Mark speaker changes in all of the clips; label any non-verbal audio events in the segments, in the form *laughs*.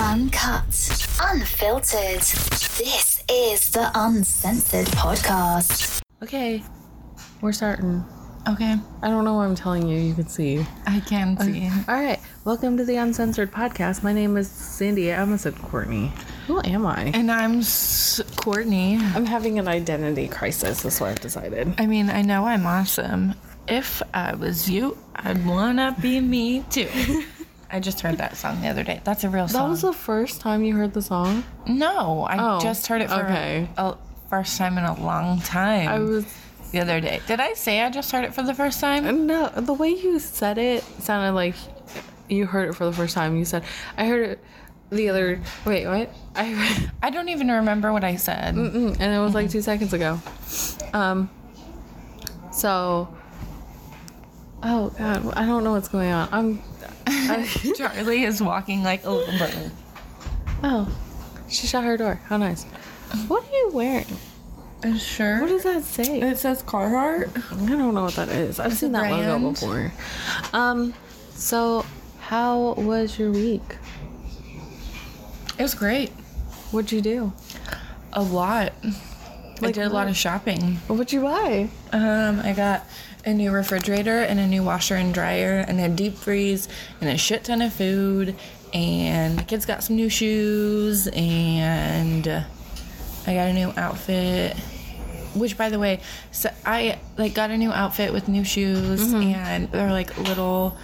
Speaker 1: Uncut, unfiltered. This is the Uncensored Podcast.
Speaker 2: Okay, we're starting.
Speaker 3: Okay,
Speaker 2: I don't know why I'm telling you. You can see.
Speaker 3: I can see.
Speaker 2: All right, welcome to the Uncensored Podcast. My name is Cindy. I almost said Courtney. Who am *laughs* I?
Speaker 3: And I'm s- Courtney.
Speaker 2: I'm having an identity crisis. That's what I've decided.
Speaker 3: I mean, I know I'm awesome. If I was you, I'd wanna be me too. I just heard that song the other day. That's a real
Speaker 2: That
Speaker 3: song.
Speaker 2: was the first time you heard the song.
Speaker 3: no, I
Speaker 2: Oh,
Speaker 3: just heard it for
Speaker 2: okay.
Speaker 3: a, first time in a long time.
Speaker 2: I was
Speaker 3: the other day. Did I say I just heard it for the first time?
Speaker 2: no. The way you said it sounded like you heard it for the first time. You said, "I heard it." The other wait, what? I heard,
Speaker 3: I don't even remember what I said.
Speaker 2: Mm, and it was like two seconds ago. Um, so, oh god, I don't know what's going on. I'm, *laughs* I,
Speaker 3: *laughs* Charlie is walking like a little bird.
Speaker 2: oh, she shut her door. How nice. What are you wearing?
Speaker 3: A
Speaker 2: What
Speaker 3: shirt.
Speaker 2: does that say?
Speaker 3: It says Carhartt.
Speaker 2: I don't know what that is. I've seen that logo
Speaker 3: brand.
Speaker 2: before. Um, so how was your week?
Speaker 3: It was great.
Speaker 2: What'd you do?
Speaker 3: A lot. I
Speaker 2: Like
Speaker 3: did a lot
Speaker 2: what?
Speaker 3: of shopping.
Speaker 2: What'd you buy?
Speaker 3: Um, I got a new refrigerator and a new washer and dryer and a deep freeze and a shit ton of food and the kids got some new shoes and I got a new outfit. Which, by the way, so I like got a new outfit with new shoes
Speaker 2: Mm-hmm.
Speaker 3: and they're like little,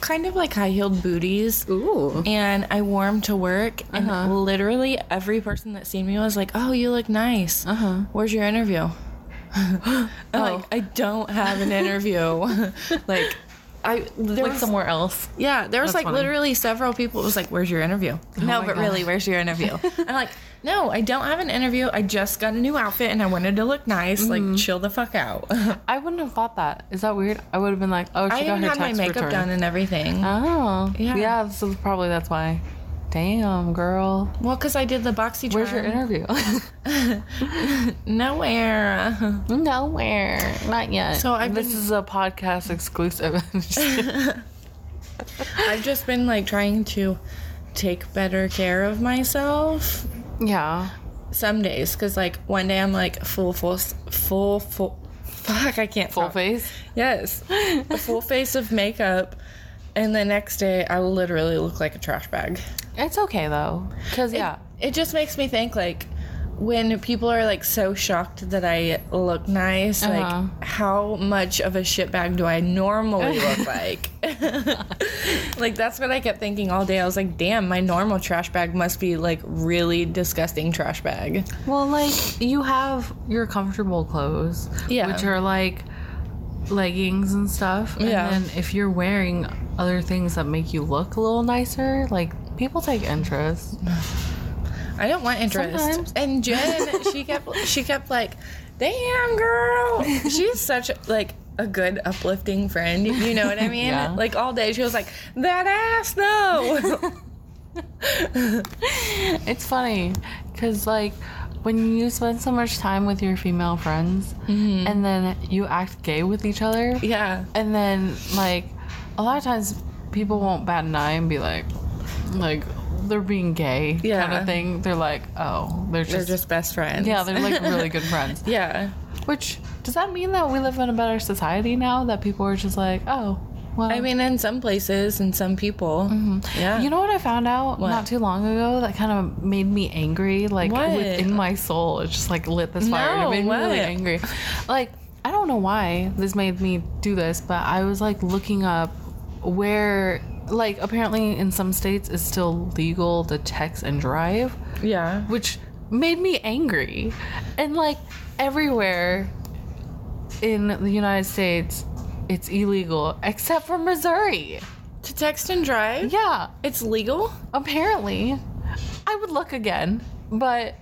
Speaker 3: kind of like high heeled booties
Speaker 2: Ooh. Uh-huh.
Speaker 3: and I wore 'em to work, and literally every person that seen me was like, "Oh, you look nice.
Speaker 2: Uh-huh.
Speaker 3: Where's your interview?" I'm *gasps*
Speaker 2: Oh.
Speaker 3: like, I don't have an *laughs* interview. like, I there
Speaker 2: Like
Speaker 3: was-
Speaker 2: somewhere else.
Speaker 3: yeah, there was
Speaker 2: That's
Speaker 3: like
Speaker 2: funny. Oh
Speaker 3: literally several people. It was like, "Where's your interview?" no,
Speaker 2: my
Speaker 3: but
Speaker 2: gosh.
Speaker 3: really, where's your
Speaker 2: *laughs*
Speaker 3: interview? I'm like, no, I don't have an interview. I just got a new outfit, and I wanted to look nice.
Speaker 2: Mm-hmm.
Speaker 3: Like, chill the fuck out. *laughs* I
Speaker 2: I wouldn't have thought that. Is that weird? I would have been like, oh, she got
Speaker 3: even
Speaker 2: her
Speaker 3: had my
Speaker 2: tax
Speaker 3: makeup
Speaker 2: return.
Speaker 3: done and everything.
Speaker 2: Oh.
Speaker 3: Yeah.
Speaker 2: Yeah, so probably that's why. Damn, girl.
Speaker 3: well, because I did the boxy.
Speaker 2: Where's your interview? *laughs*
Speaker 3: *laughs* Nowhere. *laughs*
Speaker 2: Nowhere. Not yet.
Speaker 3: So I've
Speaker 2: this
Speaker 3: been-
Speaker 2: is a
Speaker 3: *laughs*
Speaker 2: podcast exclusive.
Speaker 3: I've just been like trying to take better care of myself
Speaker 2: yeah.
Speaker 3: some days because like one day I'm like full full s- full full fuck I can't
Speaker 2: Full
Speaker 3: talk.
Speaker 2: face.
Speaker 3: yes a
Speaker 2: *laughs*
Speaker 3: full face of makeup and the next day I literally look like a trash bag
Speaker 2: It's okay though. Cause yeah.
Speaker 3: it just makes me think like when people are like so shocked that I look nice
Speaker 2: Uh-huh.
Speaker 3: like how much of a shitbag do I normally
Speaker 2: *laughs*
Speaker 3: look like *laughs* like that's what I kept thinking all day I was like damn my normal trash bag must be like really disgusting trash bag
Speaker 2: Well, like you have your comfortable clothes,
Speaker 3: Yeah.
Speaker 2: which are like leggings and stuff.
Speaker 3: Yeah.
Speaker 2: And then if you're wearing other things that make you look a little nicer, like people take interest.
Speaker 3: I don't want interest
Speaker 2: Sometimes.
Speaker 3: and Jen she kept she kept like damn girl she's such like a good uplifting friend you know
Speaker 2: *laughs*
Speaker 3: what I mean
Speaker 2: Yeah.
Speaker 3: like all day she was like that ass
Speaker 2: *laughs*
Speaker 3: though
Speaker 2: It's funny because, like, when you spend so much time with your female friends
Speaker 3: Mm-hmm.
Speaker 2: and then you act gay with each other,
Speaker 3: yeah
Speaker 2: and then, like, a lot of times people won't bat an eye and be like, like, they're being gay kind
Speaker 3: Yeah.
Speaker 2: of thing. They're like, oh, they're just,
Speaker 3: They're just best friends.
Speaker 2: yeah, they're
Speaker 3: *laughs*
Speaker 2: like really good friends.
Speaker 3: yeah.
Speaker 2: Which, does that mean that we live in a better society now that people are just like, oh, well,
Speaker 3: I mean, in some places and some people. Yeah.
Speaker 2: Mm-hmm. You know what I found out
Speaker 3: What?
Speaker 2: not too long ago that kind of made me angry, like
Speaker 3: What?
Speaker 2: within my soul. It just like lit this fire. and
Speaker 3: No,
Speaker 2: it made me
Speaker 3: what?
Speaker 2: really angry. Like I don't know why this made me do this, but I was like looking up where, like apparently in some states it's still legal to text and drive,
Speaker 3: yeah.
Speaker 2: which made me angry, and like everywhere in the United States. It's illegal, except for Missouri.
Speaker 3: To text and drive,
Speaker 2: Yeah,
Speaker 3: it's legal.
Speaker 2: apparently i would look again but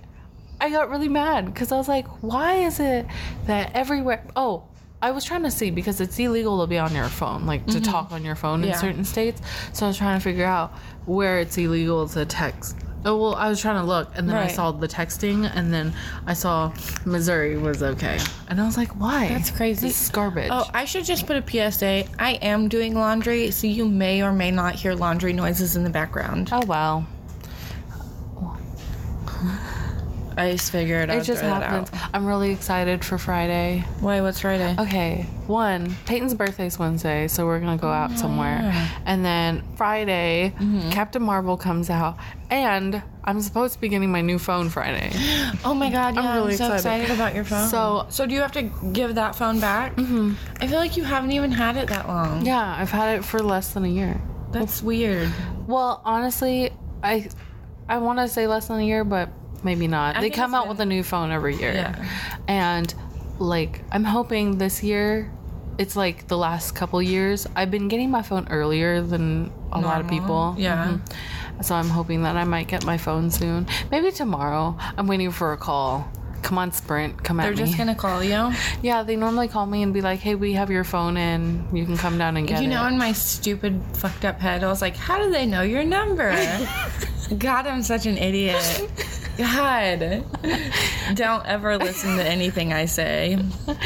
Speaker 2: i got really mad because i was like why is it that everywhere oh i was trying to see because it's illegal to be on your phone like to talk on your phone
Speaker 3: Mm-hmm. Yeah.
Speaker 2: in certain states so i was trying to figure out where it's illegal to text oh well i was trying to look and then i
Speaker 3: Right.
Speaker 2: saw the texting and then i saw missouri was okay and i was like why
Speaker 3: That's crazy.
Speaker 2: this is garbage
Speaker 3: Oh, I should just put a PSA. I am doing laundry, so you may or may not hear laundry noises in the background.
Speaker 2: oh wow
Speaker 3: I just figured I'd
Speaker 2: it just
Speaker 3: throw that
Speaker 2: happens. I'm really excited for Friday.
Speaker 3: out. Why? What's Friday?
Speaker 2: Okay, one, Peyton's birthday's Wednesday, so we're gonna go out somewhere. And then Friday, Captain Marvel comes out, and I'm supposed to be getting my new phone Friday.
Speaker 3: Oh my god! Yeah, I'm,
Speaker 2: really
Speaker 3: so excited.
Speaker 2: excited.
Speaker 3: about your phone.
Speaker 2: So-
Speaker 3: so do you have to give that phone back? Mm-hmm. I feel like you haven't even had it that long.
Speaker 2: Yeah, I've had it for less than a year.
Speaker 3: That's weird.
Speaker 2: Well, honestly, I I want to say less than a year, but maybe not. they
Speaker 3: think
Speaker 2: come
Speaker 3: it's
Speaker 2: out with a new phone every year.
Speaker 3: Yeah.
Speaker 2: And like I'm hoping this year it's like the last couple years I've been getting my phone earlier than a lot of people.
Speaker 3: Yeah.
Speaker 2: Mhm. So I'm hoping that I might get my phone soon. Maybe tomorrow. I'm waiting for a call. Come on, Sprint. Come at
Speaker 3: They're
Speaker 2: me.
Speaker 3: just gonna call you.
Speaker 2: *laughs* yeah, they normally call me and be like, "Hey, we have your phone in. You can come down and get
Speaker 3: you
Speaker 2: it."
Speaker 3: know, in my stupid, fucked up head, I was like, "How do they know your
Speaker 2: *laughs*
Speaker 3: number?" God, I'm such an idiot. God, don't ever listen to anything I say.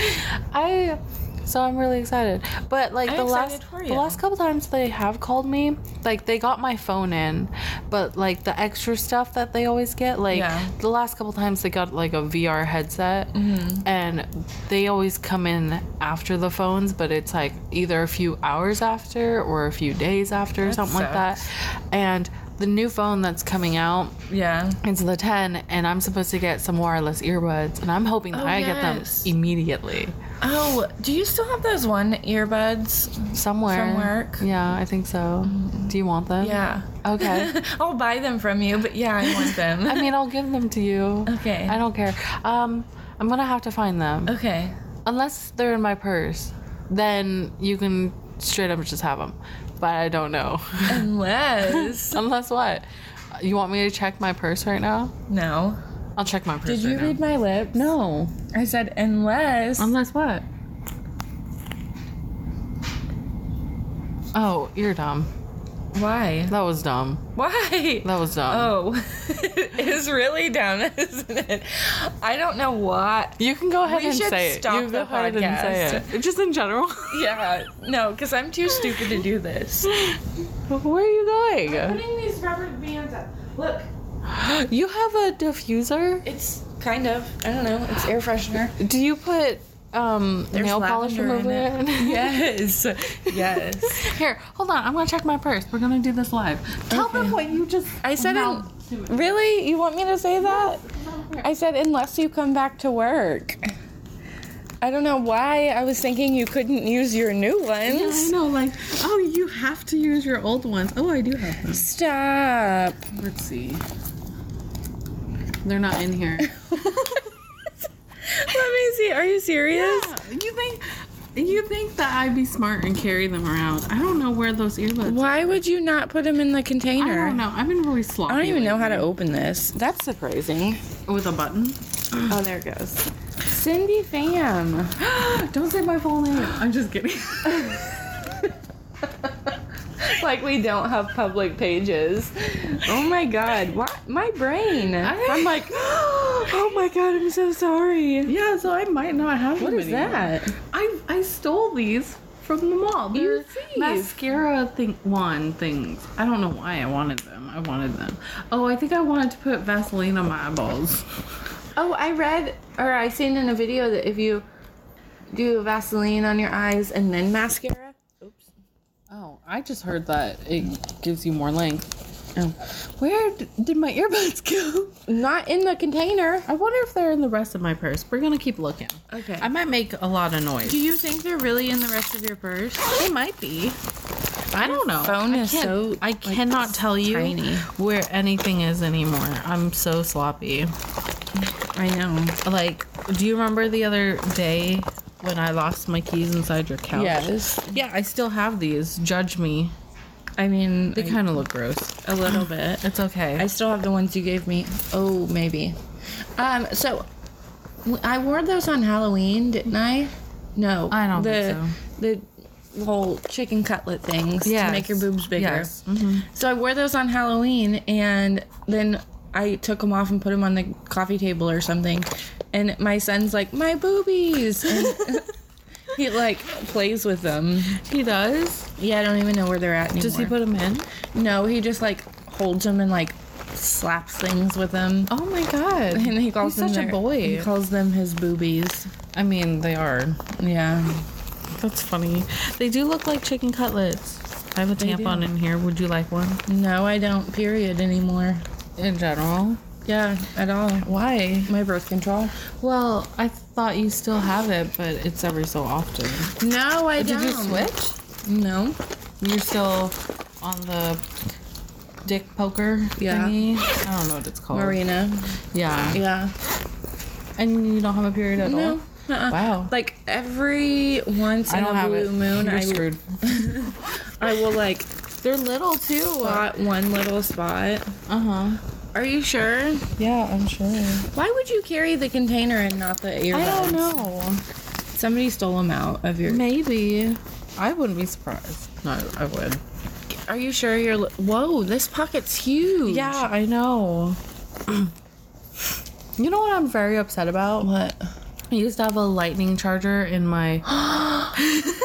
Speaker 2: *laughs* I so I'm really excited. But like
Speaker 3: I'm
Speaker 2: the
Speaker 3: excited
Speaker 2: last
Speaker 3: for
Speaker 2: the
Speaker 3: you.
Speaker 2: last couple times they have called me, like they got my phone in, but like the extra stuff that they always get, like
Speaker 3: Yeah.
Speaker 2: the last couple times they got like a VR headset
Speaker 3: Mm-hmm.
Speaker 2: and they always come in after the phones, but it's like either a few hours after or a few days after or
Speaker 3: That
Speaker 2: something like
Speaker 3: sucks.
Speaker 2: that. And the new phone that's coming out
Speaker 3: Yeah.
Speaker 2: it's the 10 and i'm supposed to get some wireless earbuds and i'm hoping that
Speaker 3: Oh,
Speaker 2: i get them
Speaker 3: yes.
Speaker 2: immediately
Speaker 3: Oh, do you still have those one earbuds?
Speaker 2: Somewhere.
Speaker 3: From work? Mm-hmm.
Speaker 2: Yeah, I think so. Do you want them?
Speaker 3: Yeah.
Speaker 2: Okay.
Speaker 3: *laughs* I'll buy them from you, but yeah, I *laughs* want them.
Speaker 2: I mean, I'll give them to you.
Speaker 3: Okay.
Speaker 2: I don't care. Um, I'm gonna have to find them
Speaker 3: okay.
Speaker 2: unless they're in my purse. Then you can straight up just have them. But I
Speaker 3: *laughs*
Speaker 2: don't know. *laughs*
Speaker 3: Unless
Speaker 2: unless what? You want me to check my purse right now?
Speaker 3: no.
Speaker 2: I'll check my purse.
Speaker 3: Did you
Speaker 2: right now.
Speaker 3: read my lips?
Speaker 2: No.
Speaker 3: I said unless.
Speaker 2: Unless what? Oh, you're dumb.
Speaker 3: Why?
Speaker 2: That was dumb.
Speaker 3: Why?
Speaker 2: That was dumb.
Speaker 3: Oh, *laughs* it is really dumb, *laughs* isn't it? I don't know what.
Speaker 2: You can go ahead
Speaker 3: We
Speaker 2: and
Speaker 3: should
Speaker 2: say it.
Speaker 3: stop
Speaker 2: You
Speaker 3: the
Speaker 2: go ahead and say it. *laughs* Just in general.
Speaker 3: Yeah, no, because I'm too stupid to do this.
Speaker 2: Where are you going?
Speaker 3: Putting these rubber bands up. Look,
Speaker 2: *gasps* You have a diffuser.
Speaker 3: it's kind of. I don't know. It's air freshener.
Speaker 2: Do you put um,
Speaker 3: There's
Speaker 2: nail polish
Speaker 3: lavender in
Speaker 2: remover *laughs* in?
Speaker 3: Yes. Yes.
Speaker 2: Here, hold on. I'm gonna check my purse. We're gonna do this live. Tell them what you just.
Speaker 3: I said
Speaker 2: No.
Speaker 3: un- Really? You want me to say that? I said unless you come back to work. I don't know why I was thinking you couldn't use your new
Speaker 2: I
Speaker 3: ones.
Speaker 2: know, like, oh, you have to use your old ones. Oh, I do have them. *laughs*
Speaker 3: Stop.
Speaker 2: Let's see. They're not in here.
Speaker 3: Let me see. Are you serious?
Speaker 2: You think you think that I'd be smart and carry them around? I don't know where those earbuds.
Speaker 3: Why would you not put them in the
Speaker 2: I
Speaker 3: container?
Speaker 2: don't know. I've been really sloppy.
Speaker 3: I don't even know how to
Speaker 2: lately.
Speaker 3: open this. That's surprising.
Speaker 2: With a button.
Speaker 3: Oh, there it goes. Cindy Fam.
Speaker 2: *gasps* don't say my full name. I'm just kidding.
Speaker 3: *laughs* like we don't have public
Speaker 2: *laughs*
Speaker 3: pages. Oh my god, what? My brain. I'm like, *gasps* oh my god, I'm so sorry.
Speaker 2: yeah, so I might not have
Speaker 3: What
Speaker 2: them
Speaker 3: is
Speaker 2: anymore.
Speaker 3: that?
Speaker 2: I I stole these from the mall. They're
Speaker 3: thief.
Speaker 2: mascara thing wand things. I don't know why I wanted them. I wanted them. Oh, I think I wanted to put Vaseline on my eyeballs.
Speaker 3: Oh, I read or I seen in a video that if you do Vaseline on your eyes and then mascara.
Speaker 2: Oh, I just heard that it gives you more length. Oh. Where d- did my earbuds *laughs* go?
Speaker 3: Not in the container.
Speaker 2: I wonder if they're in the rest of my purse. We're gonna keep looking.
Speaker 3: Okay.
Speaker 2: I might make a lot of noise.
Speaker 3: do you think they're really in the rest of your purse?
Speaker 2: They might be. I don't know.
Speaker 3: phone
Speaker 2: I
Speaker 3: is
Speaker 2: can't-
Speaker 3: so,
Speaker 2: I cannot tell you
Speaker 3: tiny.
Speaker 2: where anything is anymore. I'm so sloppy.
Speaker 3: I know.
Speaker 2: Like, do you remember the other day when I lost my keys inside your couch?
Speaker 3: Yes.
Speaker 2: Yeah, I still have these. Judge me.
Speaker 3: I mean,
Speaker 2: They
Speaker 3: like,
Speaker 2: kind of look gross.
Speaker 3: a little bit.
Speaker 2: It's okay.
Speaker 3: I still have the ones you gave me. Oh, maybe. Um, so w- I wore those on Halloween, didn't I? No,
Speaker 2: I don't
Speaker 3: the,
Speaker 2: think
Speaker 3: The whole chicken cutlet things to
Speaker 2: Yes. Mm-hmm.
Speaker 3: make your boobs bigger.
Speaker 2: Yes.
Speaker 3: So I wore those on Halloween, and then I took them off and put them on the coffee table or something. And my son's like, my boobies. And *laughs* he like plays with them.
Speaker 2: he does.
Speaker 3: Yeah, I don't even know where they're at anymore.
Speaker 2: Does he put them in?
Speaker 3: No, he just like holds them and like slaps things with them.
Speaker 2: Oh my god.
Speaker 3: And he calls
Speaker 2: He's
Speaker 3: them
Speaker 2: such a
Speaker 3: their- He
Speaker 2: boy.
Speaker 3: calls them his boobies.
Speaker 2: I mean, they are.
Speaker 3: Yeah.
Speaker 2: That's funny. They do look like chicken cutlets. I have a tampon in here. Would you like one?
Speaker 3: No, I don't. Period anymore.
Speaker 2: In general.
Speaker 3: Yeah, at all.
Speaker 2: Why?
Speaker 3: My birth control.
Speaker 2: Well, I thought you still have it, but it's every so often.
Speaker 3: No, I
Speaker 2: Did
Speaker 3: don't.
Speaker 2: you switch?
Speaker 3: No.
Speaker 2: You're still on the dick poker
Speaker 3: Yeah.
Speaker 2: thingy? I don't know what it's called.
Speaker 3: Marina.
Speaker 2: Yeah.
Speaker 3: Yeah.
Speaker 2: And you don't have a period at all?
Speaker 3: No. Uh-uh.
Speaker 2: Oh. Wow.
Speaker 3: Like every once
Speaker 2: I
Speaker 3: in
Speaker 2: don't
Speaker 3: a
Speaker 2: have
Speaker 3: blue
Speaker 2: it.
Speaker 3: moon,
Speaker 2: You're
Speaker 3: I will,
Speaker 2: screwed.
Speaker 3: I will like
Speaker 2: They're little too.
Speaker 3: spot one little spot.
Speaker 2: Uh huh.
Speaker 3: Are you sure?
Speaker 2: Yeah, I'm sure.
Speaker 3: Why would you carry the container and not the earbuds?
Speaker 2: I don't know.
Speaker 3: Somebody stole them out of your.
Speaker 2: Maybe. I wouldn't be surprised. No, I would.
Speaker 3: Are you sure you're? Li- Whoa, this pocket's huge.
Speaker 2: Yeah,
Speaker 3: *gasps*
Speaker 2: I know. you know what I'm very upset about?
Speaker 3: What?
Speaker 2: I used to have a lightning charger in my. *gasps*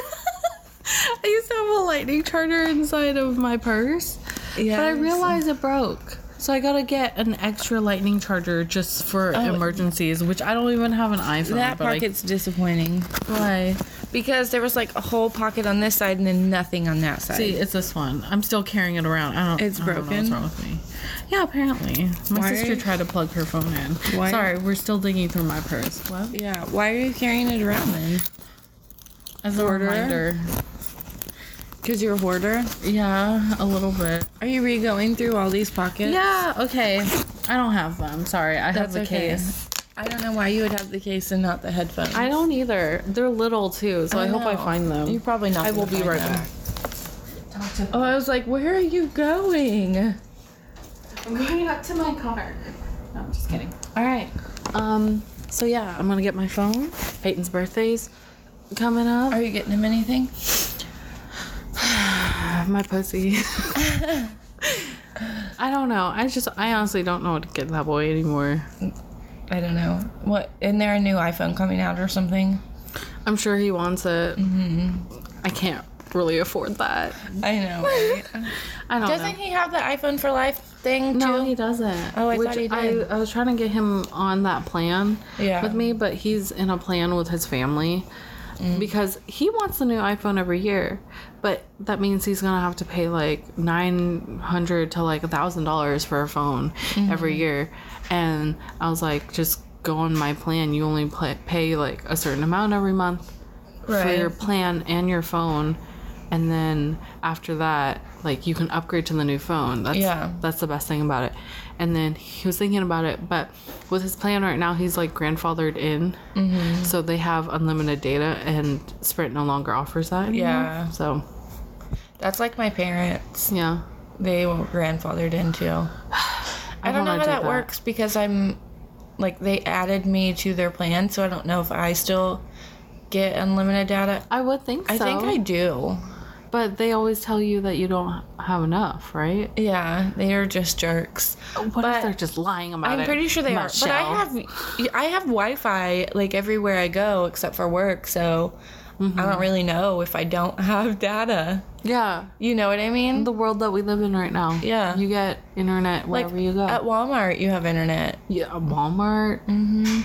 Speaker 2: I used to have a lightning charger inside of my purse,
Speaker 3: Yeah.
Speaker 2: but I realized it broke. So I gotta get an extra lightning charger just for emergencies, which I don't even have an iPhone.
Speaker 3: Oh. that
Speaker 2: but I-
Speaker 3: pocket's disappointing
Speaker 2: why?
Speaker 3: because there was like a whole pocket on this side and then nothing on that side.
Speaker 2: See, it's this one. I'm still carrying it around. I don't.
Speaker 3: It's
Speaker 2: I don't know
Speaker 3: broken?
Speaker 2: what's wrong with me? Yeah, apparently. My
Speaker 3: Why-
Speaker 2: sister tried to plug her phone in.
Speaker 3: Why-
Speaker 2: Sorry, we're still digging through my purse. What?
Speaker 3: Yeah. Why are you carrying it around then?
Speaker 2: As a
Speaker 3: Hoarder?
Speaker 2: reminder.
Speaker 3: Because you're a hoarder.
Speaker 2: Yeah, a little bit.
Speaker 3: Are you re going through all these pockets?
Speaker 2: Yeah. Okay. I don't have them. Sorry. I have
Speaker 3: That's
Speaker 2: the
Speaker 3: okay.
Speaker 2: case.
Speaker 3: I don't know why you would have the case and not the headphones.
Speaker 2: I don't either. They're little too, so I, hope I
Speaker 3: know.
Speaker 2: find them.
Speaker 3: You're probably not.
Speaker 2: I will
Speaker 3: gonna
Speaker 2: be
Speaker 3: find
Speaker 2: right
Speaker 3: them.
Speaker 2: back. Talk to
Speaker 3: Oh, I was like, where are you going?
Speaker 2: I'm going back to my car. No, I'm just kidding. All right. Um. So yeah, I'm gonna get my phone. Peyton's birthday's coming up.
Speaker 3: Are you getting him anything?
Speaker 2: my pussy. *laughs* I don't know. I just, I honestly don't know what to get that boy anymore.
Speaker 3: I don't know. What? Isn't there a new iPhone coming out or something?
Speaker 2: I'm sure he wants it. Mm-hmm. I can't really afford that.
Speaker 3: I know. right?
Speaker 2: I don't
Speaker 3: Doesn't
Speaker 2: know.
Speaker 3: he have the iPhone for life thing
Speaker 2: no,
Speaker 3: too?
Speaker 2: he doesn't.
Speaker 3: Oh, I
Speaker 2: Which
Speaker 3: thought he did.
Speaker 2: I, I was trying to get him on that plan
Speaker 3: Yeah.
Speaker 2: with me, but he's in a plan with his family because he wants the new iPhone every year. But that means he's gonna have to pay like nine hundred to like a thousand dollars for a phone every year. And I was like, just go on my plan. You only pla pay like a certain amount every month for
Speaker 3: Right.
Speaker 2: your plan and your phone. And then after that, like you can upgrade to the new phone. That's
Speaker 3: Yeah.
Speaker 2: that's the best thing about it. And then he was thinking about it, but with his plan right now, he's like grandfathered in.
Speaker 3: Mm-hmm.
Speaker 2: So they have unlimited data, and Sprint no longer offers that. anymore.
Speaker 3: Yeah.
Speaker 2: So,
Speaker 3: That's like my parents.
Speaker 2: yeah.
Speaker 3: They were grandfathered into. *sighs* Oh, I don't know
Speaker 2: wanna
Speaker 3: how
Speaker 2: do
Speaker 3: that,
Speaker 2: that.
Speaker 3: works because I'm like they added me to their plan, so I don't know if I still get unlimited data.
Speaker 2: I would think so.
Speaker 3: I think I do.
Speaker 2: But they always tell you that you don't have enough, right?
Speaker 3: Yeah, they are just jerks.
Speaker 2: What
Speaker 3: But
Speaker 2: if they're just lying about it?
Speaker 3: I'm pretty sure they are. But I
Speaker 2: Michelle?
Speaker 3: have I have Wi-Fi like everywhere I go except for work, so I
Speaker 2: Mm-hmm.
Speaker 3: don't really know if I don't *laughs* have data.
Speaker 2: Yeah.
Speaker 3: You know what I mean?
Speaker 2: The world that we live in right now.
Speaker 3: Yeah.
Speaker 2: You get internet
Speaker 3: like
Speaker 2: wherever you go.
Speaker 3: at Walmart, you have internet.
Speaker 2: Yeah, Walmart,
Speaker 3: Mm-hmm.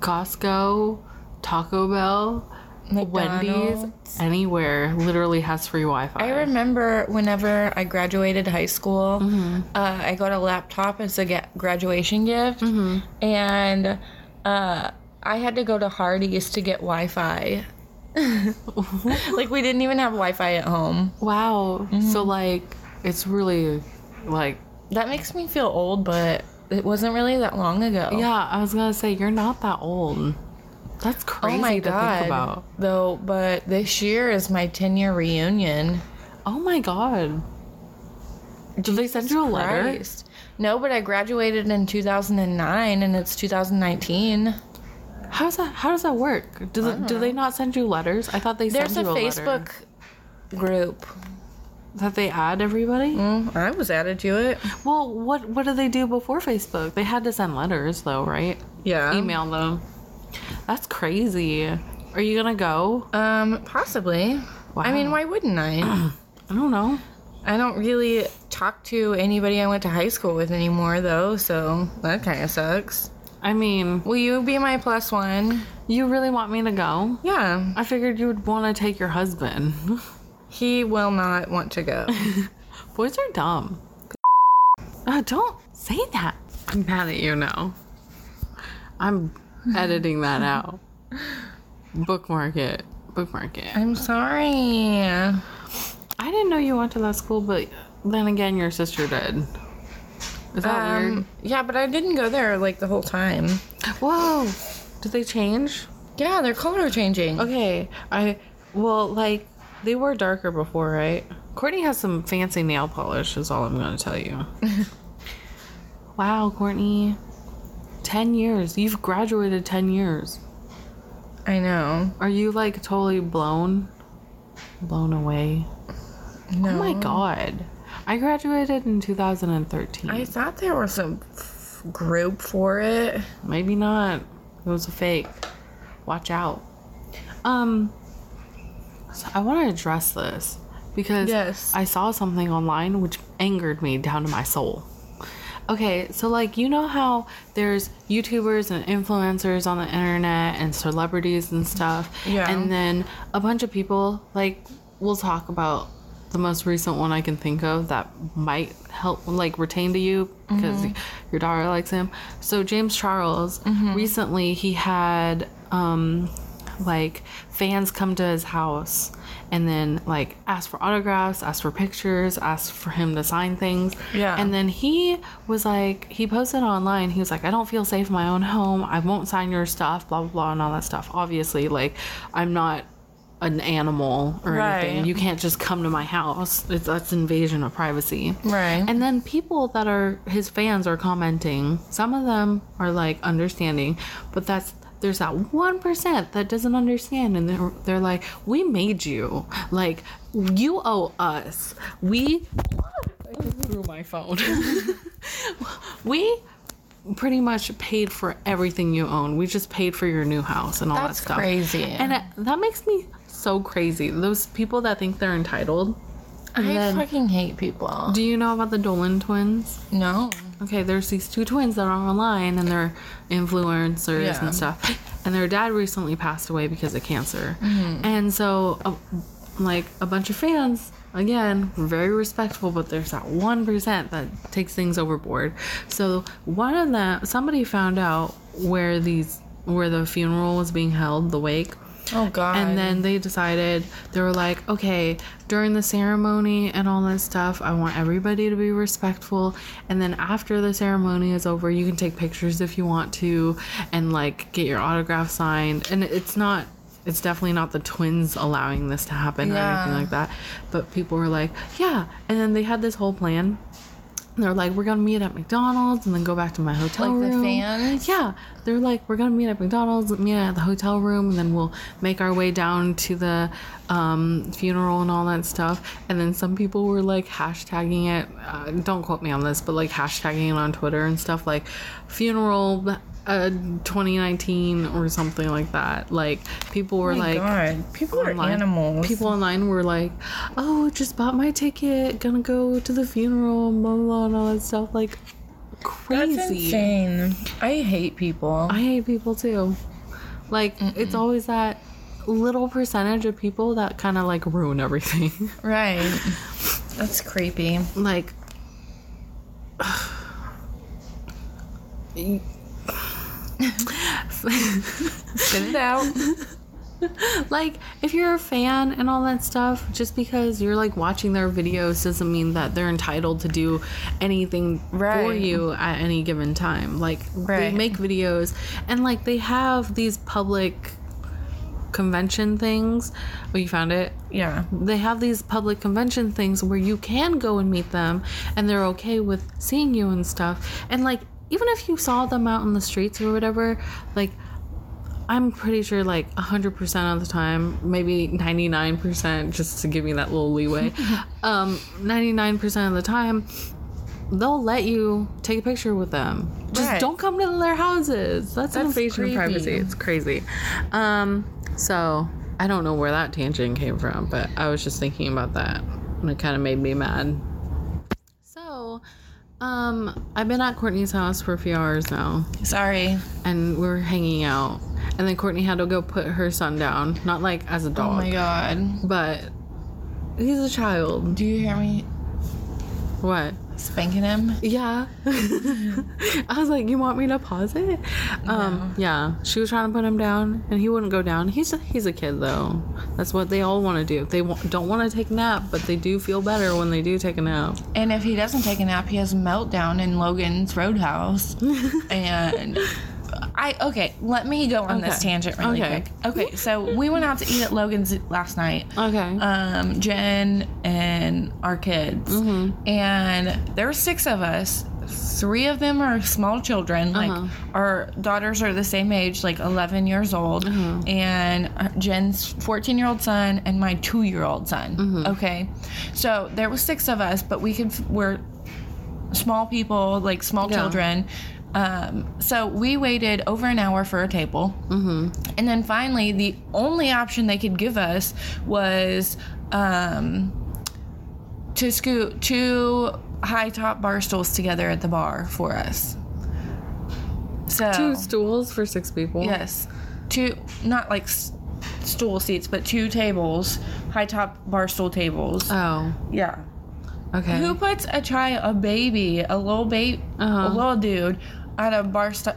Speaker 2: Costco, Taco Bell, Wendy's,
Speaker 3: McDonald's.
Speaker 2: anywhere literally has free Wi Fi.
Speaker 3: I remember whenever I graduated high school,
Speaker 2: Mm-hmm.
Speaker 3: uh, I got a laptop as a ga- graduation gift,
Speaker 2: Mm-hmm.
Speaker 3: and uh, I had to go to Hardee's to get Wi-Fi. *laughs* like we didn't even have Wi-Fi at home.
Speaker 2: *laughs* wow.
Speaker 3: Mm-hmm.
Speaker 2: So, like, it's really like,
Speaker 3: That makes me feel old, but it wasn't really that long ago.
Speaker 2: yeah, I was gonna say, you're not that old. That's crazy
Speaker 3: Oh my
Speaker 2: to
Speaker 3: god.
Speaker 2: think about.
Speaker 3: Though, but this year is my 10 year reunion.
Speaker 2: Oh my god. Did they send you a letter?
Speaker 3: Christ. No, but I graduated in 2009 and it's 2019.
Speaker 2: How's that? How does that work? Do, the, do they not send you letters? I thought they
Speaker 3: Uh-huh. There's a
Speaker 2: sent you a, letter.
Speaker 3: Facebook group.
Speaker 2: that they add everybody.
Speaker 3: Mm, I was added to it.
Speaker 2: Well, what what did they do before Facebook? They had to send letters though, right?
Speaker 3: Yeah.
Speaker 2: Email them. That's crazy. Are you gonna go?
Speaker 3: Um, possibly. I mean,
Speaker 2: Wow. *clears throat*
Speaker 3: why wouldn't I?
Speaker 2: I don't know.
Speaker 3: I don't really talk to anybody I went to high school with anymore, though, so that kind of sucks.
Speaker 2: I mean,
Speaker 3: Will you be my plus one?
Speaker 2: you really want me to go?
Speaker 3: Yeah.
Speaker 2: I figured you would want to take your husband. *laughs*
Speaker 3: He will not want to go.
Speaker 2: Boys are dumb. Oh, don't say that. I'm mad at you now. I'm editing that out. Bookmark it. Bookmark it.
Speaker 3: I'm sorry.
Speaker 2: I didn't know you went to that school, but then again, your sister did. Is that
Speaker 3: Um, yeah, but I didn't go there like the whole time.
Speaker 2: weird? Whoa! Did they change?
Speaker 3: Yeah, their color changing.
Speaker 2: Okay, I well, like they were darker before, right? Courtney has some fancy nail polish. Is all I'm going to
Speaker 3: *laughs*
Speaker 2: tell you. wow, Courtney, ten years. You've graduated ten years.
Speaker 3: I know.
Speaker 2: Are you like totally blown, blown away?
Speaker 3: No.
Speaker 2: Oh my god, I graduated in 2013.
Speaker 3: I thought there was some f- group for it.
Speaker 2: Maybe not. It was a fake. Watch out. Um, so I want to address this because
Speaker 3: Yes.
Speaker 2: I saw something online which angered me down to my soul. Okay, so like you know how there's YouTubers and influencers on the internet and celebrities and stuff,
Speaker 3: Yeah.
Speaker 2: and then a bunch of people like we'll talk about the most recent one I can think of that might help like retain to you because your daughter likes him. So James Charles recently he had um like fans come to his house and then like ask for autographs, ask for pictures, ask for him to sign things.
Speaker 3: Yeah.
Speaker 2: And then he was like, he posted online. He was like, I don't feel safe in my own home. I won't sign your stuff, blah, blah, blah, and all that stuff. Obviously, like, I'm not an animal or
Speaker 3: Right.
Speaker 2: anything. You can't just come to my house. It's, that's invasion of privacy.
Speaker 3: Right.
Speaker 2: And then people that are his fans are commenting. Some of them are like understanding, but that's there's that one percent that doesn't understand, and they're they're like, "We made you. Like you owe us. We." *laughs* I just threw my phone. *laughs* we pretty much paid for everything you own. We just paid for your new house and all
Speaker 3: That's
Speaker 2: that stuff.
Speaker 3: crazy.
Speaker 2: And it, that makes me so crazy. Those people that think they're entitled.
Speaker 3: I
Speaker 2: then-
Speaker 3: fucking hate people.
Speaker 2: Do you know about the Dolan twins?
Speaker 3: No.
Speaker 2: Okay, there's these two twins that are online and they're influencers
Speaker 3: Yeah.
Speaker 2: and stuff. And their dad recently passed away because of cancer. And so, uh, like, a bunch of fans, again, were very respectful, but there's that 1% that takes things overboard. So, one of them, somebody found out where these, where the funeral was being held, the wake.
Speaker 3: Oh god.
Speaker 2: And then they decided, they were like, okay, during the ceremony and all this stuff, I want everybody to be respectful. And then after the ceremony is over, you can take pictures if you want to and like get your autograph signed. And it's not, it's definitely not the twins allowing this to happen or
Speaker 3: Yeah.
Speaker 2: anything like that. But people were like, yeah. And then they had this whole plan. They're like, we're gonna meet at McDonald's and then go back to my hotel
Speaker 3: Like the
Speaker 2: room.
Speaker 3: fans?
Speaker 2: Yeah, they're like, we're gonna meet at McDonald's, meet at the hotel room, and then we'll make our way down to the um, funeral and all that stuff. And then some people were like hashtagging it. Uh, don't quote me on this, but like hashtagging it on Twitter and stuff like funeral uh, 2019 or something like that. Like people were
Speaker 3: oh my
Speaker 2: like.
Speaker 3: god. People are
Speaker 2: online-
Speaker 3: animals.
Speaker 2: People online were like, "Oh, just bought my ticket, gonna go to the funeral, blah blah, blah and all that stuff." Like,
Speaker 3: That's
Speaker 2: crazy.
Speaker 3: insane. I hate people.
Speaker 2: I hate people too. Like it's always that little percentage of people that kind of like ruin everything. *laughs*
Speaker 3: right. That's creepy.
Speaker 2: *sighs* like
Speaker 3: Spit it out.
Speaker 2: like if you're a fan and all that stuff, just because you're like watching their videos doesn't mean that they're entitled to do anything for
Speaker 3: Right.
Speaker 2: you at any given time. Like they
Speaker 3: Right.
Speaker 2: make videos and like they have these public convention things. Oh, you found it?
Speaker 3: yeah.
Speaker 2: they have these public convention things where you can go and meet them and they're okay with seeing you and stuff and like even if you saw them out in the streets or whatever like i'm pretty sure like 100% of the time maybe 99% just to give me that little leeway um 99% of the time they'll let you take a picture with them just
Speaker 3: Right.
Speaker 2: don't come to their houses that's, an
Speaker 3: That's
Speaker 2: invasion of privacy
Speaker 3: creepy.
Speaker 2: it's crazy. Um, so I don't know where that tangent came from, but I was just thinking about that. and it kind of made me mad. So, um, I've been at Courtney's house for a few hours now,
Speaker 3: Sorry.
Speaker 2: and we we're hanging out. And then Courtney had to go put her son down, not like as a
Speaker 3: Oh
Speaker 2: dog,
Speaker 3: my god.
Speaker 2: but he's a child.
Speaker 3: Do you hear me
Speaker 2: What?
Speaker 3: spanking him?
Speaker 2: Yeah. *laughs* I was like, you want me to pause it? Um, yeah. She was trying to put him down, and he wouldn't go down. He's a, he's a kid though. That's what they all want to do. They wa- don't want to take a nap, but they do feel better when they do take a nap.
Speaker 3: And if he doesn't take a nap, he has a meltdown in Logan's
Speaker 2: *laughs*
Speaker 3: Roadhouse. and I okay, let me go on this
Speaker 2: Okay.
Speaker 3: tangent really
Speaker 2: Okay.
Speaker 3: quick. Okay, so we went out to eat at Logan's last night.
Speaker 2: Okay.
Speaker 3: Um, Jen and our kids, and there were six of us. Three of them are small children. Like our daughters are the same age, like 11 years old, and Jen's 14 year old son and my two year old son. Okay, so there was six of us, but we could we're small people, like small
Speaker 2: Yeah.
Speaker 3: children. Um, so we waited over an hour for a table. Mm-hmm. And then finally, the only option they could give us was um, to scoot two high top bar stools together at the bar for us. So,
Speaker 2: Two stools for six people.
Speaker 3: yes, two, not like s- stool seats, but two tables, high top bar stool tables.
Speaker 2: Oh.
Speaker 3: yeah.
Speaker 2: Okay.
Speaker 3: Who puts a child, a baby, a little baby,
Speaker 2: Mm. Uh-huh.
Speaker 3: a little dude, on a bar st-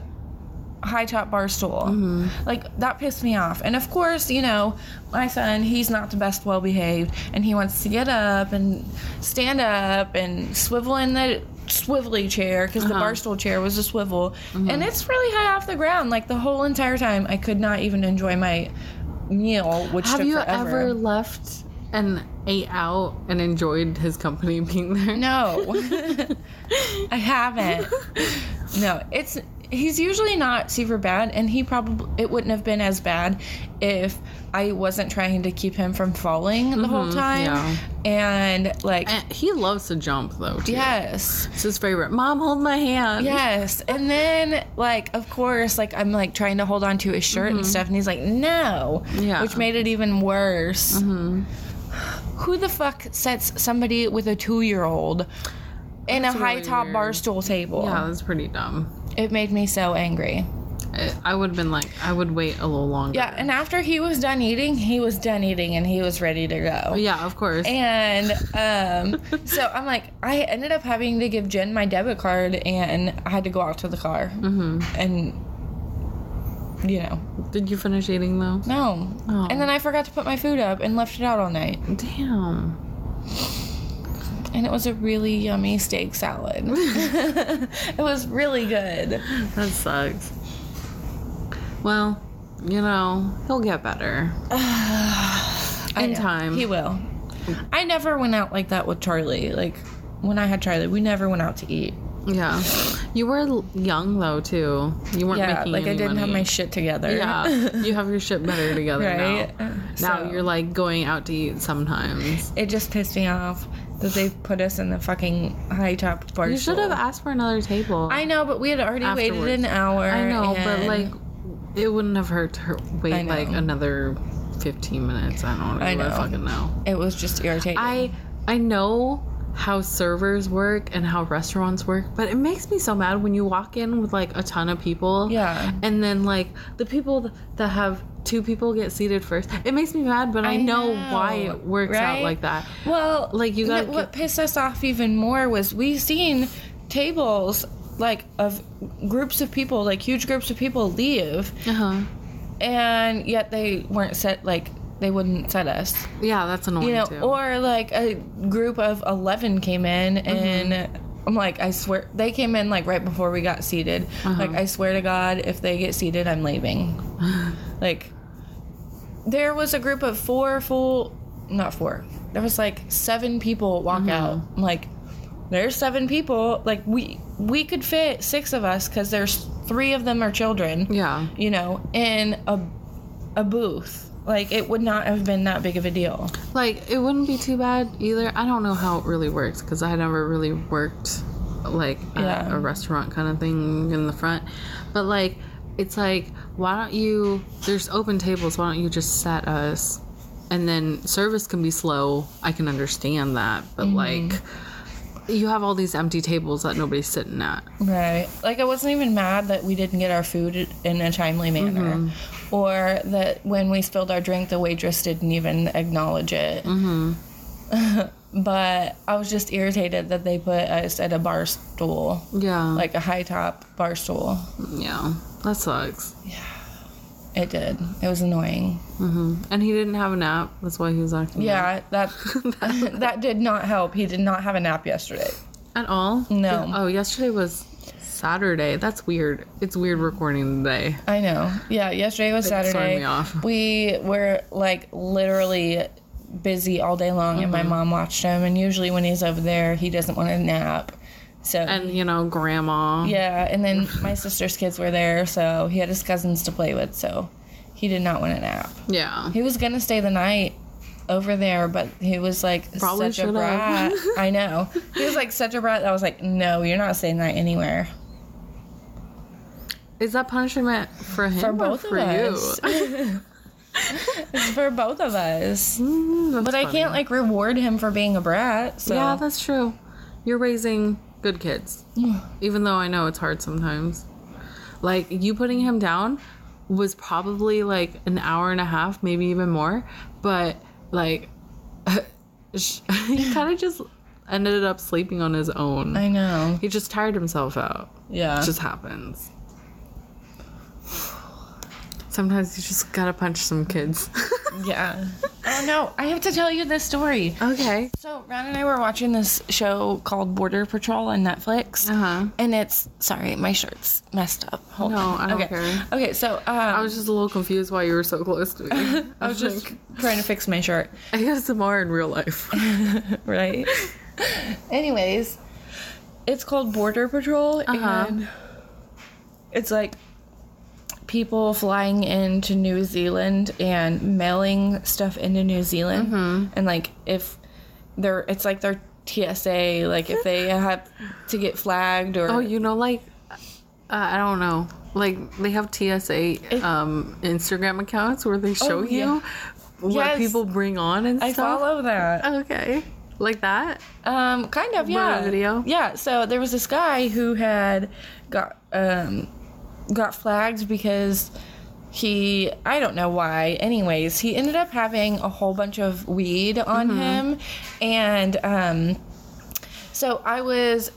Speaker 3: high top bar stool?
Speaker 2: Mm-hmm.
Speaker 3: Like that pissed me off. And of course, you know, my son, he's not the best well behaved, and he wants to get up and stand up and swivel in the swivelly chair because
Speaker 2: Uh-huh.
Speaker 3: the bar stool chair was a swivel,
Speaker 2: Mm-hmm.
Speaker 3: and it's really high off the ground. Like the whole entire time, I could not even enjoy my meal, which
Speaker 2: Have
Speaker 3: took
Speaker 2: you
Speaker 3: forever.
Speaker 2: ever left and ate out and enjoyed his company *laughs* being there?
Speaker 3: No, I haven't. No, it's he's usually not super bad, and he probably it wouldn't have been as bad if I wasn't trying to keep him from falling the whole time.
Speaker 2: Mm-hmm, yeah.
Speaker 3: And like,
Speaker 2: And he loves to jump though. Too.
Speaker 3: yes.
Speaker 2: It's his favorite. Mom, hold my hand.
Speaker 3: Yes. And then like of course like I'm like trying to hold on to his shirt and stuff and he's like, "No."
Speaker 2: Mm-hmm. Yeah. Mm-hmm.
Speaker 3: Which made it even worse. Who the fuck sets somebody with a 2-year-old in a high top
Speaker 2: weird.
Speaker 3: bar stool table?
Speaker 2: Yeah, that's pretty dumb.
Speaker 3: It made me so angry.
Speaker 2: I- I would have been like, I would wait a little longer.
Speaker 3: Yeah, and after he was done eating, he was done eating and he was ready to go.
Speaker 2: Yeah, of course.
Speaker 3: And *laughs* um, so I'm like, I ended up having to give Jen my debit card and I had to go out to the car. Mm-hmm. And, you know,
Speaker 2: Did you finish eating though?
Speaker 3: no.
Speaker 2: Oh.
Speaker 3: And then I forgot to put my food up and left it out all night.
Speaker 2: Damn.
Speaker 3: And it was a really yummy steak salad. *laughs* it was really good.
Speaker 2: That sucks. Well, you know, he'll get better.
Speaker 3: *sighs* I
Speaker 2: In
Speaker 3: know.
Speaker 2: time.
Speaker 3: He will. I never went out like that with Charlie. Like, when I had Charlie, we never went out to eat.
Speaker 2: Yeah. You were l- young though too. You weren't
Speaker 3: Yeah,
Speaker 2: making
Speaker 3: like I
Speaker 2: any
Speaker 3: didn't have
Speaker 2: money.
Speaker 3: my shit together. *laughs*
Speaker 2: Yeah, you have your shit better together
Speaker 3: Right?
Speaker 2: now.
Speaker 3: So-
Speaker 2: Now you're like going out to eat sometimes.
Speaker 3: It just pissed me off that they put us in the fucking high top bar.
Speaker 2: You should
Speaker 3: stool.
Speaker 2: have asked for another table.
Speaker 3: I know, but we had already waited
Speaker 2: Afterwards.
Speaker 3: an hour.
Speaker 2: I know, but
Speaker 3: and-
Speaker 2: like, it wouldn't have hurt to her-
Speaker 3: I
Speaker 2: wait
Speaker 3: know.
Speaker 2: like another fifteen minutes. I don't
Speaker 3: I
Speaker 2: even
Speaker 3: know.
Speaker 2: fucking know.
Speaker 3: it was just irritating.
Speaker 2: I I know how servers work and how restaurants work, but it makes me so mad when you walk in with like a ton of people.
Speaker 3: Yeah.
Speaker 2: And then like the people th- that have two people get seated first. It makes me mad, but I,
Speaker 3: I
Speaker 2: know, why
Speaker 3: know,
Speaker 2: it works
Speaker 3: right?
Speaker 2: out like that.
Speaker 3: well,
Speaker 2: like, you
Speaker 3: th-
Speaker 2: gotta
Speaker 3: what pissed us off even more was we seen tables like of groups of people, like huge groups of people leave,
Speaker 2: Uh huh.
Speaker 3: and yet they weren't set like they wouldn't set us.
Speaker 2: Yeah, that's annoying
Speaker 3: you know,
Speaker 2: too.
Speaker 3: or like a group of 11 came in and I'm like, I swear, they came in like right before we got seated. Like, I swear to God, if they get seated, I'm leaving. like, there was a group of four full, not four, there was like seven people walk out. I'm like, there's seven people. Like, we, we could fit six of us because there's three of them are children
Speaker 2: yeah.
Speaker 3: you know, in a a booth. Like it would not have been that big of a deal.
Speaker 2: like it wouldn't be too bad either i don't know how it really works because i never really worked like at
Speaker 3: Yeah.
Speaker 2: a restaurant kind of thing in the front but like it's like why don't you there's open tables why don't you just set us and then service can be slow. I can understand that, but like you have all these empty tables that nobody's sitting at.
Speaker 3: Right. Like I wasn't even mad that we didn't get our food in a timely manner, or that when we spilled our drink, the waitress didn't even acknowledge it. Mm-hmm. *laughs* but I was just irritated that they put us at a bar stool,
Speaker 2: Yeah.
Speaker 3: like a high top bar stool.
Speaker 2: yeah. That sucks.
Speaker 3: It did. It was annoying.
Speaker 2: And he didn't have a nap. That's why he was acting. like-
Speaker 3: Yeah, that that *laughs* did not help. He did not have a nap yesterday.
Speaker 2: At all?
Speaker 3: No.
Speaker 2: Oh, yesterday was Saturday. That's weird. It's weird recording today.
Speaker 3: I know. Yeah, yesterday was
Speaker 2: started
Speaker 3: Saturday.
Speaker 2: me off.
Speaker 3: We were like literally busy all day long, and
Speaker 2: Mm-hmm.
Speaker 3: my mom watched him. And usually, when he's over there, he doesn't want to nap. So
Speaker 2: And you know, grandma.
Speaker 3: yeah, and
Speaker 2: *laughs*
Speaker 3: then my sister's kids were there, so he had his cousins to play with. So he did not want to nap.
Speaker 2: Yeah.
Speaker 3: He was gonna stay the night over there, but he was like
Speaker 2: Probably
Speaker 3: such a
Speaker 2: should've.
Speaker 3: brat. I know. He was like such a brat. That I was like, no, you're not staying the night anywhere.
Speaker 2: Is that punishment for him
Speaker 3: For
Speaker 2: or
Speaker 3: both
Speaker 2: for
Speaker 3: of
Speaker 2: you?
Speaker 3: us. It's for both of us.
Speaker 2: *laughs* Mm,
Speaker 3: But
Speaker 2: that's
Speaker 3: I can't like reward him for being a brat. So
Speaker 2: Yeah, that's true. You're raising
Speaker 3: *sighs*
Speaker 2: good kids. Even though I know it's hard sometimes. Like you putting him down was probably like an hour and a half, maybe even more, but like *laughs* sh- he kind of just ended up sleeping on his own.
Speaker 3: I know.
Speaker 2: He just tired himself out.
Speaker 3: Yeah.
Speaker 2: It just happens. Sometimes you just gotta punch some *laughs* kids.
Speaker 3: yeah. Oh no, I have to tell you this story.
Speaker 2: okay.
Speaker 3: So Ron and I were watching this show called Border Patrol on Netflix.
Speaker 2: Uh-huh.
Speaker 3: And it's sorry, my shirt's messed up. Hold
Speaker 2: No,
Speaker 3: on.
Speaker 2: I don't
Speaker 3: okay.
Speaker 2: care.
Speaker 3: Okay, so um,
Speaker 2: I was just a little confused why you were so close to me. *laughs* I was just *laughs*
Speaker 3: trying to fix my shirt.
Speaker 2: ASMR in real *laughs* life. *laughs*
Speaker 3: right? Anyways, it's called Border Patrol,
Speaker 2: Uh-huh.
Speaker 3: and it's like people flying into New Zealand and mailing stuff into New Zealand,
Speaker 2: Mm-hmm.
Speaker 3: and like if they're, it's like their TSA, like if they have to get flagged or
Speaker 2: Oh, you know, like uh, I don't know, like they have TSA um, Instagram accounts where they show
Speaker 3: Oh, yeah.
Speaker 2: you what
Speaker 3: Yes.
Speaker 2: people bring on and
Speaker 3: I
Speaker 2: stuff.
Speaker 3: follow that.
Speaker 2: Okay, like that.
Speaker 3: Um, kind of, yeah.
Speaker 2: Viral video?
Speaker 3: Yeah. So there was this guy who had got um, got flagged because he I don't know why. Anyways, he ended up having a whole bunch of weed on him, and um, so I was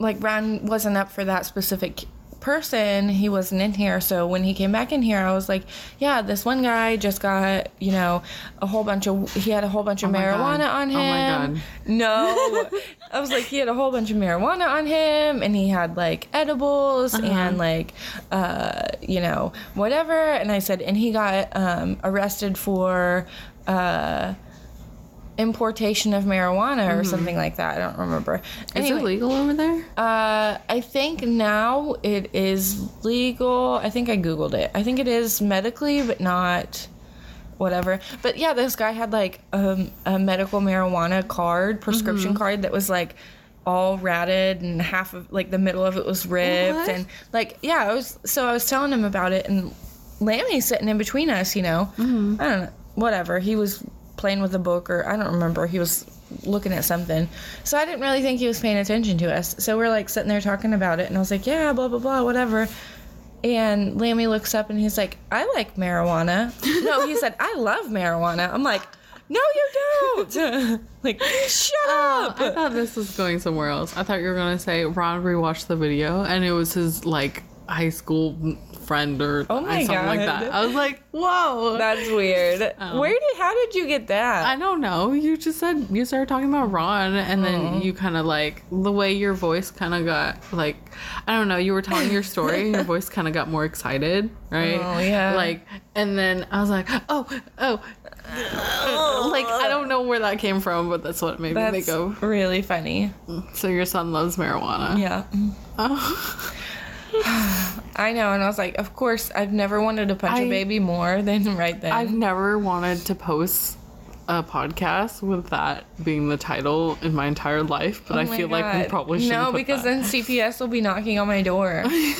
Speaker 3: like, Ron wasn't up for that specific person. He wasn't in here. So when he came back in here, I was like, yeah, this one guy just got, you know, a whole bunch of, he had a whole bunch of
Speaker 2: my God.
Speaker 3: marijuana on him.
Speaker 2: Oh my God. *laughs*
Speaker 3: No. I was like, he had a whole bunch of marijuana on him and he had like edibles
Speaker 2: Uh-huh.
Speaker 3: and like, uh, you know, whatever. And I said, and he got um, arrested for, uh, importation of marijuana
Speaker 2: Mm-hmm.
Speaker 3: or something like that. I don't remember.
Speaker 2: Is
Speaker 3: Anyway,
Speaker 2: it legal over there?
Speaker 3: uh, I think now it is legal. I think I googled it. I think it is medically, but not whatever. But yeah, this guy had like um, a medical marijuana card, prescription card that was like all ratted and half of like the middle of it was ripped
Speaker 2: What?
Speaker 3: and like yeah, I was so I was telling him about it and Lammy's sitting in between us, you know. I don't know, whatever. He was playing with a book or I don't remember. He was looking at something. So I didn't really think he was paying attention to us. So we're like sitting there talking about it and I was like, "Yeah, blah blah blah, whatever." And Lammy looks up and he's like, I like marijuana. No, he said, I love marijuana. I'm like, no, you don't. *laughs* like, shut up.
Speaker 2: Oh, I thought this was going somewhere else. I thought you were gonna say Ron rewatched the video and it was his like high school friend or
Speaker 3: Oh my
Speaker 2: something like
Speaker 3: God.
Speaker 2: that. I was like, whoa.
Speaker 3: That's weird. Where did, how did you get that?
Speaker 2: Oh. I don't know. You just said you started talking about Ron, and then you kind of like the way your voice kind of got like I don't know. You were telling your story, and
Speaker 3: *laughs*
Speaker 2: your voice kind of got more excited, right?
Speaker 3: Oh, yeah.
Speaker 2: Like, and then I was like, oh, oh, like I don't know where that came from, but that's what made me
Speaker 3: Oh. That's
Speaker 2: think of.
Speaker 3: really funny.
Speaker 2: So your son loves marijuana.
Speaker 3: Yeah. *laughs*
Speaker 2: Oh.
Speaker 3: I know. And I was like, of course, I've never wanted to punch a
Speaker 2: I-
Speaker 3: baby more than right then.
Speaker 2: I've never wanted to post a podcast with that being the title in my entire life, but
Speaker 3: Oh
Speaker 2: I
Speaker 3: my
Speaker 2: feel like we
Speaker 3: God.
Speaker 2: probably should. *laughs*
Speaker 3: No, because then CPS will be knocking on my door. *laughs* I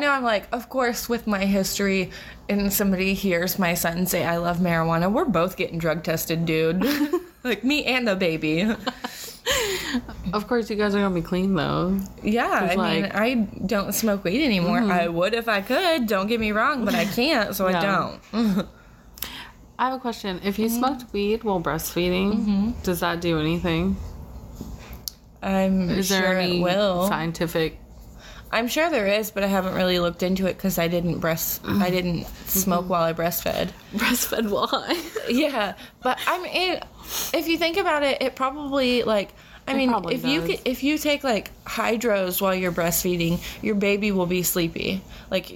Speaker 3: know I'm like, of course, with my history, and somebody hears my son say, I love marijuana, we're both getting drug tested,
Speaker 2: *laughs*
Speaker 3: dude. like, me and the baby.
Speaker 2: Of course, you guys are gonna be clean though.
Speaker 3: Yeah, I mean,
Speaker 2: like- Mm-hmm.
Speaker 3: I don't smoke weed anymore. I would if I could, don't get me wrong, but I can't, so I
Speaker 2: No.
Speaker 3: don't.
Speaker 2: I have a question. If you
Speaker 3: Mm-hmm.
Speaker 2: smoked weed while breastfeeding, does that do anything?
Speaker 3: I'm
Speaker 2: Is
Speaker 3: sure
Speaker 2: there any
Speaker 3: it will.
Speaker 2: scientific? *laughs*
Speaker 3: I'm sure there is, but I haven't really looked into it because I didn't breast,
Speaker 2: Mm-hmm.
Speaker 3: I didn't smoke while I breastfed.
Speaker 2: Breastfed while high.
Speaker 3: Yeah, but I mean, it, if you think about it, it probably like I mean,
Speaker 2: probably
Speaker 3: if you
Speaker 2: does.
Speaker 3: could, if you take like hydros while you're breastfeeding, your baby will be sleepy. Like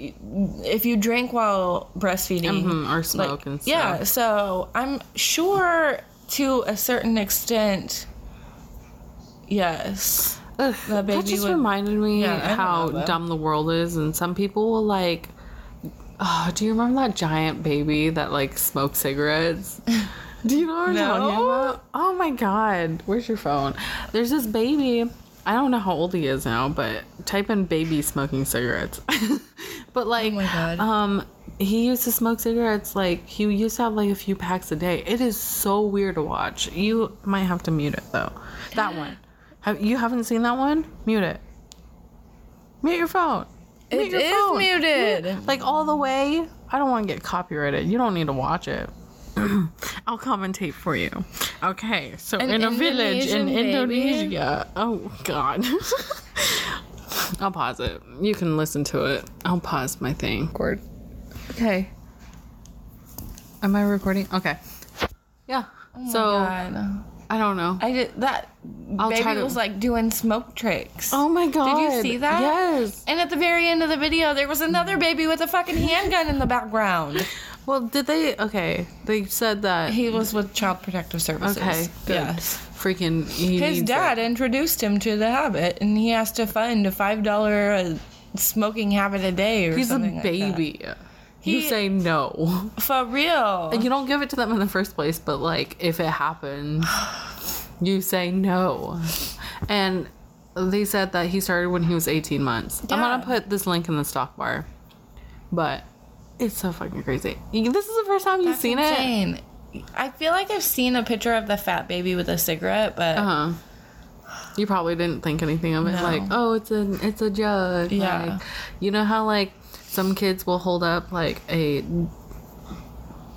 Speaker 3: if you drink while breastfeeding
Speaker 2: Mhm, or
Speaker 3: like-
Speaker 2: smoke and stuff.
Speaker 3: yeah. So I'm sure to a certain extent, yes.
Speaker 2: Ugh,
Speaker 3: That
Speaker 2: that,
Speaker 3: baby
Speaker 2: just
Speaker 3: would-
Speaker 2: reminded me
Speaker 3: Yeah, I don't
Speaker 2: how
Speaker 3: know, though.
Speaker 2: dumb the world is, and some people will like. Oh, do you remember that giant baby that like
Speaker 3: *laughs*
Speaker 2: smoked cigarettes? Do you know what I'm talking
Speaker 3: No.
Speaker 2: about? Oh my god, where's your phone? There's this baby. I don't know how old he is now, but type in baby smoking cigarettes. *laughs* but like,
Speaker 3: Oh my God.
Speaker 2: um, he used to smoke cigarettes. Like he used to have like a few packs a day. It is so weird to watch. You might have to mute it though. That
Speaker 3: *laughs*
Speaker 2: one. Have you haven't seen that one? Mute it. Mute your phone. Mute
Speaker 3: It
Speaker 2: your
Speaker 3: is
Speaker 2: phone.
Speaker 3: muted.
Speaker 2: Mute- Like all the way. I don't want to get copyrighted. You don't need to watch it. *clears throat* I'll commentate for you. Okay, so
Speaker 3: An
Speaker 2: in a village in
Speaker 3: Indonesian baby?
Speaker 2: Indonesia. Oh God. *laughs* I'll pause it. You can listen to it. I'll pause my thing. Record.
Speaker 3: Okay.
Speaker 2: Am I recording? Okay. Yeah. so
Speaker 3: Oh God.
Speaker 2: I don't know.
Speaker 3: I did that.
Speaker 2: I'll
Speaker 3: baby
Speaker 2: try to-
Speaker 3: was like doing smoke tricks.
Speaker 2: oh my God.
Speaker 3: Did you see that?
Speaker 2: Yes.
Speaker 3: And at the very end of the video, there was another baby with a fucking handgun in the background.
Speaker 2: Well, did they? Okay, they said that
Speaker 3: He was with Child Protective Services.
Speaker 2: Okay, good.
Speaker 3: Yes.
Speaker 2: freaking he
Speaker 3: His
Speaker 2: needs
Speaker 3: dad introduced him to the habit, and he has to fund a five dollar uh, smoking habit a day or
Speaker 2: it. He's a
Speaker 3: something like that.
Speaker 2: baby.
Speaker 3: He-
Speaker 2: you say no. *laughs*
Speaker 3: for real.
Speaker 2: You don't give it to them in the first place, but like if
Speaker 3: *sighs*
Speaker 2: it happens, you say no. And they said that he started when he was 18 months. I'm gonna
Speaker 3: Yeah.
Speaker 2: put this link in the stock bar, but it's so fucking crazy. You- This is the first time you've
Speaker 3: That's
Speaker 2: seen it.
Speaker 3: insane. I feel like I've seen a picture of the fat baby with a cigarette, but
Speaker 2: Uh-huh. You probably didn't think anything of it,
Speaker 3: No.
Speaker 2: like, oh, it's a it's a jug.
Speaker 3: Yeah.
Speaker 2: Like, you know how like some kids will hold up like a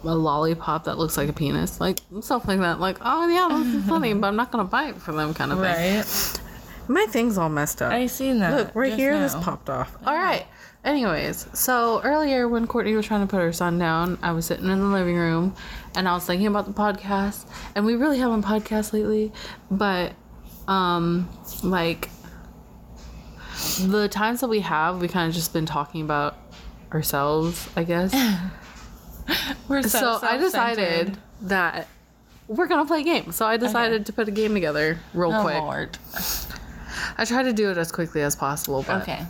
Speaker 2: a lollipop that looks like a penis, like stuff like that. Like, oh yeah, this is
Speaker 3: *laughs*
Speaker 2: funny, but I'm not gonna buy it for them, kind of thing.
Speaker 3: right.
Speaker 2: My thing's all messed up.
Speaker 3: I seen that.
Speaker 2: Look right
Speaker 3: just
Speaker 2: here,
Speaker 3: now.
Speaker 2: this popped off. All right. Anyways, so earlier when Courtney was trying to put her son down, I was sitting in the living room and I was thinking about the podcast. And we really haven't podcast lately, but um like the times that we have, we kind of just been talking about ourselves, I *laughs* guess.
Speaker 3: We're so,
Speaker 2: so I
Speaker 3: self-centered.
Speaker 2: decided that we're going to play a game. So I decided to put a game together real
Speaker 3: Oh
Speaker 2: quick.
Speaker 3: Lord.
Speaker 2: I tried to do it as quickly as possible, but
Speaker 3: Okay.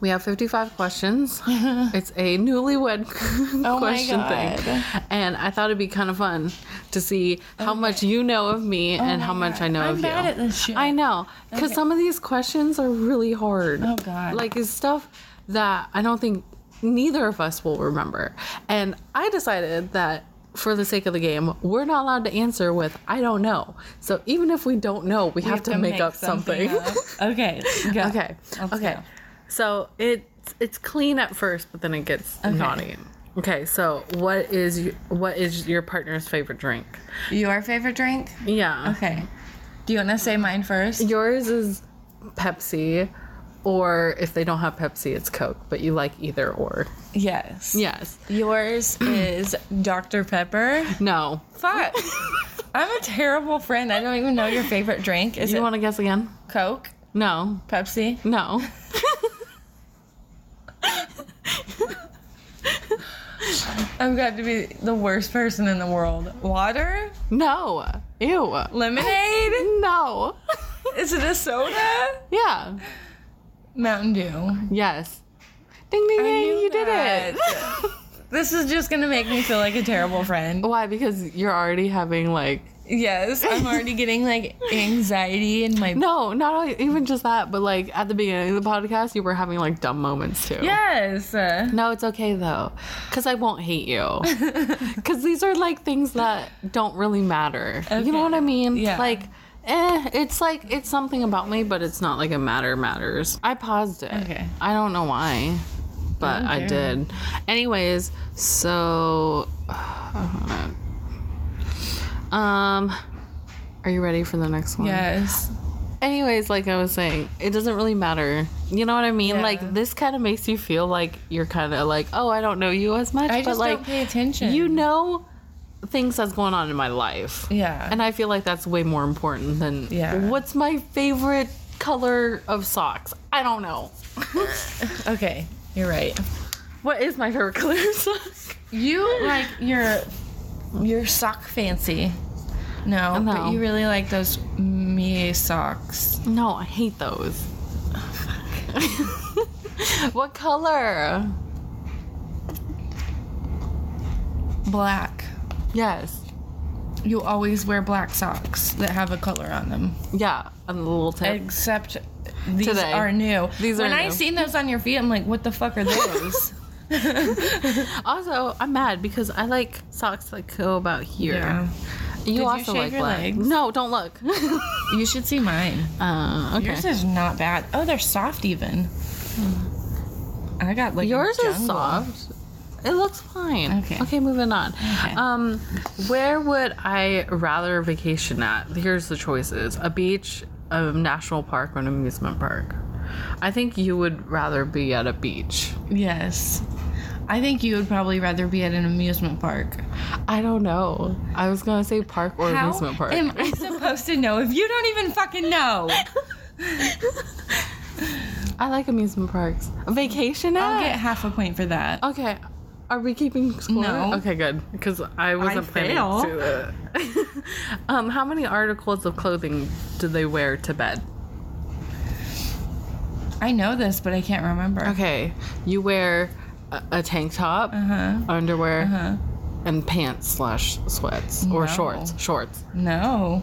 Speaker 2: We have 55 *laughs* questions. it's a newlywed *laughs*
Speaker 3: Oh my
Speaker 2: question thing.
Speaker 3: God.
Speaker 2: And I thought it'd be kind of fun to see how much you know of me and
Speaker 3: Oh my
Speaker 2: how much I know
Speaker 3: I'm
Speaker 2: of
Speaker 3: bad
Speaker 2: you.
Speaker 3: at this shit.
Speaker 2: I know. Because
Speaker 3: Okay.
Speaker 2: some of these questions are really hard.
Speaker 3: Oh, God.
Speaker 2: Like, it's stuff that I don't think neither of us will remember. And I decided that. For the sake of the game, we're not allowed to answer with "I don't know." So even if we don't know, we, have, to, make, up something. *laughs*
Speaker 3: up. okay. Go.
Speaker 2: Okay.
Speaker 3: Let's
Speaker 2: okay.
Speaker 3: go.
Speaker 2: So it's it's clean at first, but then it gets naughty. Okay. So what is y- what is your partner's favorite drink?
Speaker 3: Your favorite drink?
Speaker 2: Yeah.
Speaker 3: Okay. Do you want to say mine first?
Speaker 2: Yours is Pepsi, or if they don't have Pepsi, it's Coke. But you like either or.
Speaker 3: Yes.
Speaker 2: Yes. *clears throat*
Speaker 3: Yours is Dr. Pepper.
Speaker 2: *laughs* No.
Speaker 3: Fuck. I'm a terrible friend. I don't even know your favorite drink. Is
Speaker 2: Do you
Speaker 3: it
Speaker 2: want to guess again?
Speaker 3: Coke?
Speaker 2: No. *laughs*
Speaker 3: Pepsi?
Speaker 2: No.
Speaker 3: I'm glad to be the worst person in the world. Water?
Speaker 2: No. Ew.
Speaker 3: Lemonade?
Speaker 2: *laughs* No.
Speaker 3: Is it a soda?
Speaker 2: yeah.
Speaker 3: Mountain Dew.
Speaker 2: Yes. Ding ding ding!
Speaker 3: knew
Speaker 2: You did it. *laughs*
Speaker 3: This is just gonna make me feel like a terrible friend.
Speaker 2: Why? Because you're already having like
Speaker 3: Yes, I'm already getting like anxiety in my.
Speaker 2: No, not only- even just that, but like at the beginning of the podcast, you were having like dumb moments too.
Speaker 3: Yes. Uh,
Speaker 2: *laughs* No, it's okay though, because I won't hate
Speaker 3: *laughs*
Speaker 2: you. Because these are like things that don't really matter. You know what I mean?
Speaker 3: Yeah.
Speaker 2: Like, eh, it's like it's something about me, but it's not like a matter matters. I paused it.
Speaker 3: Okay.
Speaker 2: I don't know why, but I
Speaker 3: Okay.
Speaker 2: did. Anyways, so, *sighs* um, are you ready for the next one?
Speaker 3: yes.
Speaker 2: Anyways, like I was saying, it doesn't really matter. You know what I mean?
Speaker 3: Yeah.
Speaker 2: Like this kind of makes you feel like you're kind of like, oh, I don't know you as much,
Speaker 3: I
Speaker 2: but
Speaker 3: just
Speaker 2: like
Speaker 3: don't pay attention.
Speaker 2: you know things that's going on in my life,
Speaker 3: Yeah.
Speaker 2: and I feel like that's way more important than
Speaker 3: Yeah.
Speaker 2: what's my favorite color of socks. I don't know.
Speaker 3: okay, you're right.
Speaker 2: *laughs* What is my favorite color of socks?
Speaker 3: You like your your sock fancy. No, but
Speaker 2: No.
Speaker 3: you really like those me socks.
Speaker 2: No, I hate those. Oh, *laughs* what color?
Speaker 3: Black.
Speaker 2: Yes.
Speaker 3: You always wear black socks that have a color on them.
Speaker 2: Yeah, and the little tip.
Speaker 3: Except these
Speaker 2: Today.
Speaker 3: are new.
Speaker 2: These are
Speaker 3: when I
Speaker 2: new.
Speaker 3: seen those on your feet, I'm like, what the fuck are those?
Speaker 2: *laughs* Also, I'm mad because I like socks that go about *laughs* here.
Speaker 3: Yeah.
Speaker 2: You
Speaker 3: you
Speaker 2: also
Speaker 3: shave
Speaker 2: like
Speaker 3: your
Speaker 2: black.
Speaker 3: legs?
Speaker 2: No,
Speaker 3: *laughs*
Speaker 2: don't look.
Speaker 3: you should see mine.
Speaker 2: uh, okay.
Speaker 3: Yours
Speaker 2: Yours,
Speaker 3: is not bad. Oh, they're soft even. I got like a
Speaker 2: Hmm. is
Speaker 3: jungle.
Speaker 2: soft. It looks fine.
Speaker 3: Okay.
Speaker 2: Okay, moving on. Um, where would I rather vacation at? Here's the choices: a beach, a national park, or an amusement park. I think you would rather be at a beach.
Speaker 3: Yes. I think you would probably rather be at an amusement park.
Speaker 2: I don't know. I was gonna say park or amusement park.
Speaker 3: am *laughs*
Speaker 2: *laughs*
Speaker 3: I supposed to know if you don't even fucking know?
Speaker 2: I like amusement parks. A vacation at? *laughs*
Speaker 3: I'll get half a point for that.
Speaker 2: Okay. Are we keeping score?
Speaker 3: No.
Speaker 2: Okay, good. Because I wasn't planning
Speaker 3: fail.
Speaker 2: to do that. *laughs* um, how many articles of clothing do they wear to bed?
Speaker 3: I know this, but I can't remember.
Speaker 2: Okay, you wear a, a tank top, underwear, and pants slash sweats or
Speaker 3: No.
Speaker 2: shorts. Shorts.
Speaker 3: No.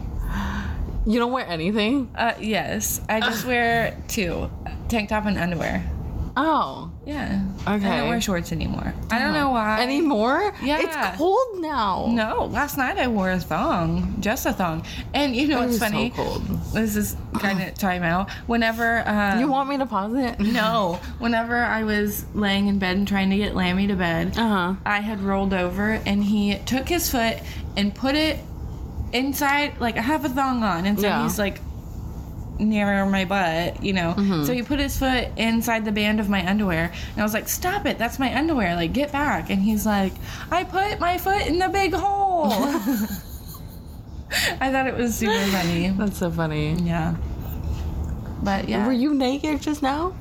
Speaker 2: You don't wear anything.
Speaker 3: Uh, yes. I just wear two tank top and underwear.
Speaker 2: Oh,
Speaker 3: Yeah. I
Speaker 2: Okay.
Speaker 3: don't wear shorts anymore. I don't know why.
Speaker 2: anymore?
Speaker 3: Yeah.
Speaker 2: It's cold now.
Speaker 3: No, last night I wore a thong, just a thong. And you know
Speaker 2: It
Speaker 3: what's
Speaker 2: is so
Speaker 3: funny?
Speaker 2: cold.
Speaker 3: This is kind
Speaker 2: *sighs*
Speaker 3: of time out. Whenever uh,
Speaker 2: You want me to pause it?
Speaker 3: no, whenever I was laying in bed and trying to get Lammy to bed,
Speaker 2: Uh-huh. *laughs*
Speaker 3: I had rolled over and he took his foot and put it inside. Like I have a thong on, and so
Speaker 2: Yeah.
Speaker 3: he's like near my butt, you know.
Speaker 2: Mm-hmm.
Speaker 3: So he put his foot inside the band of my underwear, and I was like, "Stop it! That's my underwear! Like get back!" And he's like, "I put my foot in the big hole." *laughs* I thought it was
Speaker 2: *laughs*
Speaker 3: super funny.
Speaker 2: That's so funny.
Speaker 3: Yeah. But yeah.
Speaker 2: Were you naked just now?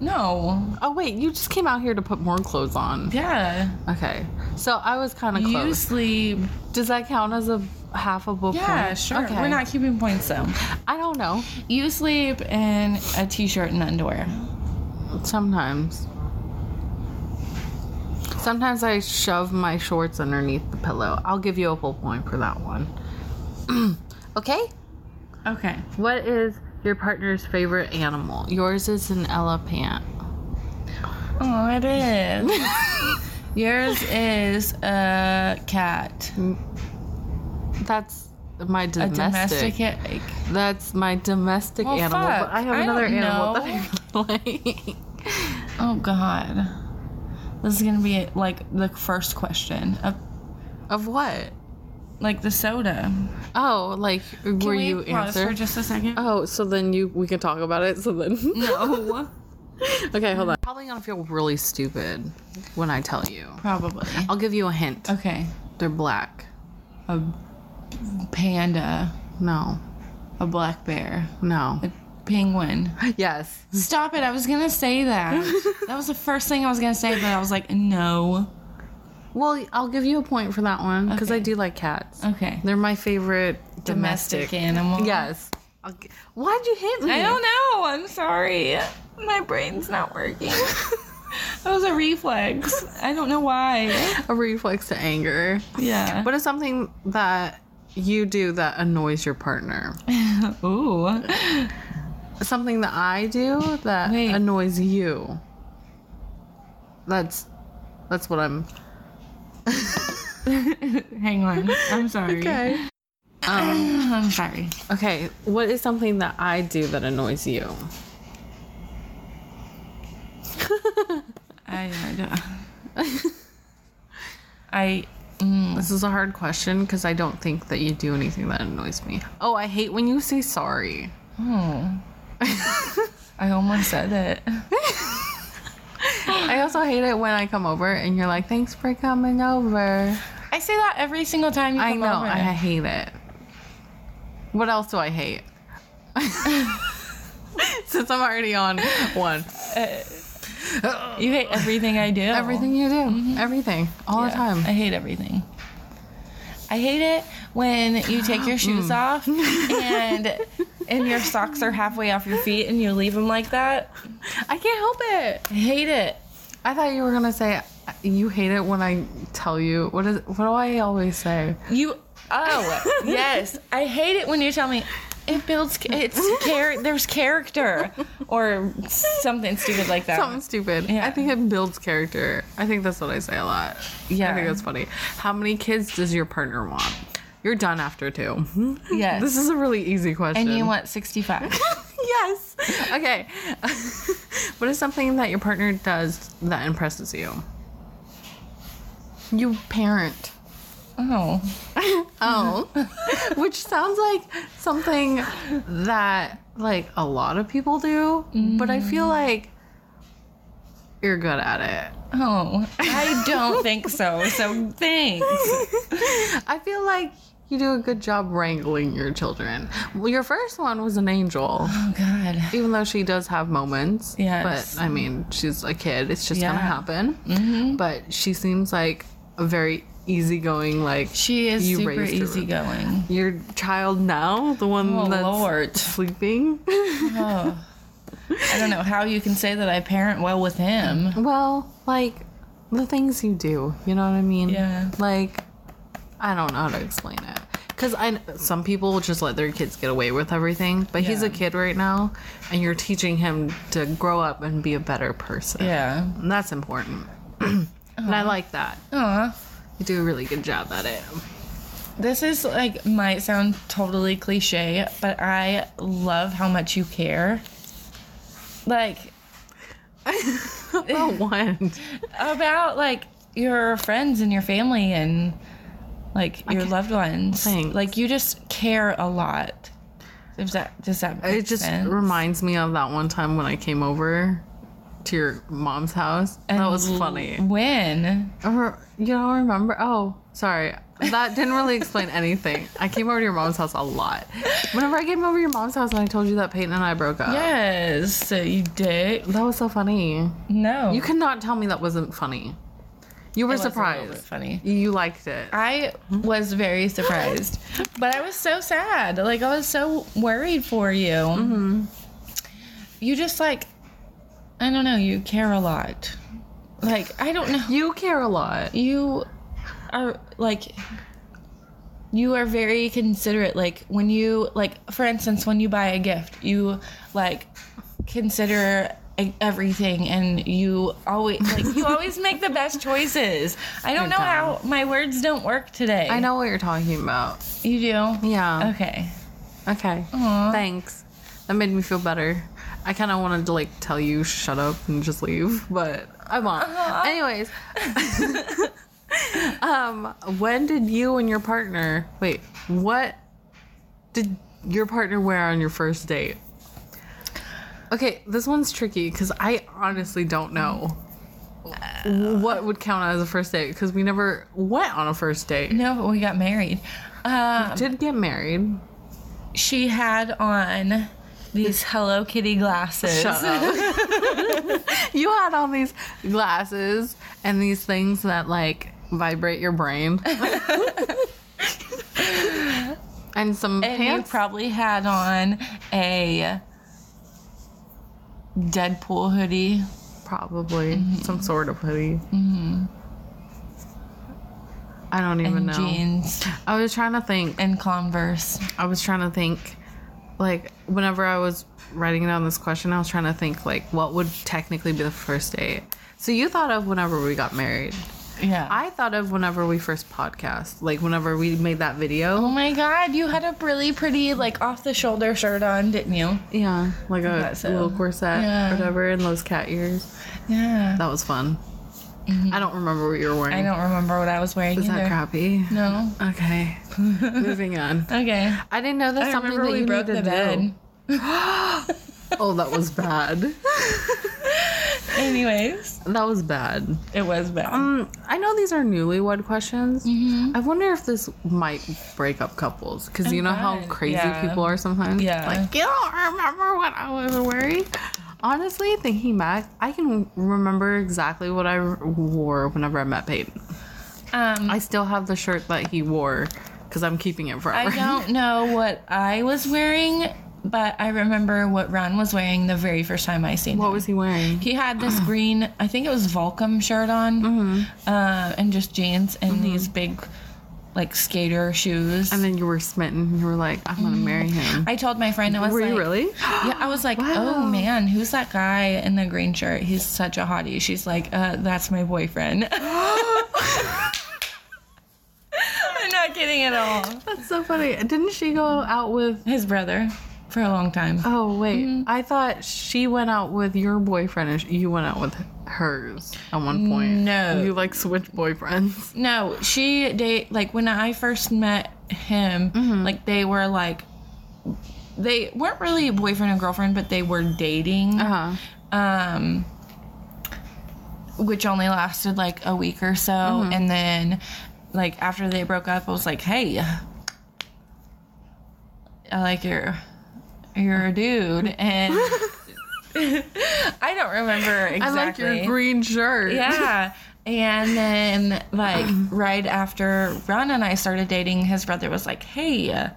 Speaker 3: no.
Speaker 2: Oh wait, you just came out here to put more clothes on.
Speaker 3: Yeah.
Speaker 2: Okay, so I was kind of
Speaker 3: You
Speaker 2: close.
Speaker 3: sleep.
Speaker 2: Does that count as a half of a
Speaker 3: Yeah,
Speaker 2: point?
Speaker 3: sure.
Speaker 2: Okay.
Speaker 3: We're not keeping points though.
Speaker 2: I don't know.
Speaker 3: You sleep in a t-shirt and underwear.
Speaker 2: Sometimes. Sometimes I shove my shorts underneath the pillow. I'll give you a full point for that one. *clears throat* okay.
Speaker 3: Okay.
Speaker 2: What is your partner's favorite animal? Yours is an elephant. *laughs*
Speaker 3: Oh, it is. Yours is a cat.
Speaker 2: That's my
Speaker 3: A
Speaker 2: domestic.
Speaker 3: domestic cat.
Speaker 2: That's my domestic
Speaker 3: Well,
Speaker 2: animal.
Speaker 3: fuck.
Speaker 2: But I have
Speaker 3: I
Speaker 2: another
Speaker 3: don't
Speaker 2: animal
Speaker 3: know.
Speaker 2: *laughs* that I really like.
Speaker 3: Oh God. This is gonna be like the first question of
Speaker 2: Of what?
Speaker 3: like the soda.
Speaker 2: Oh, like were
Speaker 3: Can
Speaker 2: you
Speaker 3: we pause for
Speaker 2: answer?
Speaker 3: just a second?
Speaker 2: oh, so then you we can talk about it. So then,
Speaker 3: no.
Speaker 2: *laughs* okay, hold on. Probably gonna feel really stupid when I tell you.
Speaker 3: Probably.
Speaker 2: I'll give you a hint.
Speaker 3: Okay.
Speaker 2: They're black.
Speaker 3: A panda.
Speaker 2: No,
Speaker 3: A black bear. *laughs*
Speaker 2: no.
Speaker 3: A penguin.
Speaker 2: Yes.
Speaker 3: Stop it. I was going to say
Speaker 2: *laughs*
Speaker 3: that. that was the first thing I was going to say, but I was like, no.
Speaker 2: Well, I'll give you a point for that one because I
Speaker 3: Okay.
Speaker 2: do like cats.
Speaker 3: Okay.
Speaker 2: They're my favorite domestic.
Speaker 3: Domestic animal.
Speaker 2: Yes. I'll g- Why'd you hit me?
Speaker 3: I don't know. I'm sorry. My brain's not *laughs* working. that was a reflex. I don't know why.
Speaker 2: A reflex to anger.
Speaker 3: Yeah.
Speaker 2: What is something that you do that annoys your partner?
Speaker 3: *laughs* Ooh.
Speaker 2: Something that I do that
Speaker 3: Wait.
Speaker 2: annoys you. That's that's what I'm
Speaker 3: Hang on. I'm sorry. I'm sorry.
Speaker 2: Okay, what is something that I do that annoys you?
Speaker 3: I, I don't. *laughs* I. Mm,
Speaker 2: This is a hard question because I don't think that you do anything that annoys me. Oh, I hate when you say sorry.
Speaker 3: I almost said it.
Speaker 2: I also hate it when I come over and you're like, "Thanks for coming over."
Speaker 3: I say that every single time you
Speaker 2: I
Speaker 3: come
Speaker 2: know.
Speaker 3: over.
Speaker 2: I hate it. What else do I hate? *laughs* Since I'm already on one.
Speaker 3: you hate Uh, everything I do.
Speaker 2: Everything you do, Mm-hmm. everything, all
Speaker 3: Yeah,
Speaker 2: the time.
Speaker 3: I hate everything. I hate it when you take
Speaker 2: *gasps* Mm.
Speaker 3: your shoes
Speaker 2: *laughs*
Speaker 3: off and and your socks are halfway off your feet and you leave them like that.
Speaker 2: I can't help it.
Speaker 3: I hate it.
Speaker 2: I thought you were gonna say you hate it when I tell you what is. What do I always say?
Speaker 3: You
Speaker 2: *laughs*
Speaker 3: oh yes, I hate it when you tell me it builds it's char- there's character or something stupid like that.
Speaker 2: Something stupid.
Speaker 3: Yeah.
Speaker 2: I think it builds character. I think that's what I say a lot. I
Speaker 3: Yeah.
Speaker 2: think that's funny. How many kids does your partner want? You're done after two.
Speaker 3: Yes.
Speaker 2: *laughs* This is a really easy question.
Speaker 3: and you want
Speaker 2: *laughs*
Speaker 3: 65.
Speaker 2: yes. Okay. *laughs* what is something that your partner does that impresses you? You parent.
Speaker 3: oh.
Speaker 2: *laughs* Oh. *laughs* Which sounds like something that like a lot of people do, but I feel like you're good *laughs* at it.
Speaker 3: Oh, I don't think so. So thanks.
Speaker 2: I feel like you do a good job wrangling your children. Well, your first one was an angel,
Speaker 3: Oh God.
Speaker 2: even though she does have moments.
Speaker 3: Yes.
Speaker 2: But I mean, she's a kid, it's just gonna
Speaker 3: Yeah. Mm-hmm.
Speaker 2: happen. But she seems like a very easygoing, like,
Speaker 3: She is
Speaker 2: You
Speaker 3: super
Speaker 2: raised her.
Speaker 3: easygoing.
Speaker 2: your child now, the one
Speaker 3: Oh
Speaker 2: that's
Speaker 3: Lord. *laughs*
Speaker 2: sleeping. *laughs*
Speaker 3: Oh. I don't know how you can say that I parent well with him.
Speaker 2: well, like, the things you do, you know what I mean?
Speaker 3: Yeah.
Speaker 2: Like, I don't know how to explain it. Because I, some people just let their kids get away with everything, but he's
Speaker 3: Yeah.
Speaker 2: a kid right now, and you're teaching him to grow up and be a better person.
Speaker 3: Yeah.
Speaker 2: And that's important. And
Speaker 3: Uh-huh.
Speaker 2: I like that.
Speaker 3: Aw.
Speaker 2: You do a really good job
Speaker 3: *laughs*
Speaker 2: at it.
Speaker 3: This is like might sound totally cliche, but I love how much you care. Like
Speaker 2: About one.
Speaker 3: about like your friends and your family and like your loved ones.
Speaker 2: Thanks.
Speaker 3: Like you just care a lot. Does that does that make
Speaker 2: It just
Speaker 3: sense?
Speaker 2: reminds me of that one time when I came over to your mom's house. that
Speaker 3: And
Speaker 2: was funny. Oh.
Speaker 3: When?
Speaker 2: Or- You don't remember? Oh, sorry. That didn't
Speaker 3: *laughs*
Speaker 2: really explain anything. I came over to your mom's house a lot. Whenever I came over to your mom's house and I told you that Peyton and I broke up.
Speaker 3: Yes, so you dick.
Speaker 2: That was so funny.
Speaker 3: No.
Speaker 2: You could not tell me that wasn't funny. You were
Speaker 3: It was a little bit
Speaker 2: surprised.
Speaker 3: funny.
Speaker 2: You liked it.
Speaker 3: I was very surprised, but I was so sad. Like I was so worried for you. You just like, I don't know. You care a lot. Like I don't know.
Speaker 2: You care a lot.
Speaker 3: You are like. You are very considerate. Like when you like, for instance, when you buy a gift, you like consider e- everything and you always like you always make the best choices. I don't know how my words don't work today.
Speaker 2: I know what you're talking about.
Speaker 3: You do?
Speaker 2: Yeah.
Speaker 3: Okay.
Speaker 2: Okay.
Speaker 3: Aw.
Speaker 2: Thanks. That made me feel better. I kind of wanted to like tell you shut up and just leave, but I won't. *laughs* Anyways, um, when did you and your partner wait? What did your partner wear on your first date? Okay, this one's tricky because I honestly don't know what would count as a first date because we never went on a first date.
Speaker 3: No, but we got married. Uh,
Speaker 2: Did get married.
Speaker 3: she had on these Hello Kitty glasses.
Speaker 2: Shut up. *laughs* you had on these glasses and these things that like vibrate your brain. *laughs* and some
Speaker 3: And you
Speaker 2: pants.
Speaker 3: probably had on a Deadpool hoodie. Mm-hmm.
Speaker 2: probably some sort of hoodie. I don't even
Speaker 3: and
Speaker 2: know.
Speaker 3: jeans
Speaker 2: I was trying to think.
Speaker 3: and Converse.
Speaker 2: I was trying to think, like, whenever I was writing down this question, I was trying to think, like, what would technically be the first date? So you thought of whenever we got married.
Speaker 3: Yeah.
Speaker 2: I thought of whenever we first podcast, like whenever we made that
Speaker 3: oh
Speaker 2: video.
Speaker 3: my god, you had a really pretty like off the shoulder shirt on, didn't you?
Speaker 2: Yeah, like a
Speaker 3: so.
Speaker 2: little corset
Speaker 3: Yeah.
Speaker 2: or whatever, and those cat ears.
Speaker 3: Yeah.
Speaker 2: That was fun. I don't remember what you were wearing.
Speaker 3: Mm-hmm. I don't remember what I was wearing
Speaker 2: Is
Speaker 3: either.
Speaker 2: that crappy?
Speaker 3: No.
Speaker 2: Okay.
Speaker 3: *laughs*
Speaker 2: Moving on.
Speaker 3: Okay.
Speaker 2: I didn't know that's
Speaker 3: I
Speaker 2: something
Speaker 3: remember
Speaker 2: that
Speaker 3: we
Speaker 2: you
Speaker 3: broke
Speaker 2: need
Speaker 3: the
Speaker 2: to do.
Speaker 3: bed.
Speaker 2: Oh, that was bad. *laughs*
Speaker 3: Anyways,
Speaker 2: that was bad.
Speaker 3: it was bad.
Speaker 2: Um, I know these are newlywed questions.
Speaker 3: Mm-hmm.
Speaker 2: I wonder if this might break up couples because you know how
Speaker 3: God,
Speaker 2: crazy
Speaker 3: yeah.
Speaker 2: people are sometimes.
Speaker 3: Yeah.
Speaker 2: like you don't remember what I was wearing. Honestly, thinking back, I can remember exactly what I wore whenever I met Peyton.
Speaker 3: Um,
Speaker 2: I still have the shirt that he wore because I'm keeping it forever.
Speaker 3: I don't know what I was wearing, but I remember what Ron was wearing the very first time I seen
Speaker 2: *laughs* what
Speaker 3: him.
Speaker 2: was he wearing?
Speaker 3: he had this green, I think it was Volcom shirt on,
Speaker 2: Mm-hmm.
Speaker 3: uh, and just jeans and these big, like skater shoes.
Speaker 2: And then you were smitten. and You were like, I'm gonna marry him.
Speaker 3: I told my friend Mm. I was
Speaker 2: were
Speaker 3: like,
Speaker 2: you really?
Speaker 3: *gasps*
Speaker 2: *gasps*
Speaker 3: Yeah, I was like,
Speaker 2: Wow.
Speaker 3: oh man, who's that guy in the green shirt? He's such a hottie. She's like, uh, that's my
Speaker 2: *gasps*
Speaker 3: boyfriend. *laughs* I'm not kidding at all.
Speaker 2: That's so funny. Didn't she go out with?
Speaker 3: His brother for a long time.
Speaker 2: Oh wait, I thought she went out with your boyfriend and sh- you went out with hers at one point.
Speaker 3: No.
Speaker 2: you like switched *laughs* boyfriends.
Speaker 3: No, she date like when I first met him,
Speaker 2: Mm-hmm.
Speaker 3: like they were like they weren't really a boyfriend and girlfriend, but they were dating.
Speaker 2: Uh huh.
Speaker 3: um, which only lasted like a week or so.
Speaker 2: Mm-hmm.
Speaker 3: And then, like, after they broke up, I was like, hey, I like your, you're a dude.
Speaker 2: *laughs*
Speaker 3: And *laughs* I don't remember
Speaker 2: I like
Speaker 3: exactly.
Speaker 2: your green shirt.
Speaker 3: Yeah. And then, like, right after Ron and I started dating, his brother was like, hey, uh,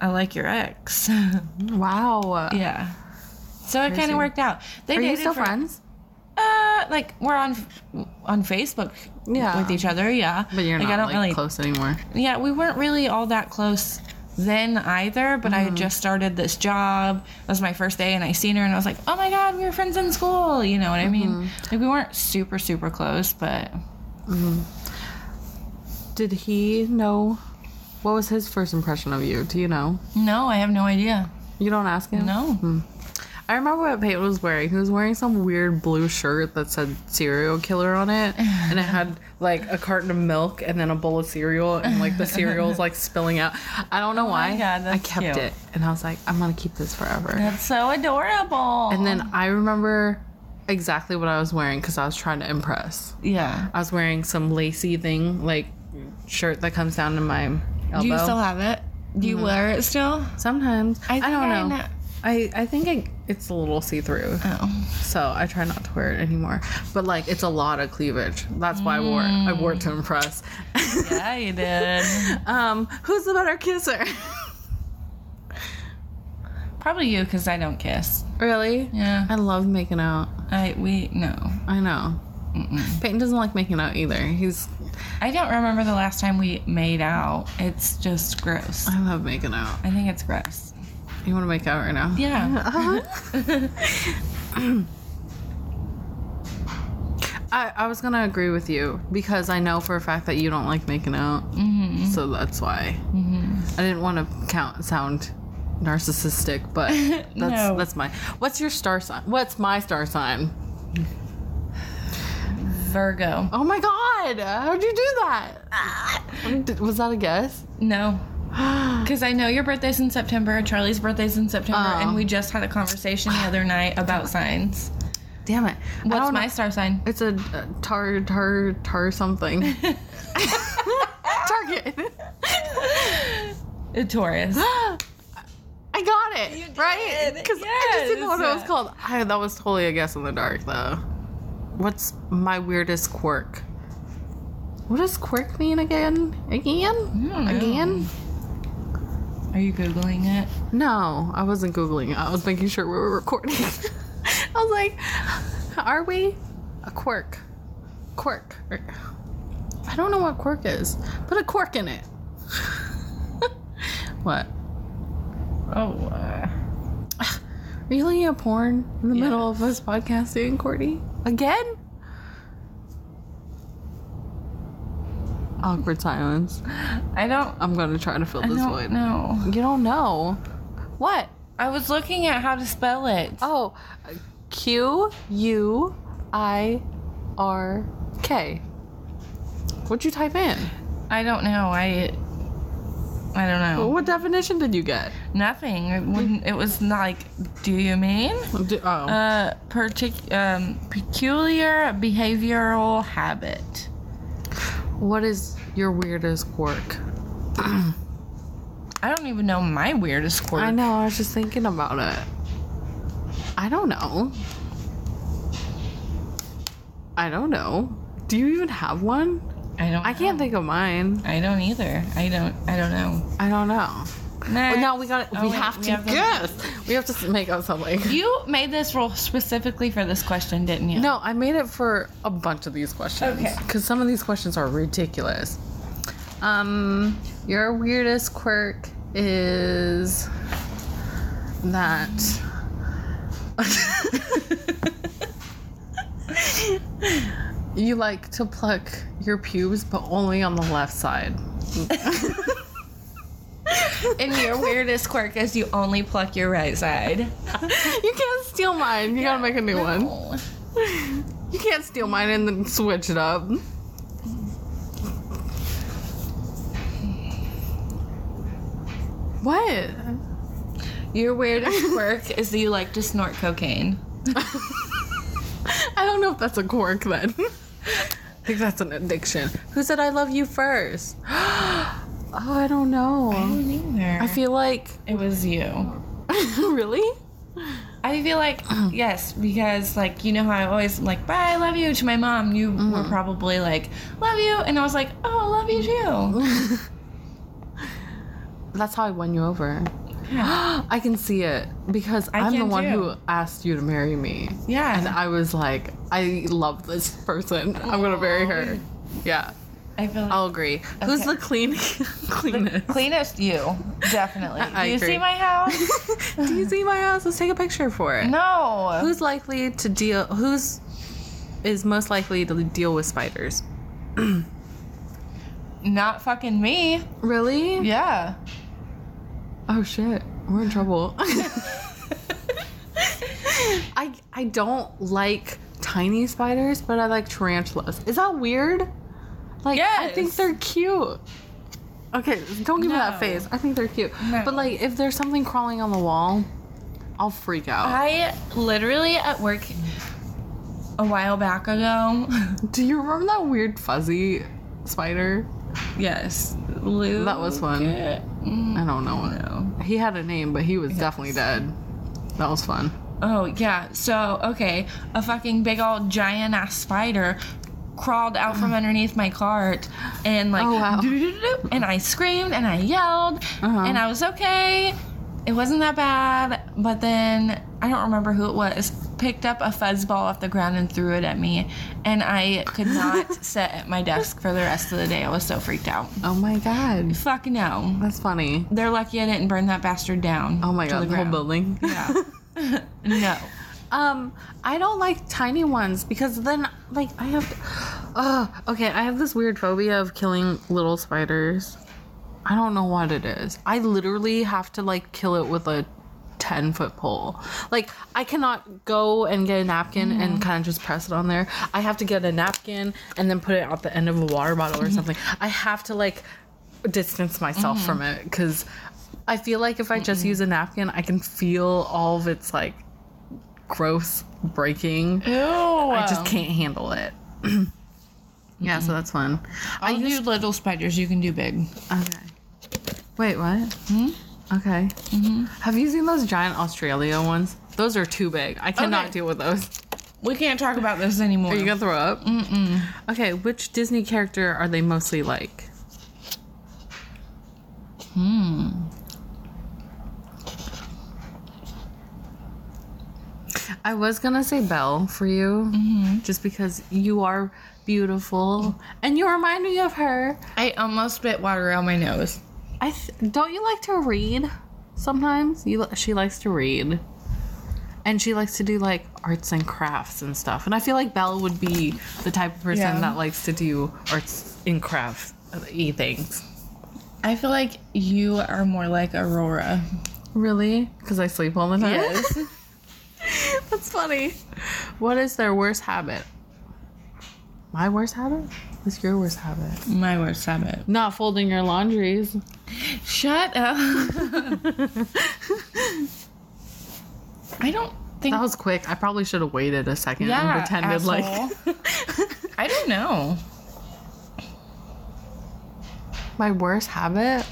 Speaker 3: I like your ex. *laughs*
Speaker 2: Wow.
Speaker 3: yeah. So it kind
Speaker 2: Crazy.
Speaker 3: of worked out. They
Speaker 2: Are you
Speaker 3: dated
Speaker 2: still
Speaker 3: for-
Speaker 2: friends?
Speaker 3: uh, like we're on on Facebook
Speaker 2: Yeah.
Speaker 3: with each other, yeah.
Speaker 2: But you're
Speaker 3: like,
Speaker 2: not
Speaker 3: I don't
Speaker 2: like
Speaker 3: really,
Speaker 2: close anymore.
Speaker 3: Yeah, we weren't really all that close then either. But
Speaker 2: Mm-hmm.
Speaker 3: I had just started this job. It was my first day, and I seen her, and I was like, oh my god, we were friends in school. You know what I mean?
Speaker 2: Mm-hmm.
Speaker 3: Like we weren't super super close, but
Speaker 2: Did he know? What was his first impression of you? Do you know?
Speaker 3: no, I have no idea.
Speaker 2: You don't ask him.
Speaker 3: No,
Speaker 2: I remember what Peyton was wearing. He was wearing some weird blue shirt that said serial killer on it. And it had like a carton of milk and then a bowl of cereal and like the cereal's like spilling out. I don't know why.
Speaker 3: Oh God,
Speaker 2: I
Speaker 3: that's
Speaker 2: kept
Speaker 3: cute.
Speaker 2: it. And I was like, I'm gonna keep this forever.
Speaker 3: that's so adorable.
Speaker 2: and then I remember exactly what I was wearing because I was trying to impress.
Speaker 3: yeah,
Speaker 2: I was wearing some lacy thing, like shirt that comes down to my elbow.
Speaker 3: do you still have it? Do you wear it *laughs* still?
Speaker 2: Sometimes. I,
Speaker 3: think
Speaker 2: don't
Speaker 3: I
Speaker 2: know.
Speaker 3: know-
Speaker 2: I, I think I, it's a little see through.
Speaker 3: Oh.
Speaker 2: so I try not to wear it anymore. But like, it's a lot of cleavage. That's why I wore it. I wore it to impress.
Speaker 3: Yeah, you did.
Speaker 2: *laughs* um, who's the better kisser? *laughs*
Speaker 3: Probably you, because I don't kiss.
Speaker 2: really?
Speaker 3: Yeah.
Speaker 2: I love making out.
Speaker 3: I we no.
Speaker 2: I know. Peyton doesn't like making out either. He's
Speaker 3: I don't remember the last time we made out. It's just gross.
Speaker 2: I love making out.
Speaker 3: I think it's gross.
Speaker 2: You want to make out right now?
Speaker 3: Yeah. Uh-huh.
Speaker 2: *clears throat* I, I was gonna agree with you because I know for a fact that you don't like making out, mm-hmm. so that's why
Speaker 3: Mm-hmm.
Speaker 2: I didn't want to count sound narcissistic, but
Speaker 3: *laughs*
Speaker 2: that's
Speaker 3: No.
Speaker 2: that's my. What's your star sign? What's my star sign?
Speaker 3: Virgo.
Speaker 2: Oh my god! How'd you do that?
Speaker 3: Ah.
Speaker 2: Did- Was that a
Speaker 3: *gasps*
Speaker 2: guess?
Speaker 3: No. Because I know your birthday's in September, Charlie's birthday's in September,
Speaker 2: Oh.
Speaker 3: and we just had a conversation the other night about signs.
Speaker 2: Damn it! I
Speaker 3: What's
Speaker 2: don't
Speaker 3: my
Speaker 2: know.
Speaker 3: star sign? *laughs*
Speaker 2: It's a, a tar tar tar something. *laughs* Target. *laughs*
Speaker 3: A Taurus.
Speaker 2: *gasps* I got it.
Speaker 3: did.
Speaker 2: Right? Because I just didn't know what it was
Speaker 3: Yes.
Speaker 2: called. I, that was totally a guess in the dark, though. What's my weirdest quirk? What does quirk mean again? Again?
Speaker 3: don't know.
Speaker 2: Again?
Speaker 3: Are you Googling it?
Speaker 2: No, I wasn't Googling. it. I was making sure we were recording. *laughs* I was like, are we? A quirk. Quirk. I don't know what cork is. Put a cork in it. *laughs* what?
Speaker 3: Oh, uh,
Speaker 2: *sighs* Really a porn in the
Speaker 3: Yeah.
Speaker 2: middle of us podcasting, Courtney? Again? Awkward silence.
Speaker 3: I don't.
Speaker 2: I'm gonna try to fill
Speaker 3: I
Speaker 2: this
Speaker 3: don't
Speaker 2: void.
Speaker 3: know.
Speaker 2: You don't know. What?
Speaker 3: I was looking at how to spell it.
Speaker 2: Oh, Q U I R K. What'd you type in?
Speaker 3: I don't know. I. I don't know.
Speaker 2: What definition did you get?
Speaker 3: Nothing. It, wouldn't, it was not like. Do you mean?
Speaker 2: D- Oh.
Speaker 3: Uh, partic- um, peculiar behavioral habit.
Speaker 2: what is your weirdest quirk?
Speaker 3: I don't even know my weirdest quirk.
Speaker 2: I know, I was just thinking about it. I don't know. I don't know. Do you even have one?
Speaker 3: I don't.
Speaker 2: I can't
Speaker 3: know.
Speaker 2: think of mine.
Speaker 3: I don't either. I don't. I don't know.
Speaker 2: I don't know. Well, now we got.
Speaker 3: Oh,
Speaker 2: we
Speaker 3: wait,
Speaker 2: have
Speaker 3: we
Speaker 2: to
Speaker 3: have the-
Speaker 2: guess. We have to make up something.
Speaker 3: You made this rule specifically for this question, didn't you? *laughs*
Speaker 2: No, I made it for a bunch of these questions.
Speaker 3: Okay.
Speaker 2: Because some of these questions are ridiculous. Um, your weirdest quirk is that. you like to pluck your pubes, but only on the left side.
Speaker 3: And your weirdest quirk is you only pluck your right
Speaker 2: *laughs*
Speaker 3: side.
Speaker 2: *laughs* you can't steal mine. You gotta make a new one.
Speaker 3: Oh.
Speaker 2: You can't steal mine and then switch it up. What? *laughs*
Speaker 3: Your weirdest quirk is that you like to snort cocaine.
Speaker 2: I don't know if that's a quirk then. *laughs* I think that's an addiction. Who said I love you first? oh, I don't know. *laughs*
Speaker 3: either.
Speaker 2: I feel like
Speaker 3: it was you.
Speaker 2: really?
Speaker 3: I feel
Speaker 2: *clears throat*
Speaker 3: like yes, because like you know how I always like bye, I love you to my mom. You
Speaker 2: Mm-hmm.
Speaker 3: were probably like love you, and I was like oh, love you
Speaker 2: *gasps*
Speaker 3: too.
Speaker 2: *laughs* That's how I won you over.
Speaker 3: Yeah,
Speaker 2: *gasps* I can see it because
Speaker 3: I
Speaker 2: I'm the
Speaker 3: can
Speaker 2: one
Speaker 3: too.
Speaker 2: who asked you to marry me.
Speaker 3: yeah.
Speaker 2: And I was like, I love this person. I'm gonna marry her. Yeah,
Speaker 3: I feel like
Speaker 2: I'll agree. Who's
Speaker 3: Okay.
Speaker 2: the clean, *laughs* cleanest?
Speaker 3: cleanest you definitely.
Speaker 2: *laughs* I
Speaker 3: Do you
Speaker 2: agree.
Speaker 3: see my house?
Speaker 2: *laughs* Do you see my house? Let's take a picture for it.
Speaker 3: No.
Speaker 2: Who's likely to deal? Who's is most likely to deal with spiders?
Speaker 3: Not fucking me.
Speaker 2: Really? *laughs*
Speaker 3: Yeah.
Speaker 2: Oh shit, we're
Speaker 3: *laughs*
Speaker 2: in trouble. I I don't like tiny spiders, but I like tarantulas. Is that weird? Like I think
Speaker 3: Yes.
Speaker 2: they're cute. Okay, don't give me
Speaker 3: No.
Speaker 2: that face. I think they're cute.
Speaker 3: No.
Speaker 2: But like if there's something crawling on the wall, I'll freak out.
Speaker 3: I literally at work a while back ago. *laughs*
Speaker 2: Do you remember that weird fuzzy spider?
Speaker 3: yes. Luke.
Speaker 2: That was fun.
Speaker 3: Mm,
Speaker 2: I don't know. what-
Speaker 3: no.
Speaker 2: He had a name, but he was definitely dead. That was fun.
Speaker 3: Oh, yeah. So, okay. A fucking big old giant ass spider crawled out
Speaker 2: *gasps*
Speaker 3: from underneath my cart and like
Speaker 2: Oh, wow.
Speaker 3: doo-doo-doo-doo, *laughs* and I screamed and I yelled
Speaker 2: Uh-huh.
Speaker 3: and I was okay. It wasn't that bad, but then I don't remember who it was. Picked up a fuzz ball off the ground and threw it at me, and I could
Speaker 2: *laughs*
Speaker 3: not sit at my desk for the rest of the day. I was so freaked out.
Speaker 2: Oh my god.
Speaker 3: Fuck no.
Speaker 2: That's funny.
Speaker 3: They're lucky I didn't burn that bastard down.
Speaker 2: Oh my
Speaker 3: to
Speaker 2: god, the, whole
Speaker 3: ground.
Speaker 2: building. *laughs*
Speaker 3: Yeah. no.
Speaker 2: Um, I don't like tiny ones because then, like, I have. Ugh. okay, I have this weird phobia of killing little spiders. I don't know what it is. I literally have to like kill it with a ten foot pole. Like, I cannot go and get a napkin and kind of just press it on there. I have to get a napkin and then put it at the end of a water bottle or something. I have to like distance myself from it because I feel like if I just use a napkin, I can feel all of its like gross breaking.
Speaker 3: Ew.
Speaker 2: I just can't handle it. *clears throat* yeah, so that's fun.
Speaker 3: I use little spiders. You can do big.
Speaker 2: Okay. Wait, what? Hmm? Okay. Have you seen those giant Australia ones? Those are too big. I cannot
Speaker 3: Okay.
Speaker 2: deal with those.
Speaker 3: We can't talk about this anymore.
Speaker 2: Are you gonna throw up? Mm-mm. Okay, which Disney character are they mostly like? Hmm. I was gonna say Belle for you, just because you are beautiful and you remind me of her.
Speaker 3: I almost spit water out my nose.
Speaker 2: I th- don't you like to read sometimes? You li- she likes to read, and she likes to do like arts and crafts and stuff. And I feel like Belle would be the type of person
Speaker 3: Yeah.
Speaker 2: that likes to do arts and crafts e things.
Speaker 3: I feel like you are more like Aurora.
Speaker 2: Really? Because I sleep all the time. *laughs*
Speaker 3: Yes.
Speaker 2: That's funny. What is their worst habit? My worst habit? What's your worst habit?
Speaker 3: My worst habit.
Speaker 2: Not folding your *laughs* laundries.
Speaker 3: Shut up. I don't think
Speaker 2: That was quick. I probably should have waited a second
Speaker 3: Yeah,
Speaker 2: and pretended
Speaker 3: asshole.
Speaker 2: *laughs* like
Speaker 3: I don't know.
Speaker 2: my worst habit.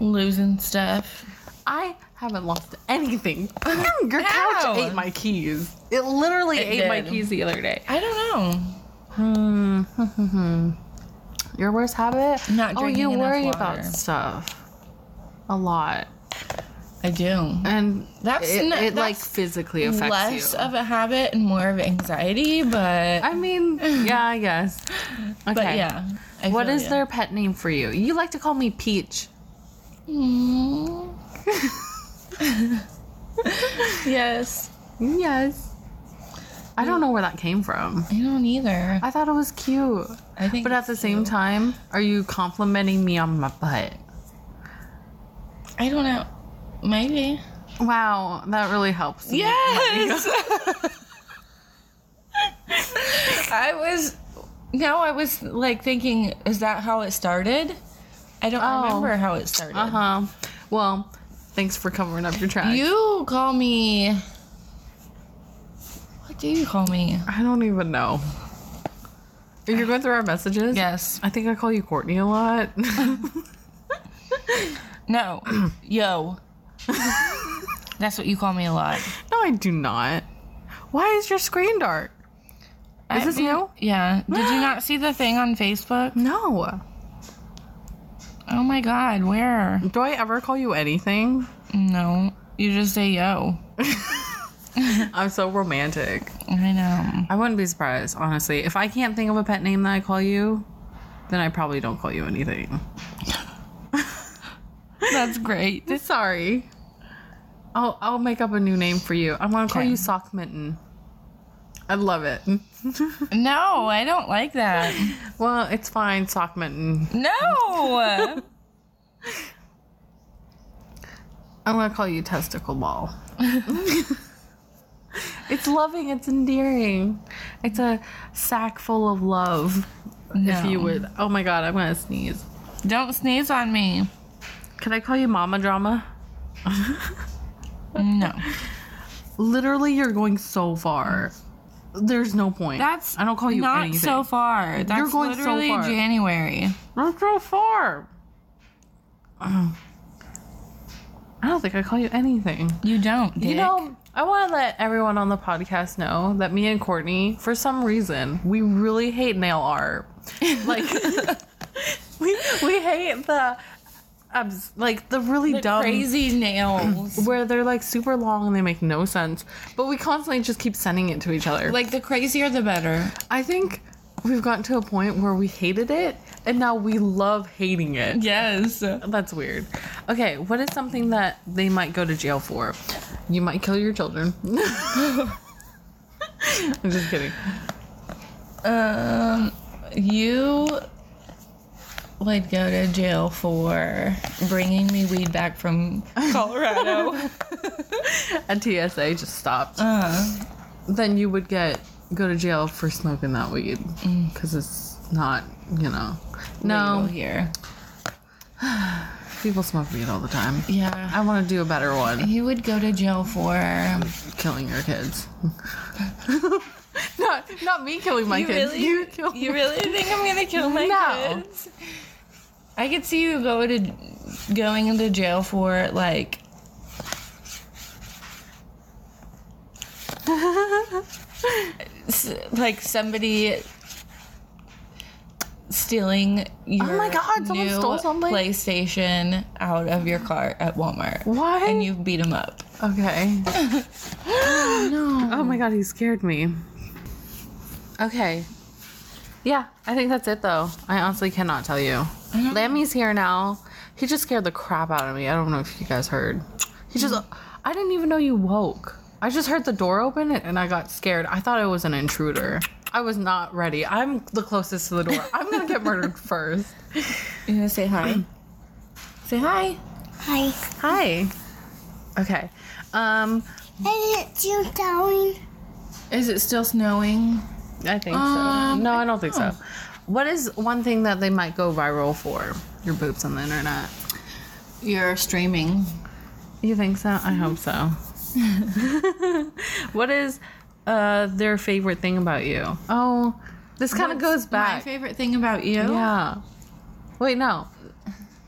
Speaker 3: Losing stuff.
Speaker 2: I haven't lost anything. *laughs* your couch
Speaker 3: Ow.
Speaker 2: ate my keys. It literally
Speaker 3: It
Speaker 2: ate my
Speaker 3: did.
Speaker 2: keys the other day.
Speaker 3: I don't know.
Speaker 2: Hmm.
Speaker 3: *laughs*
Speaker 2: Your worst habit?
Speaker 3: Mm. Not
Speaker 2: oh,
Speaker 3: drinking
Speaker 2: you
Speaker 3: enough
Speaker 2: worry
Speaker 3: water.
Speaker 2: about stuff a lot.
Speaker 3: I do.
Speaker 2: and
Speaker 3: That's
Speaker 2: it,
Speaker 3: n-
Speaker 2: it like
Speaker 3: that's
Speaker 2: physically affects
Speaker 3: Less
Speaker 2: you.
Speaker 3: of a habit and more of anxiety, but *laughs*
Speaker 2: I mean, yeah, I guess. Okay.
Speaker 3: but yeah. I
Speaker 2: What
Speaker 3: feel
Speaker 2: is
Speaker 3: ya.
Speaker 2: their pet name for you? You like to call
Speaker 3: *laughs*
Speaker 2: me Peach.
Speaker 3: Mm. yes.
Speaker 2: Yes. I don't know where that came from.
Speaker 3: I don't either.
Speaker 2: I thought it was cute.
Speaker 3: I think
Speaker 2: But at the same time, are you complimenting me on my butt?
Speaker 3: I don't know. Maybe.
Speaker 2: Wow, that really helps. me. *laughs*
Speaker 3: Yes. I was now I was like thinking, is that how it started? I don't
Speaker 2: Oh.
Speaker 3: remember how it started.
Speaker 2: Uh huh. Well, thanks for covering up your tracks.
Speaker 3: You call me What do you call me?
Speaker 2: I don't even know. Are you going through our messages?
Speaker 3: Yes.
Speaker 2: I think I call you Courtney a lot. *laughs*
Speaker 3: No. *clears throat*
Speaker 2: *laughs*
Speaker 3: Yo. That's what you call me a lot.
Speaker 2: No, I do not. Why is your screen dark? Is this new?
Speaker 3: Yeah. Did you not see the thing on Facebook?
Speaker 2: No.
Speaker 3: Oh my god, where?
Speaker 2: Do I ever call you anything?
Speaker 3: No. You just say yo.
Speaker 2: I'm so romantic.
Speaker 3: I know.
Speaker 2: I wouldn't be surprised, honestly. If I can't think of a pet name that I call you, then I probably don't call you anything.
Speaker 3: *laughs* That's
Speaker 2: *laughs*
Speaker 3: great.
Speaker 2: Sorry. I'll I'll make up a new name for you. I'm gonna call
Speaker 3: Okay.
Speaker 2: you Sock Mitten. I love it. *laughs*
Speaker 3: No, I don't like that.
Speaker 2: Well, it's fine, Sock Mitten. *laughs*
Speaker 3: No.
Speaker 2: I'm gonna call you testicle
Speaker 3: *laughs*
Speaker 2: ball. it's loving, it's endearing. It's a sack full of love. If you
Speaker 3: No.
Speaker 2: would oh my god, I'm gonna sneeze.
Speaker 3: don't sneeze on me.
Speaker 2: Can I call you mama drama?
Speaker 3: No.
Speaker 2: Literally you're going so far. There's no point.
Speaker 3: That's
Speaker 2: I don't call you
Speaker 3: not
Speaker 2: anything.
Speaker 3: so far. That's
Speaker 2: You're going so
Speaker 3: literally
Speaker 2: far.
Speaker 3: January.
Speaker 2: You're so far. Ugh. I don't think I call you anything.
Speaker 3: You don't.
Speaker 2: You know, I want to let everyone on the podcast know that me and Courtney, for some reason, we really hate nail *laughs* art.
Speaker 3: *laughs*
Speaker 2: Like, we, we hate the, abs- like, the really dumb.
Speaker 3: crazy nails.
Speaker 2: Where they're like super long and they make no sense, but we constantly just keep sending it to each other.
Speaker 3: like the crazier the better.
Speaker 2: I think we've gotten to a point where we hated it and now we love hating it.
Speaker 3: Yes.
Speaker 2: That's weird. Okay, what is something that they might go to jail for? You might kill your children. *laughs* I'm just kidding.
Speaker 3: Um, you would go to jail for bringing me weed back
Speaker 2: *laughs*
Speaker 3: from Colorado. *laughs*
Speaker 2: And TSA just stopped. Then you would get go to jail for smoking that weed because it's not, you know. No,
Speaker 3: Legal here.
Speaker 2: people smoke weed all the time.
Speaker 3: Yeah.
Speaker 2: I want to do a better one.
Speaker 3: You would go to jail for
Speaker 2: Killing your kids. *laughs* not, not me killing my
Speaker 3: you
Speaker 2: kids.
Speaker 3: really,
Speaker 2: you kill.
Speaker 3: you really think I'm gonna kill my
Speaker 2: No.
Speaker 3: kids? I could see you go to going into jail for like. s- like somebody stealing your
Speaker 2: my God, someone
Speaker 3: new
Speaker 2: stole something?
Speaker 3: PlayStation out of your car at Walmart,
Speaker 2: *laughs* Why?
Speaker 3: and you beat them up.
Speaker 2: Okay. no. Oh my god, he scared me. Okay. Yeah, I think that's it though. I honestly cannot tell you. Lammy's here now. He just scared the crap out of me. I don't know if you guys heard. He just I didn't even know you woke. I just heard the door open and I got scared. I thought it was an intruder. I was not ready. I'm the closest to the door. I'm gonna get *laughs* murdered first.
Speaker 3: You gonna say hi? *clears throat* say hi.
Speaker 4: Hi.
Speaker 2: Hi. Okay. Um,
Speaker 4: Is it you going?
Speaker 3: Is it still snowing?
Speaker 2: I think so. No, I don't think so. Um, oh. What is one thing that they might go viral for? Your boobs on the internet.
Speaker 3: You're streaming.
Speaker 2: You think so? I hope so. *laughs* what is uh, their favorite thing about you? Oh, this kind of goes
Speaker 3: My
Speaker 2: back.
Speaker 3: favorite thing about you?
Speaker 2: yeah. Wait, no.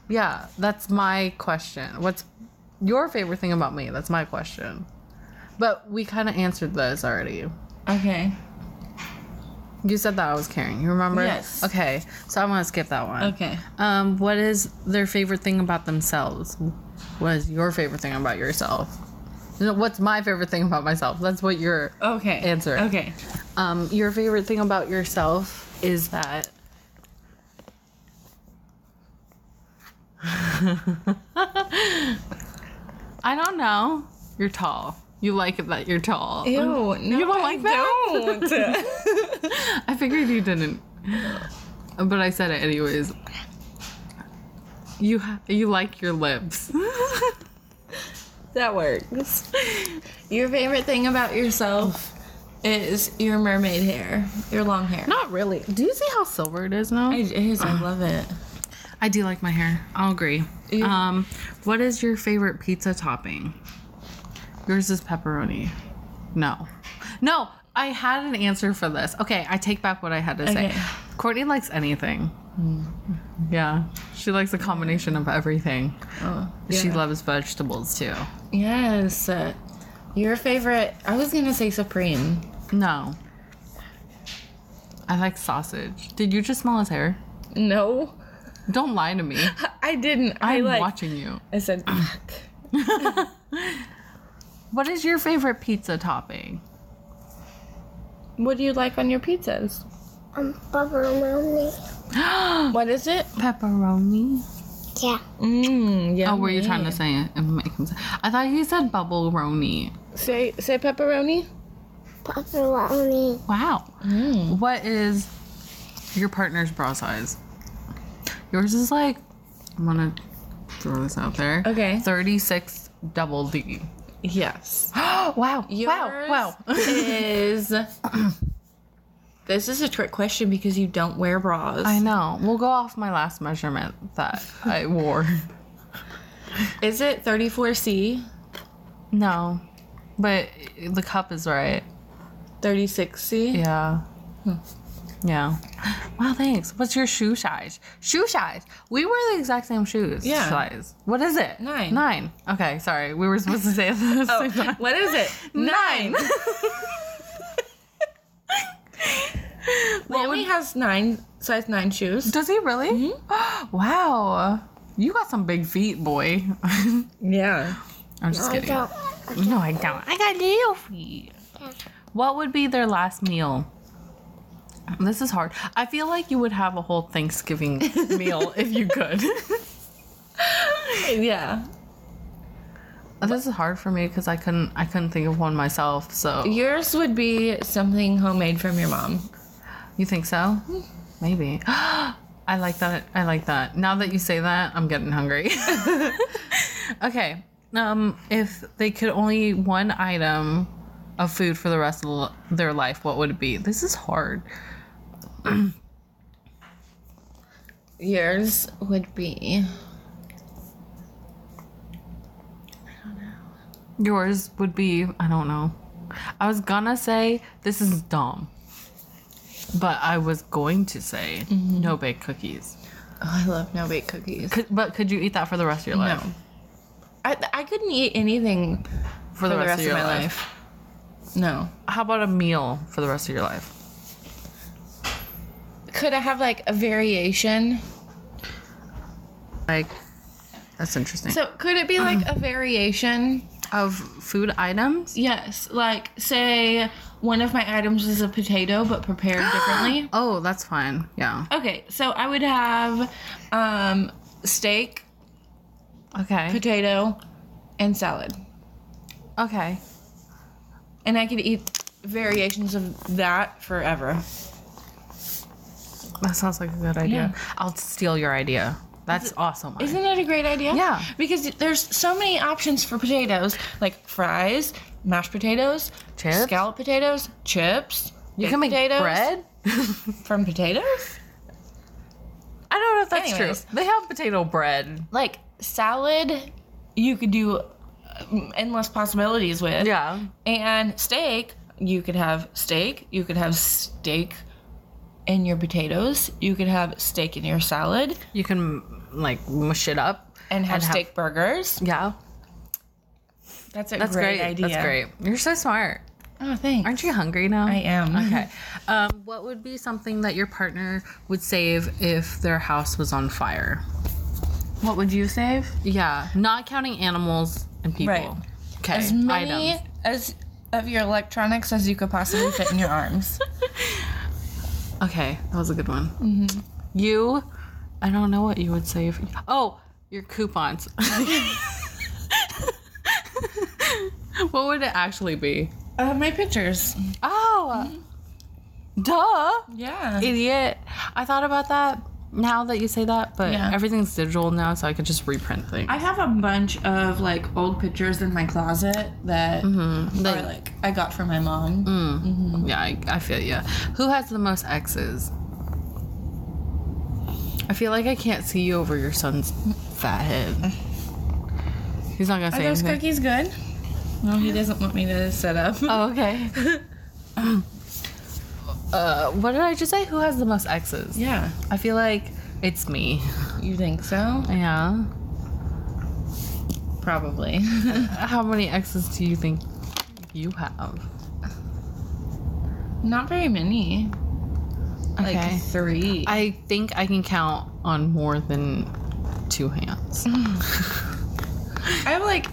Speaker 2: Yeah, that's my question. What's your favorite thing about me? That's my question. But we kind of answered those already.
Speaker 3: Okay.
Speaker 2: You said that I was caring. You remember?
Speaker 3: Yes.
Speaker 2: Okay, so I want to skip that one.
Speaker 3: Okay.
Speaker 2: Um, what is their favorite thing about themselves? What is your favorite thing about yourself? No, What's my favorite thing about myself? That's what your
Speaker 3: Okay.
Speaker 2: Answer.
Speaker 3: Okay.
Speaker 2: um your favorite thing about yourself is that *laughs* I don't know. You're tall. You like it that you're tall.
Speaker 3: Ew. No, you
Speaker 2: don't like that?
Speaker 3: *laughs* Don't.
Speaker 2: *laughs* I figured you didn't, but I said it anyways. You ha- you like your lips. *laughs*
Speaker 3: that works. Your favorite thing about yourself is your mermaid hair, your long hair.
Speaker 2: Not really. Do you see how silver it is now?
Speaker 3: It is. I love it.
Speaker 2: I do like my hair. I'll agree.
Speaker 3: Yeah.
Speaker 2: Um, what is your favorite pizza topping? Yours is pepperoni. No, no. I had an answer for this. Okay, I take back what I had to say.
Speaker 3: Okay.
Speaker 2: Courtney likes anything. Yeah, she likes a combination of everything.
Speaker 3: Oh,
Speaker 2: She
Speaker 3: yeah.
Speaker 2: loves vegetables too.
Speaker 3: Yes. Your favorite? I was gonna say Supreme.
Speaker 2: No. I like sausage. Did you just smell his hair?
Speaker 3: No,
Speaker 2: Don't lie to me.
Speaker 3: I didn't. I
Speaker 2: I'm
Speaker 3: like.
Speaker 2: watching you.
Speaker 3: I said. Fuck.
Speaker 2: *laughs* What is your favorite pizza topping? *gasps*
Speaker 3: What do you like on your pizzas?
Speaker 4: Um, pepperoni.
Speaker 3: What is it?
Speaker 2: Pepperoni.
Speaker 4: Yeah.
Speaker 3: Mmm. Yeah.
Speaker 2: Oh, were you trying to say it and make him say? I thought he said bubble roni.
Speaker 3: say say pepperoni?
Speaker 4: Pepperoni.
Speaker 2: Wow.
Speaker 3: Mm.
Speaker 2: What is your partner's bra size? Yours is like I'm gonna throw this out there.
Speaker 3: Okay.
Speaker 2: Thirty-six double D. *gasps*
Speaker 3: Yes.
Speaker 2: wow.
Speaker 3: Yours
Speaker 2: Wow. Wow.
Speaker 3: is. this is a trick question because you don't wear bras.
Speaker 2: *laughs* I know. We'll go off my last measurement that I wore.
Speaker 3: Is it 34C,
Speaker 2: No, but the cup is right.
Speaker 3: 36C?
Speaker 2: Yeah.
Speaker 3: Hmm.
Speaker 2: Yeah. Wow, thanks. What's your shoe size? Shoe size. We wear the exact same shoes.
Speaker 3: Yeah.
Speaker 2: Size. What is it?
Speaker 3: Nine.
Speaker 2: Nine. Okay, sorry. We were supposed to say it. at the
Speaker 3: *laughs* Oh,
Speaker 2: same time.
Speaker 3: what is it? *laughs* Nine.
Speaker 2: What
Speaker 3: Lammy
Speaker 2: would-
Speaker 3: has nine size nine shoes.
Speaker 2: *laughs* Does he really?
Speaker 3: Mm-hmm.
Speaker 2: *gasps* wow. You got some big feet, boy. *laughs* I'm
Speaker 3: Yeah.
Speaker 2: just
Speaker 4: I
Speaker 2: kidding.
Speaker 4: don't.
Speaker 2: No, I don't. I got little feet. What would be their last meal? This is hard. I feel like you would have a whole Thanksgiving meal if you could.
Speaker 3: Yeah.
Speaker 2: This is hard for me because I couldn't I couldn't think of one myself. So
Speaker 3: Yours would be something homemade from your mom.
Speaker 2: you think so? Maybe. *gasps* I like that. I like that. Now that you say that, I'm getting hungry. *laughs* okay. Um, if they could only eat one item of food for the rest of l- their life, what would it be? This is hard.
Speaker 3: Yours would be
Speaker 2: Yours would be I don't know. I was gonna say this is dumb, but I was going to say no bake cookies.
Speaker 3: Oh, I love no bake cookies.
Speaker 2: Could, but could you eat that for the rest of your life?
Speaker 3: No. I, I couldn't eat anything
Speaker 2: for the, rest, of, your
Speaker 3: my
Speaker 2: life.
Speaker 3: life. No.
Speaker 2: How about a meal for the rest of your life?
Speaker 3: Could I have like a variation?
Speaker 2: Like, that's interesting.
Speaker 3: So could it be like a variation?
Speaker 2: of food items?
Speaker 3: Yes, like say one of my items is a potato but
Speaker 2: *gasps*
Speaker 3: prepared differently.
Speaker 2: Oh, that's fine. Yeah.
Speaker 3: Okay, so I would have um, steak,
Speaker 2: Okay.
Speaker 3: potato, and salad.
Speaker 2: Okay.
Speaker 3: And I could eat variations of that forever.
Speaker 2: That sounds like a good idea. I'll steal your idea. That's awesome.
Speaker 3: Isn't that a great idea?
Speaker 2: Yeah.
Speaker 3: Because there's so many options for potatoes, like fries, mashed potatoes,
Speaker 2: Chips?
Speaker 3: scallop potatoes, chips.
Speaker 2: you
Speaker 3: baked
Speaker 2: can make
Speaker 3: potatoes
Speaker 2: bread? *laughs*
Speaker 3: from potatoes.
Speaker 2: I don't know if that's
Speaker 3: Anyways.
Speaker 2: true. They have potato bread.
Speaker 3: Like salad, you could do um, endless possibilities with.
Speaker 2: Yeah.
Speaker 3: And steak, you could have steak, you could have steak in your potatoes, you could have steak in your salad,
Speaker 2: You can like mush it up.
Speaker 3: and have
Speaker 2: And have-
Speaker 3: steak burgers.
Speaker 2: Yeah.
Speaker 3: That's a
Speaker 2: That's
Speaker 3: great,
Speaker 2: great.
Speaker 3: idea.
Speaker 2: That's great. You're so smart.
Speaker 3: Oh, thanks.
Speaker 2: Aren't you hungry now?
Speaker 3: I am.
Speaker 2: Okay. Um, what would be something that your partner would save if their house was on fire?
Speaker 3: What would you save?
Speaker 2: Yeah, not counting animals and people.
Speaker 3: Right.
Speaker 2: Okay.
Speaker 3: *laughs* As many
Speaker 2: items.
Speaker 3: as of your electronics as you could possibly fit
Speaker 2: *laughs*
Speaker 3: in your arms.
Speaker 2: Okay, that was a good one. Mm-hmm. You, I don't know what you would save. Oh, your coupons. *laughs* what would it actually be?
Speaker 3: Uh, my pictures.
Speaker 2: Oh, duh.
Speaker 3: Yeah.
Speaker 2: idiot. I thought about that now that you say that, but
Speaker 3: Yeah.
Speaker 2: everything's digital now, so I could just reprint things.
Speaker 3: I have a bunch of like old pictures in my closet Mm-hmm. that Mm, are like I got from my mom.
Speaker 2: Mm-hmm. yeah, I, I feel you. Who has the most X's? I feel like I can't see you over your son's fat head. He's not gonna
Speaker 3: Are
Speaker 2: say
Speaker 3: those
Speaker 2: anything.
Speaker 3: cookies good? No, he doesn't want me to set up.
Speaker 2: Oh, okay. *laughs* uh, what did I just say? Who has the most
Speaker 3: *laughs*
Speaker 2: X's?
Speaker 3: yeah.
Speaker 2: I feel like it's me.
Speaker 3: You think so?
Speaker 2: Yeah.
Speaker 3: Probably. *laughs*
Speaker 2: How many X's do you think you have?
Speaker 3: Not very many.
Speaker 2: Okay.
Speaker 3: Like three.
Speaker 2: I think I can count on more than two hands.
Speaker 3: I have like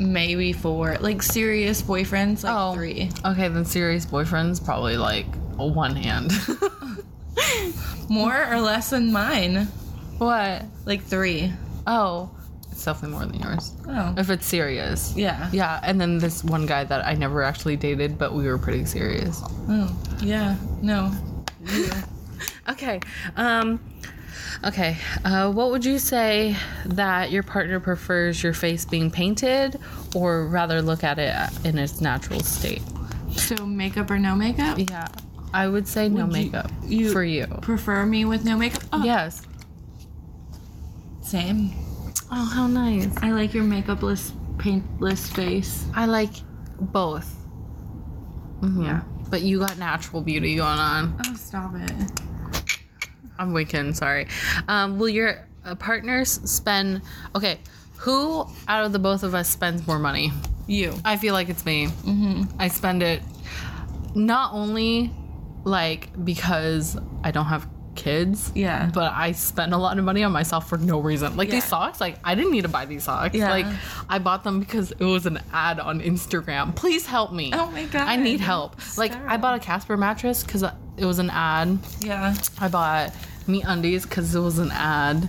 Speaker 3: maybe four. Like serious boyfriends, like
Speaker 2: Oh.
Speaker 3: three. *laughs*
Speaker 2: Okay, then serious boyfriends probably like one hand. *laughs*
Speaker 3: More or less than mine.
Speaker 2: what?
Speaker 3: Like three.
Speaker 2: Oh, it's definitely more than yours.
Speaker 3: Oh.
Speaker 2: If it's serious.
Speaker 3: Yeah.
Speaker 2: Yeah, and then this one guy that I never actually dated, but we were pretty serious.
Speaker 3: Oh. Yeah. No.
Speaker 2: Okay. Um okay. Uh, what would you say that your partner prefers your face being painted or rather look at it in its natural state?
Speaker 3: So makeup or no makeup?
Speaker 2: Yeah. I would say no
Speaker 3: Would you-
Speaker 2: makeup
Speaker 3: you-
Speaker 2: for *gasps* you.
Speaker 3: Prefer me with no makeup? Oh,
Speaker 2: Yes.
Speaker 3: Same.
Speaker 2: Oh, how nice.
Speaker 3: I like your makeupless, paintless face.
Speaker 2: I like both. Yeah. But you got natural beauty going on.
Speaker 3: Oh, stop it.
Speaker 2: I'm Wiccan, sorry. Um, will your uh, partners spend. Okay, who out of the both of us spends more money?
Speaker 3: You.
Speaker 2: I feel like it's me.
Speaker 3: Mm-hmm.
Speaker 2: I spend it not only like because I don't have kids.
Speaker 3: Yeah.
Speaker 2: But I spend a lot of money on myself for no reason. Like these
Speaker 3: Yeah.
Speaker 2: socks, like I didn't need to buy these socks.
Speaker 3: Yeah.
Speaker 2: Like I bought them because it was an ad on Instagram. Please help me.
Speaker 3: Oh my
Speaker 2: I need
Speaker 3: God.
Speaker 2: help. Like I
Speaker 3: Stop.
Speaker 2: bought a Casper mattress because it was an ad.
Speaker 3: Yeah.
Speaker 2: I bought me undies because it was an ad.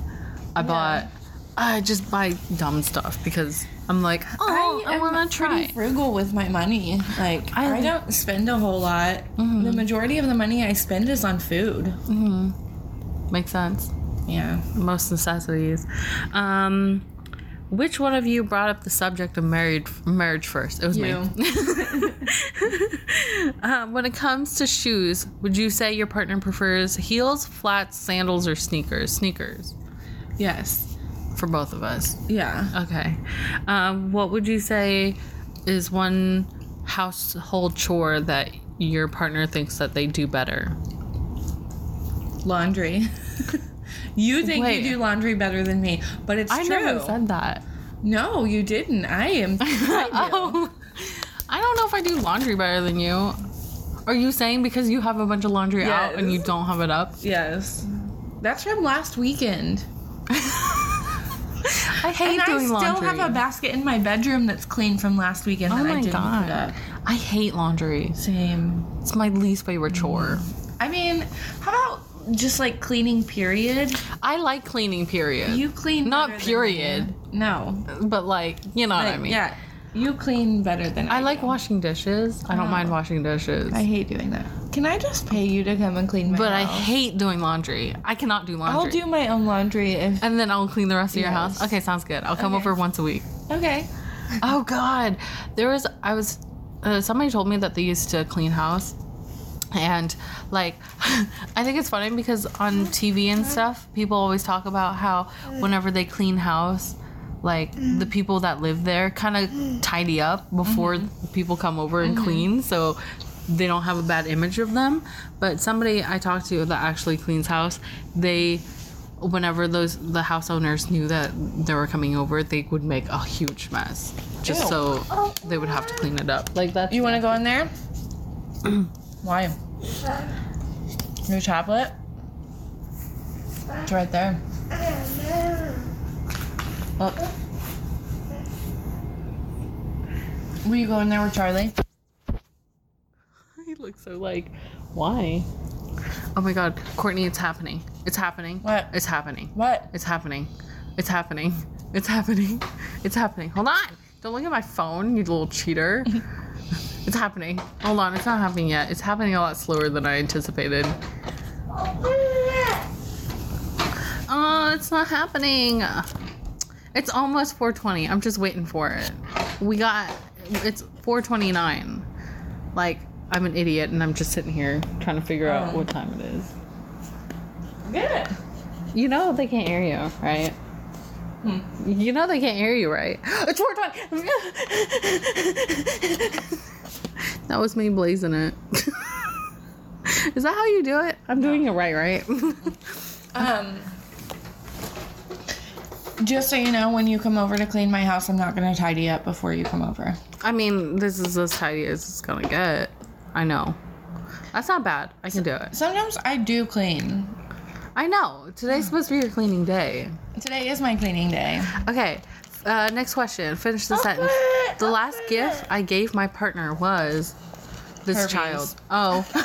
Speaker 2: I bought. I just buy dumb stuff because I'm like, oh, I,
Speaker 3: am
Speaker 2: want to try.
Speaker 3: pretty frugal with my money. Like Mm-hmm. I,
Speaker 2: I-
Speaker 3: don't spend a whole lot. The majority of the money I spend is on food.
Speaker 2: Makes sense.
Speaker 3: Yeah.
Speaker 2: Most necessities. Um, which one of you brought up the subject of married marriage first? It was me. *laughs* Um, when it comes to shoes, would you say your partner prefers heels, flats, sandals, or sneakers? Sneakers
Speaker 3: yes.
Speaker 2: for both of us.
Speaker 3: Yeah.
Speaker 2: Okay. Um, what would you say is one household chore that your partner thinks that they do better?
Speaker 3: Laundry. *laughs* you think
Speaker 2: Wait.
Speaker 3: you do laundry better than me, but it's
Speaker 2: I
Speaker 3: true.
Speaker 2: never said that.
Speaker 3: no, you didn't. I *laughs* am. I do.
Speaker 2: Oh, I don't know if I do laundry better than you. Are you saying because you have a bunch of laundry out and you
Speaker 3: Yes.
Speaker 2: don't
Speaker 3: *laughs*
Speaker 2: have it up?
Speaker 3: Yes. That's from last weekend.
Speaker 2: *laughs* I hate
Speaker 3: And I
Speaker 2: doing
Speaker 3: still
Speaker 2: laundry.
Speaker 3: have a basket in my bedroom that's clean from last weekend
Speaker 2: oh
Speaker 3: that I
Speaker 2: my
Speaker 3: didn't put
Speaker 2: god.
Speaker 3: up.
Speaker 2: I hate laundry.
Speaker 3: Same.
Speaker 2: It's my least favorite chore.
Speaker 3: I mean, how about just like cleaning period?
Speaker 2: I like cleaning period.
Speaker 3: You clean
Speaker 2: Not
Speaker 3: better than
Speaker 2: period.
Speaker 3: I do. No.
Speaker 2: but like, you know what I
Speaker 3: Like,
Speaker 2: mean.
Speaker 3: Yeah. You clean better than I
Speaker 2: I like
Speaker 3: do.
Speaker 2: washing dishes. I don't mind washing dishes.
Speaker 3: Oh. I hate doing that. Can I just pay you to come and clean my
Speaker 2: but I
Speaker 3: house?
Speaker 2: hate doing laundry. I cannot do laundry.
Speaker 3: I'll do my own laundry if
Speaker 2: and then I'll clean the rest of your house.
Speaker 3: Yes.
Speaker 2: Okay, sounds good. I'll come
Speaker 3: Okay.
Speaker 2: over once a week.
Speaker 3: Okay.
Speaker 2: Oh God, there was I was uh, somebody told me that they used to clean house, and like *laughs* I think it's funny because on TV and stuff, people always talk about how whenever they clean house. Like the people that live there kind of tidy up before people come over and clean, so they don't have a bad image of them. But somebody I talked to that actually cleans house, they whenever those the house owners knew that they were coming over, they would make a huge mess just
Speaker 3: Ew.
Speaker 2: so they would have to clean it up. Like that.
Speaker 3: You want to go in *clears throat* there? Why? Your chocolate? It's right there. Oh. Look. Will you go in there with Charlie?
Speaker 2: *laughs* He looks so like, why? Oh my God, Courtney, it's happening! It's happening!
Speaker 3: What?
Speaker 2: It's happening!
Speaker 3: What?
Speaker 2: It's happening! It's happening! *laughs* It's happening! *laughs* It's happening! Hold on! Don't look at my phone, you little cheater! it's happening! Hold on, it's not happening yet. It's happening a lot slower than I anticipated. Oh, it's not happening. It's almost 420. I'm just waiting for it. We got it's 429. Like I'm an idiot and I'm just sitting here trying to figure out what time it is.
Speaker 3: Good.
Speaker 2: You know they can't hear you, right? You know they can't hear you, right? *gasps* It's 420. *laughs* that was me blazing it. *laughs* is that how you do it? I'm doing it right, right?
Speaker 3: Um. Just so you know, when you come over to clean my house, I'm not gonna tidy up before you come over.
Speaker 2: I mean, this is as tidy as it's gonna get. I know. That's not bad. I can do it.
Speaker 3: Sometimes I do clean.
Speaker 2: I know. Today's supposed to be your cleaning day.
Speaker 3: Today is my cleaning day.
Speaker 2: Okay. Uh, next question. Finish the sentence. The last gift I gave my partner was this
Speaker 3: Herpes.
Speaker 2: child. Oh,
Speaker 3: *laughs*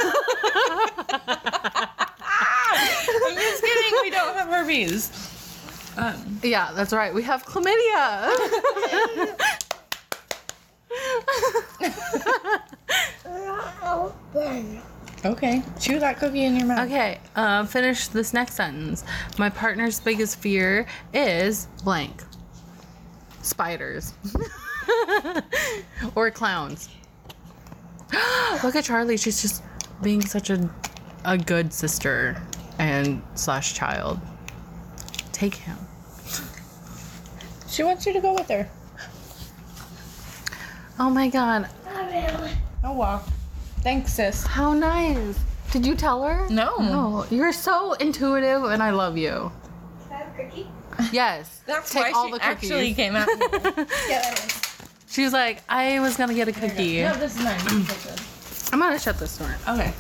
Speaker 3: I'm just kidding. We don't have herpes. Um,
Speaker 2: yeah, that's right. We have chlamydia.
Speaker 4: Open.
Speaker 3: okay. Chew that cookie in your mouth.
Speaker 2: *laughs* okay. Uh, finish this next sentence. My partner's biggest fear is blank. Spiders. *laughs* or clowns. *gasps* Look at Charlie. She's just being such a a good sister and slash child. Take him.
Speaker 3: She wants you to go with her.
Speaker 2: Oh my god.
Speaker 3: Oh wow. Thanks, sis.
Speaker 2: How nice. Did you tell her?
Speaker 3: No.
Speaker 2: Oh, you're so intuitive and I love you. Yes.
Speaker 3: *laughs* That's why
Speaker 2: Take all
Speaker 3: she
Speaker 2: the cookies.
Speaker 3: actually came *laughs* out.
Speaker 2: *laughs* She was like, I was gonna get a cookie.
Speaker 3: no, Oh, this is mine.
Speaker 2: Mm.
Speaker 3: You can take this.
Speaker 2: I'm gonna shut this door.
Speaker 3: Okay.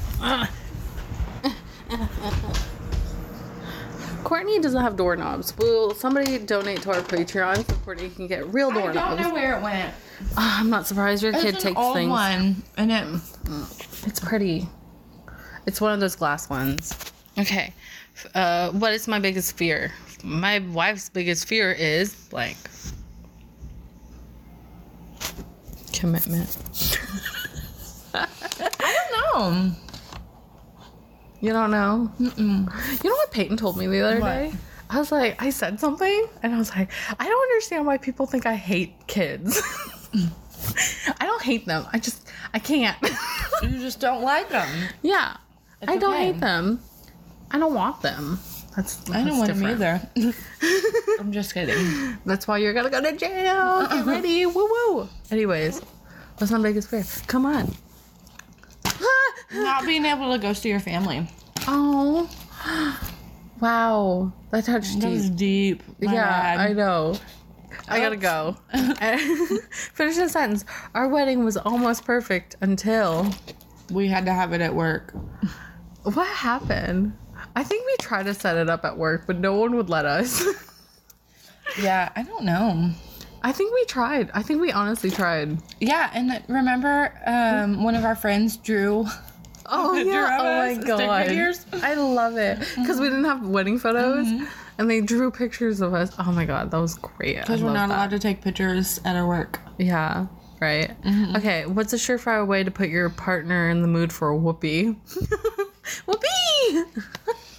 Speaker 2: Courtney doesn't have doorknobs. Will somebody donate to our Patreon so Courtney can get real
Speaker 3: I don't
Speaker 2: doorknobs?
Speaker 3: know where it went.
Speaker 2: Ah, I'm not surprised your kid
Speaker 3: it's an
Speaker 2: takes
Speaker 3: old
Speaker 2: things.
Speaker 3: one, and it.
Speaker 2: It's pretty. It's one of those glass ones. Okay. F- Uh, what is my biggest fear? My wife's biggest fear is blank. *laughs* Commitment.
Speaker 3: I
Speaker 2: You don't know? Mm-mm. You know what Peyton told me the other
Speaker 3: What?
Speaker 2: day? I was like, I said something, and I was like, I don't understand why people think I hate kids. *laughs* Mm. I don't hate them. I just, I can't.
Speaker 3: don't know. You just don't like them.
Speaker 2: yeah. I don't
Speaker 3: okay.
Speaker 2: hate them. I don't want them. That's, that's
Speaker 3: I don't want
Speaker 2: different.
Speaker 3: them either. I'm just
Speaker 2: *laughs*
Speaker 3: kidding.
Speaker 2: That's why you're gonna go to jail. Get ready. Woo woo. Anyways, what's my biggest fear? Come on.
Speaker 3: Not being able to go see your family.
Speaker 2: *gasps* oh. Wow. That touched
Speaker 3: That
Speaker 2: deep.
Speaker 3: was deep. My
Speaker 2: yeah,
Speaker 3: bad.
Speaker 2: I know. I gotta *laughs* go. *laughs* Finish the sentence. Our wedding was almost perfect until.
Speaker 3: We had to have it at work.
Speaker 2: What happened? I think we tried to set it up at work, but no one would let us.
Speaker 3: Yeah, I don't know.
Speaker 2: *laughs* I think we tried. I think we honestly tried.
Speaker 3: Yeah, and that- remember um, one of our friends, Drew?
Speaker 2: Oh
Speaker 3: Drew
Speaker 2: yeah! Oh
Speaker 3: Evans,
Speaker 2: my
Speaker 3: stick
Speaker 2: god!
Speaker 3: figures.
Speaker 2: I love it because we didn't have wedding photos, and they drew pictures of us. Oh my god, that was great! I
Speaker 3: Because we're
Speaker 2: love
Speaker 3: not
Speaker 2: that.
Speaker 3: allowed to take pictures at our work.
Speaker 2: Yeah. Right. Okay. What's a surefire way to put your partner in the mood for a whoopee? *laughs* whoopee!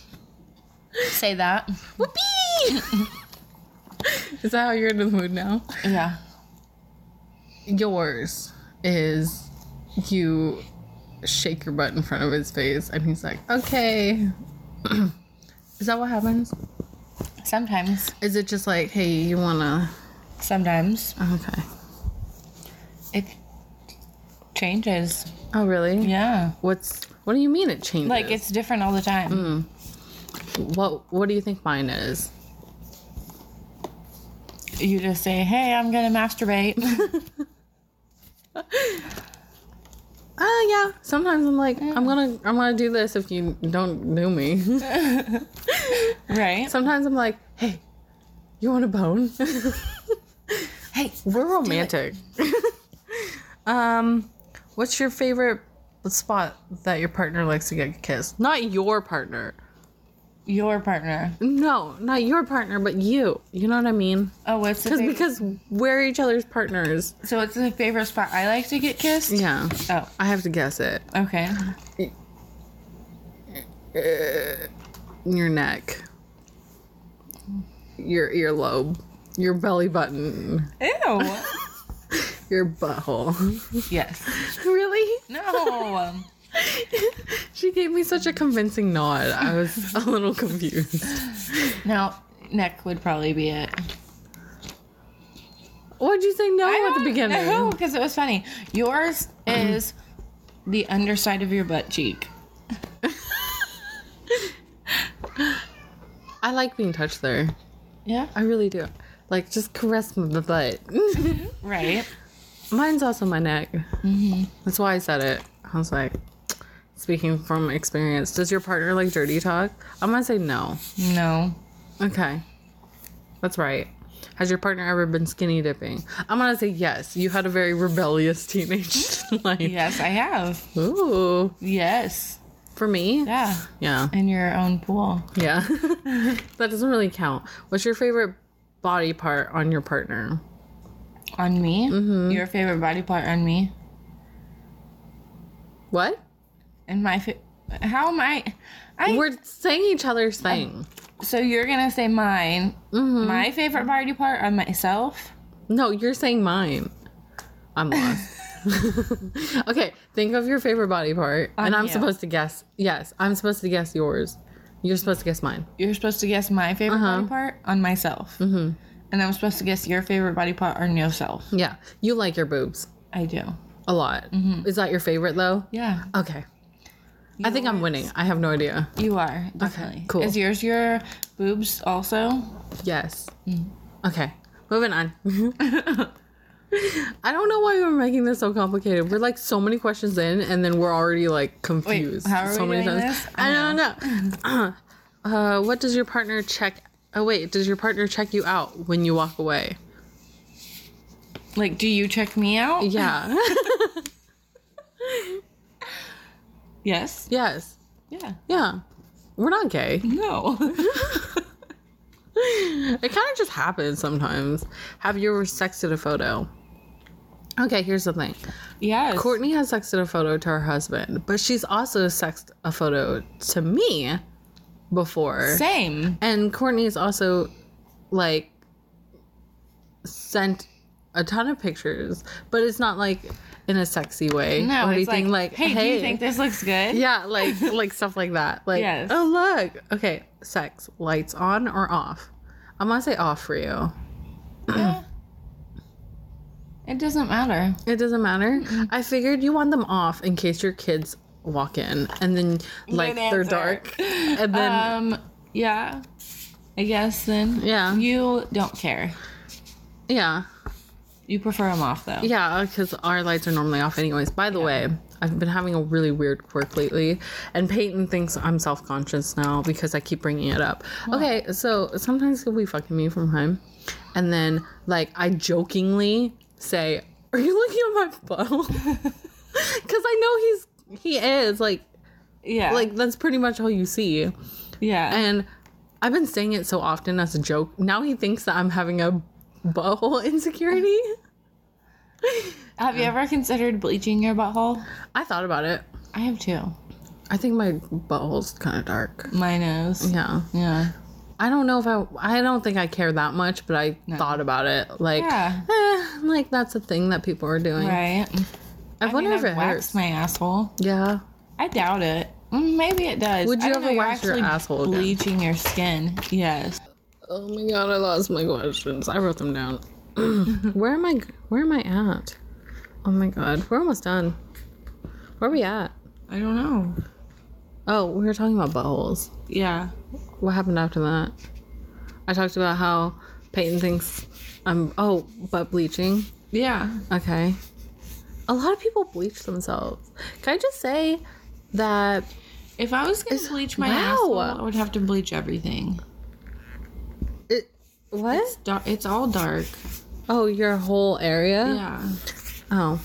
Speaker 2: *laughs*
Speaker 3: Say that.
Speaker 2: Whoopee! *laughs* Is that how you're into the mood now?
Speaker 3: Yeah.
Speaker 2: Yours is you shake your butt in front of his face, and he's like, "Okay." *clears throat* Is that what happens?
Speaker 3: Sometimes.
Speaker 2: Is it just like, "Hey, you wanna?" Oh,
Speaker 3: Sometimes.
Speaker 2: Okay.
Speaker 3: It changes.
Speaker 2: Oh, really?
Speaker 3: Yeah.
Speaker 2: What's What do you mean it changes?
Speaker 3: Like it's different all the time.
Speaker 2: what What do you think mine *laughs* is?
Speaker 3: You just say, "Hey, I'm gonna masturbate." *laughs*
Speaker 2: Uh, yeah. Sometimes I'm like, I'm gonna, I'm gonna do this if you don't do *laughs* me.
Speaker 3: right?
Speaker 2: Sometimes I'm like, hey, you want a *laughs* bone?
Speaker 3: hey,
Speaker 2: We're romantic. *laughs* um, what's your favorite spot that your partner likes to get kissed? Not your partner.
Speaker 3: your partner.
Speaker 2: No, not your partner, but you. You know what I mean?
Speaker 3: Oh, what's the
Speaker 2: Because
Speaker 3: favorite?
Speaker 2: because we're each other's partners.
Speaker 3: so what's the favorite spot I like to get kissed?
Speaker 2: Yeah.
Speaker 3: Oh,
Speaker 2: I have to guess it.
Speaker 3: okay.
Speaker 2: Your neck. Your earlobe. Your belly button.
Speaker 3: Ew.
Speaker 2: Your butthole.
Speaker 3: *laughs* yes.
Speaker 2: *laughs* really?
Speaker 3: No.
Speaker 2: She gave me such a convincing nod. I was a little confused.
Speaker 3: no. Neck would probably be it.
Speaker 2: What'd you say no at the beginning?
Speaker 3: because it was funny. Yours is the underside of your butt cheek.
Speaker 2: I like being touched there.
Speaker 3: Yeah.
Speaker 2: I really do. Like, just caress my butt. *laughs*
Speaker 3: Right.
Speaker 2: Mine's also my neck.
Speaker 3: Mm-hmm.
Speaker 2: That's why I said it. I was like, speaking from experience, does your partner like dirty talk? I'm gonna say no.
Speaker 3: No.
Speaker 2: Okay. That's right. Has your partner ever been skinny dipping? I'm gonna say yes. You had a very rebellious teenage *laughs* life.
Speaker 3: Yes, I have.
Speaker 2: Ooh.
Speaker 3: Yes.
Speaker 2: For me?
Speaker 3: Yeah.
Speaker 2: Yeah.
Speaker 3: In your own pool.
Speaker 2: Yeah. *laughs* that doesn't really count. What's your favorite body part on your partner?
Speaker 3: On me?
Speaker 2: Mm-hmm.
Speaker 3: Your favorite body part on me?
Speaker 2: What?
Speaker 3: And my fa- how am I? I
Speaker 2: We're saying each other's thing.
Speaker 3: so you're gonna say mine?
Speaker 2: Mm-hmm.
Speaker 3: My favorite body part on myself?
Speaker 2: No, you're saying mine. I'm lost. *laughs* okay, think of your favorite body part. and I'm
Speaker 3: you.
Speaker 2: supposed to guess. Yes, I'm supposed to guess yours. You're supposed to guess mine.
Speaker 3: You're supposed to guess my favorite
Speaker 2: Uh-huh.
Speaker 3: body part on myself, mm-hmm. and I'm supposed to guess your favorite body part on yourself.
Speaker 2: Yeah. You like your boobs
Speaker 3: I do.
Speaker 2: a lot. Is that your favorite though?
Speaker 3: Yeah,
Speaker 2: Okay. I think I'm winning. I have no idea.
Speaker 3: you are definitely
Speaker 2: cool.
Speaker 3: Is yours your boobs also?
Speaker 2: Yes. Okay. Moving on. *laughs* I don't know why we're making this so complicated. We're like so many questions in, and then we're already like confused.
Speaker 3: how are
Speaker 2: so
Speaker 3: we
Speaker 2: many
Speaker 3: doing
Speaker 2: times.
Speaker 3: this? Oh,
Speaker 2: I don't know. *clears throat* uh, what does your partner check? Oh wait, does your partner check you out when you walk away?
Speaker 3: Like, do you check me out? *laughs*
Speaker 2: Yeah.
Speaker 3: Yes.
Speaker 2: yes.
Speaker 3: Yeah.
Speaker 2: Yeah. We're not gay. *laughs*
Speaker 3: No.
Speaker 2: It kind of just happens sometimes. Have you ever sexted a photo? Okay, here's the thing.
Speaker 3: yes.
Speaker 2: Courtney has sexted a photo to her husband, but she's also sexted a photo to me before.
Speaker 3: Same.
Speaker 2: And Courtney's also like sent a ton of pictures, but it's not like in a sexy way
Speaker 3: No,
Speaker 2: or
Speaker 3: it's
Speaker 2: anything
Speaker 3: like,
Speaker 2: like,
Speaker 3: hey, do you think this looks good?
Speaker 2: *laughs* yeah, like like stuff like that. Like,
Speaker 3: Yes.
Speaker 2: oh look, okay, sex lights on or off? I'm gonna say off for you.
Speaker 3: Yeah. It doesn't matter.
Speaker 2: It doesn't matter. I figured you want them off in case your kids walk in and then like they're
Speaker 3: answer.
Speaker 2: dark and then
Speaker 3: Um, yeah. I guess then.
Speaker 2: Yeah.
Speaker 3: You don't care.
Speaker 2: yeah
Speaker 3: You prefer them off though.
Speaker 2: yeah because our lights are normally off anyways by the way i've been having a really weird quirk lately and peyton thinks i'm self-conscious now because i keep bringing it up okay so sometimes he'll be fucking me from home And then, like, I jokingly say, Are you looking at my
Speaker 3: *laughs*
Speaker 2: *laughs* butthole? Because I know he's, he is. Like,
Speaker 3: Yeah.
Speaker 2: like that's pretty much all you see.
Speaker 3: yeah.
Speaker 2: And I've been saying it so often as a joke. Now he thinks that I'm having a butthole *laughs* insecurity.
Speaker 3: Have you ever considered bleaching your butthole?
Speaker 2: I thought about it.
Speaker 3: I have too.
Speaker 2: I think my butthole's kind of dark.
Speaker 3: My nose.
Speaker 2: Yeah.
Speaker 3: Yeah.
Speaker 2: I don't know if I, I don't think I care that much, but I thought about it. Like,
Speaker 3: Yeah.
Speaker 2: eh, like that's a thing that people are doing.
Speaker 3: Right.
Speaker 2: I,
Speaker 3: I
Speaker 2: wonder
Speaker 3: mean,
Speaker 2: if
Speaker 3: I've
Speaker 2: it
Speaker 3: waxed
Speaker 2: hurts.
Speaker 3: my asshole.
Speaker 2: yeah.
Speaker 3: I doubt it. Mm, Maybe it does.
Speaker 2: Would
Speaker 3: I
Speaker 2: you
Speaker 3: don't
Speaker 2: ever
Speaker 3: know, you're
Speaker 2: wax your
Speaker 3: actually
Speaker 2: asshole again?
Speaker 3: Bleaching your skin. Yes.
Speaker 2: Oh my god, I lost my questions. I wrote them down. *laughs* where am I? Where am I at? Oh my god, we're almost done. Where are we at?
Speaker 3: I don't know.
Speaker 2: Oh, we were talking about buttholes.
Speaker 3: Yeah.
Speaker 2: What happened after that? I talked about how Peyton thinks I'm. Oh, butt bleaching.
Speaker 3: Yeah.
Speaker 2: Okay. A lot of people bleach themselves. Can I just say that
Speaker 3: If I was gonna bleach my
Speaker 2: wow.
Speaker 3: asshole, I would have to bleach everything.
Speaker 2: it? What?
Speaker 3: Dar- It's all dark.
Speaker 2: Oh, your whole area.
Speaker 3: Yeah.
Speaker 2: Oh,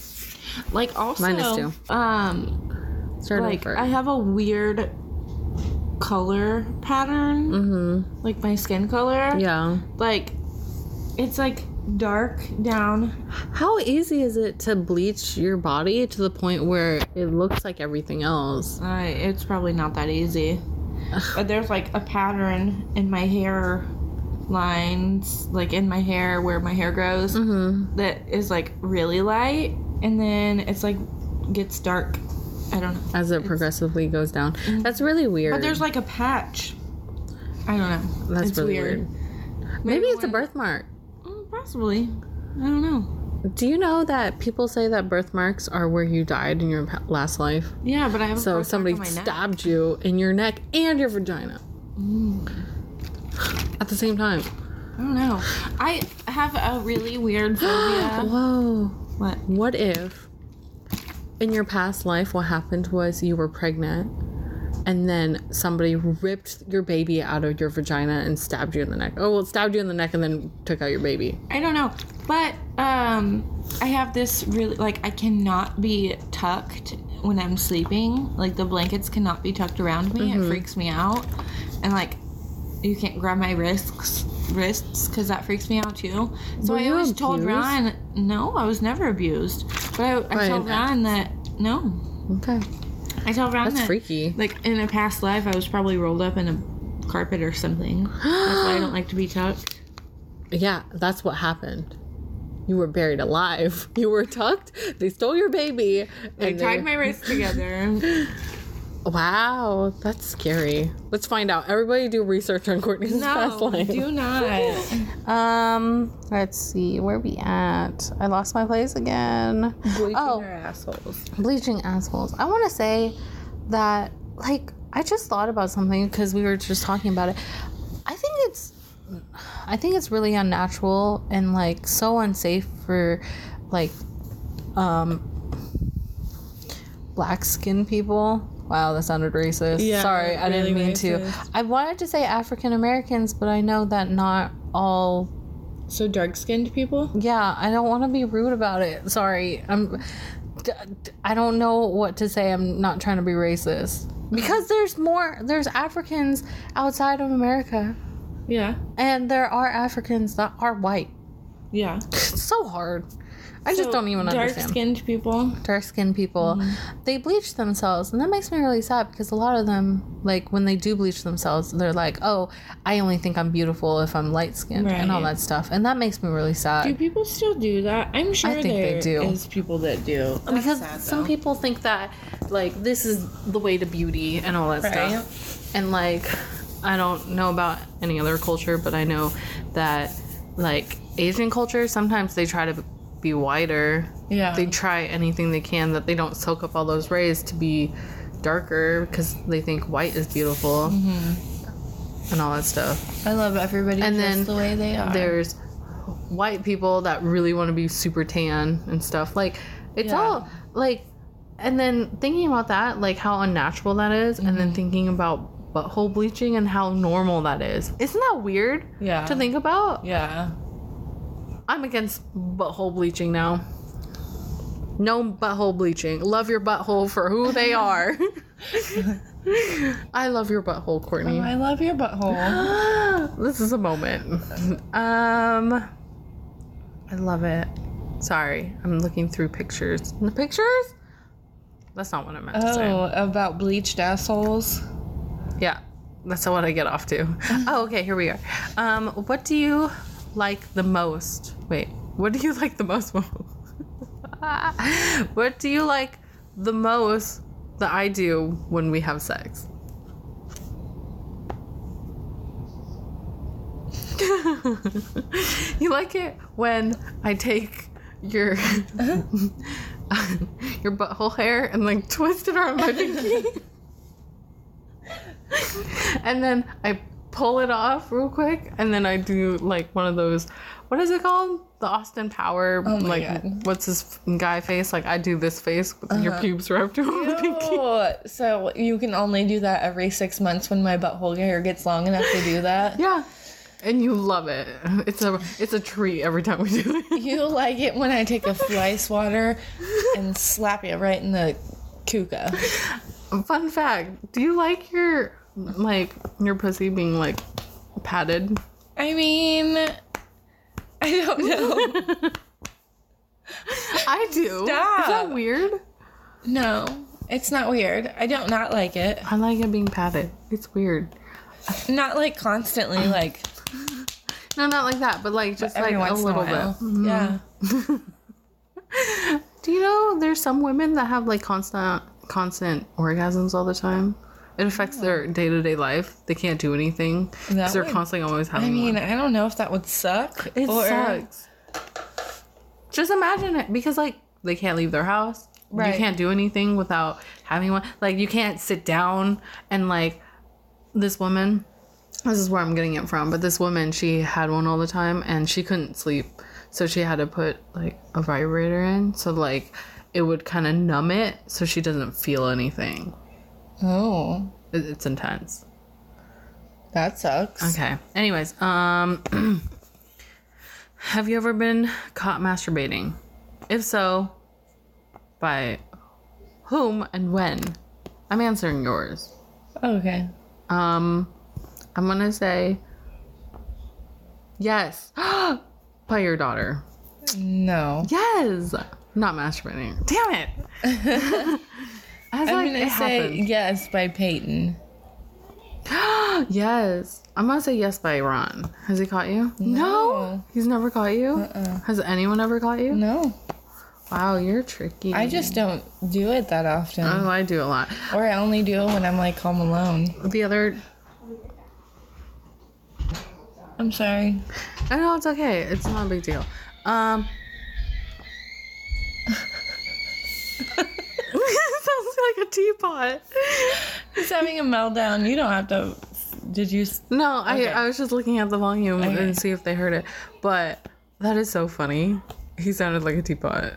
Speaker 3: Like also,
Speaker 2: Mine is too.
Speaker 3: um,
Speaker 2: start
Speaker 3: like
Speaker 2: over.
Speaker 3: I have a weird color pattern. Mm-hmm. Like my skin color.
Speaker 2: Mm. yeah.
Speaker 3: Like it's like dark down.
Speaker 2: How easy is it to bleach your body to the point where it looks like everything else?
Speaker 3: Uh, it's probably not that easy. but there's like a pattern in my hair lines, like in my hair where my hair grows,
Speaker 2: Mm-hmm.
Speaker 3: that is like really light, and then it's like gets dark. I don't know.
Speaker 2: As it progressively goes down. That's really weird.
Speaker 3: But there's like a patch. I don't know.
Speaker 2: That's
Speaker 3: it's
Speaker 2: really weird. Maybe it's a birthmark.
Speaker 3: Mm, Possibly. I don't know.
Speaker 2: Do you know that people say that birthmarks are where you died in your pa- last life?
Speaker 3: Yeah, but I have. a
Speaker 2: So
Speaker 3: birthmark
Speaker 2: somebody
Speaker 3: on my neck.
Speaker 2: stabbed you in your neck and your vagina
Speaker 3: Mm.
Speaker 2: at the same time.
Speaker 3: I don't know. I have a really
Speaker 2: *gasps*
Speaker 3: weird phobia.
Speaker 2: Whoa.
Speaker 3: what?
Speaker 2: What if in your past life what happened was you were pregnant and then somebody ripped your baby out of your vagina and stabbed you in the neck? Oh, well, stabbed you in the neck and then took out your baby.
Speaker 3: I don't know. But um, I have this really like I cannot be tucked when I'm sleeping. Like the blankets cannot be tucked around me.
Speaker 2: Mm-hmm.
Speaker 3: It freaks me out. And like you can't grab my wrists wrists because that freaks me out too. So
Speaker 2: Were
Speaker 3: I
Speaker 2: you
Speaker 3: always told
Speaker 2: abused?
Speaker 3: Ron, no, I was never abused. But I, I
Speaker 2: an
Speaker 3: told Ron that no.
Speaker 2: Okay.
Speaker 3: I told Ron
Speaker 2: That's
Speaker 3: that
Speaker 2: freaky.
Speaker 3: Like in a past life, I was probably rolled up in a carpet or something. That's why I
Speaker 2: *gasps*
Speaker 3: don't like to be tucked.
Speaker 2: Yeah, that's what happened. You were buried alive. *laughs* You were tucked. They stole your baby.
Speaker 3: I
Speaker 2: and
Speaker 3: tied
Speaker 2: they-
Speaker 3: my wrists
Speaker 2: *laughs*
Speaker 3: together.
Speaker 2: Wow, that's scary. Let's find out. Everybody do research on Courtney's past
Speaker 3: no,
Speaker 2: life.
Speaker 3: do not.
Speaker 2: *laughs* Um, let's see where we at. I lost my place again.
Speaker 5: Bleaching
Speaker 2: Oh.
Speaker 5: our assholes.
Speaker 2: Bleaching assholes. I want to say that like I just thought about something because we were just talking about it. I think it's I think it's really unnatural and like so unsafe for like um black skin people. Wow, that sounded racist.
Speaker 5: Yeah,
Speaker 2: Sorry, I didn't
Speaker 5: really
Speaker 2: mean
Speaker 5: racist.
Speaker 2: to. I wanted to say African Americans, but I know that not all
Speaker 5: So dark skinned people?
Speaker 2: yeah, I don't want to be rude about it. Sorry. I'm d- d- I don't know what to say. I'm not trying to be racist. Because there's more there's Africans outside of America
Speaker 5: Yeah.
Speaker 2: and there are Africans that are white.
Speaker 5: Yeah.
Speaker 2: It's so hard. I just don't even
Speaker 3: Dark
Speaker 2: understand.
Speaker 3: skinned people.
Speaker 2: Dark skinned people, they bleach themselves, and that makes me really sad because a lot of them, like when they do bleach themselves, they're like, "Oh, I only think I'm beautiful if I'm light skinned and all
Speaker 5: Right.
Speaker 2: that stuff," and that makes me really sad.
Speaker 5: Do people still do that? I'm sure
Speaker 2: think they
Speaker 5: there
Speaker 2: do.
Speaker 5: is people that do.
Speaker 2: because some people think that like this is the way to beauty and all that stuff and like i don't know about any other culture but i know that like asian culture sometimes they try to be whiter
Speaker 5: Yeah.
Speaker 2: they try anything they can that they don't soak up all those rays to be darker because they think white is beautiful and all that stuff
Speaker 5: I love everybody
Speaker 2: And
Speaker 5: and just
Speaker 2: then
Speaker 5: the way they are.
Speaker 2: there's white people that really want to be super tan and stuff like it's
Speaker 5: Yeah.
Speaker 2: all like and then thinking about that like how unnatural that is, and
Speaker 5: Mm-hmm.
Speaker 2: then thinking about butthole bleaching and how normal that is isn't that weird
Speaker 5: Yeah.
Speaker 2: to think about
Speaker 5: Yeah.
Speaker 2: I'm against butthole bleaching now. No butthole bleaching. Love your butthole for who
Speaker 5: *laughs*
Speaker 2: they are. *laughs* I love your butthole, Courtney.
Speaker 5: Oh, I love your *gasps* butthole.
Speaker 2: *gasps* this is a moment. Um, I love it. Sorry, I'm looking through pictures. The pictures? That's not what I meant to say.
Speaker 5: Oh, about bleached assholes.
Speaker 2: Yeah, that's what I get off to. oh, okay, here we are. Um, what do you like the most? Wait, what do you *laughs* like the most? what do you like the most that I do when we have sex? *laughs* you like it when I take your *laughs* your butthole hair and like twist it
Speaker 5: *laughs*
Speaker 2: around my pinky. and then I pull it off real quick, and then I do like one of those. What is it called? The Austin Power,
Speaker 5: Oh my
Speaker 2: like
Speaker 5: God. Uh-huh.
Speaker 2: what's this guy face? Like I do this face with your pubes wrapped around my pinky.
Speaker 5: Oh, so you can only do that every six months when my butthole hair gets long enough to do *laughs* that.
Speaker 2: Yeah, and you love it. It's a it's a treat every time we do it.
Speaker 5: You like it when I take a fly swatter and slap it right in the kuka.
Speaker 2: Fun fact: Do you like your like your pussy being like padded?
Speaker 5: I mean, I don't
Speaker 2: *laughs*
Speaker 5: know.
Speaker 2: I do. Is that
Speaker 5: Stop.
Speaker 2: weird?
Speaker 5: no, it's not weird. I don't not like it.
Speaker 2: I like it being padded. It's weird.
Speaker 5: Not like constantly, like
Speaker 2: No, not like that, but like just
Speaker 5: every
Speaker 2: like a
Speaker 5: once
Speaker 2: little
Speaker 5: in a while.
Speaker 2: bit. Mm-hmm.
Speaker 5: Yeah.
Speaker 2: Do you know there's some women that have like constant constant orgasms all the time? It affects their day to day life. They can't do anything
Speaker 5: That
Speaker 2: because they're
Speaker 5: would-
Speaker 2: constantly always having.
Speaker 5: I mean,
Speaker 2: one.
Speaker 5: I don't know if that would suck.
Speaker 2: it sucks. Just imagine it because like they can't leave their house.
Speaker 5: Right.
Speaker 2: You can't do anything without having one. Like you can't sit down and like this woman. This is where I'm getting it from, but this woman she had one all the time and she couldn't sleep, so she had to put like a vibrator in so like it would kind of numb it so she doesn't feel anything.
Speaker 5: Oh,
Speaker 2: It- It's intense.
Speaker 5: that sucks.
Speaker 2: Okay. Anyways, um *clears throat* have you ever been caught masturbating? If so, by whom and when? I'm answering yours.
Speaker 5: Okay.
Speaker 2: Um I'm going to say yes. *gasps* by your daughter.
Speaker 5: No.
Speaker 2: Yes. Not masturbating. Damn it. I was
Speaker 5: I'm
Speaker 2: like,
Speaker 5: gonna
Speaker 2: it
Speaker 5: say
Speaker 2: happened.
Speaker 5: yes by Peyton.
Speaker 2: *gasps* yes. I'm gonna say yes by Ron. Has he caught you?
Speaker 5: No. Uh-uh.
Speaker 2: He's never caught you? Has anyone ever caught you?
Speaker 5: No,
Speaker 2: Wow, you're tricky.
Speaker 5: I just don't do it that often,
Speaker 2: Mm. Oh, I do a lot.
Speaker 5: or I only do it when I'm like home alone.
Speaker 2: The other,
Speaker 5: I'm sorry.
Speaker 2: I know it's okay. It's not a big deal.
Speaker 5: *laughs*
Speaker 2: Um, *laughs* sounds like a teapot.
Speaker 5: He's having a meltdown. You don't have to. Did you? s-
Speaker 2: No, I I was just looking at the volume and see if they heard it. But that is so funny. He sounded like a teapot.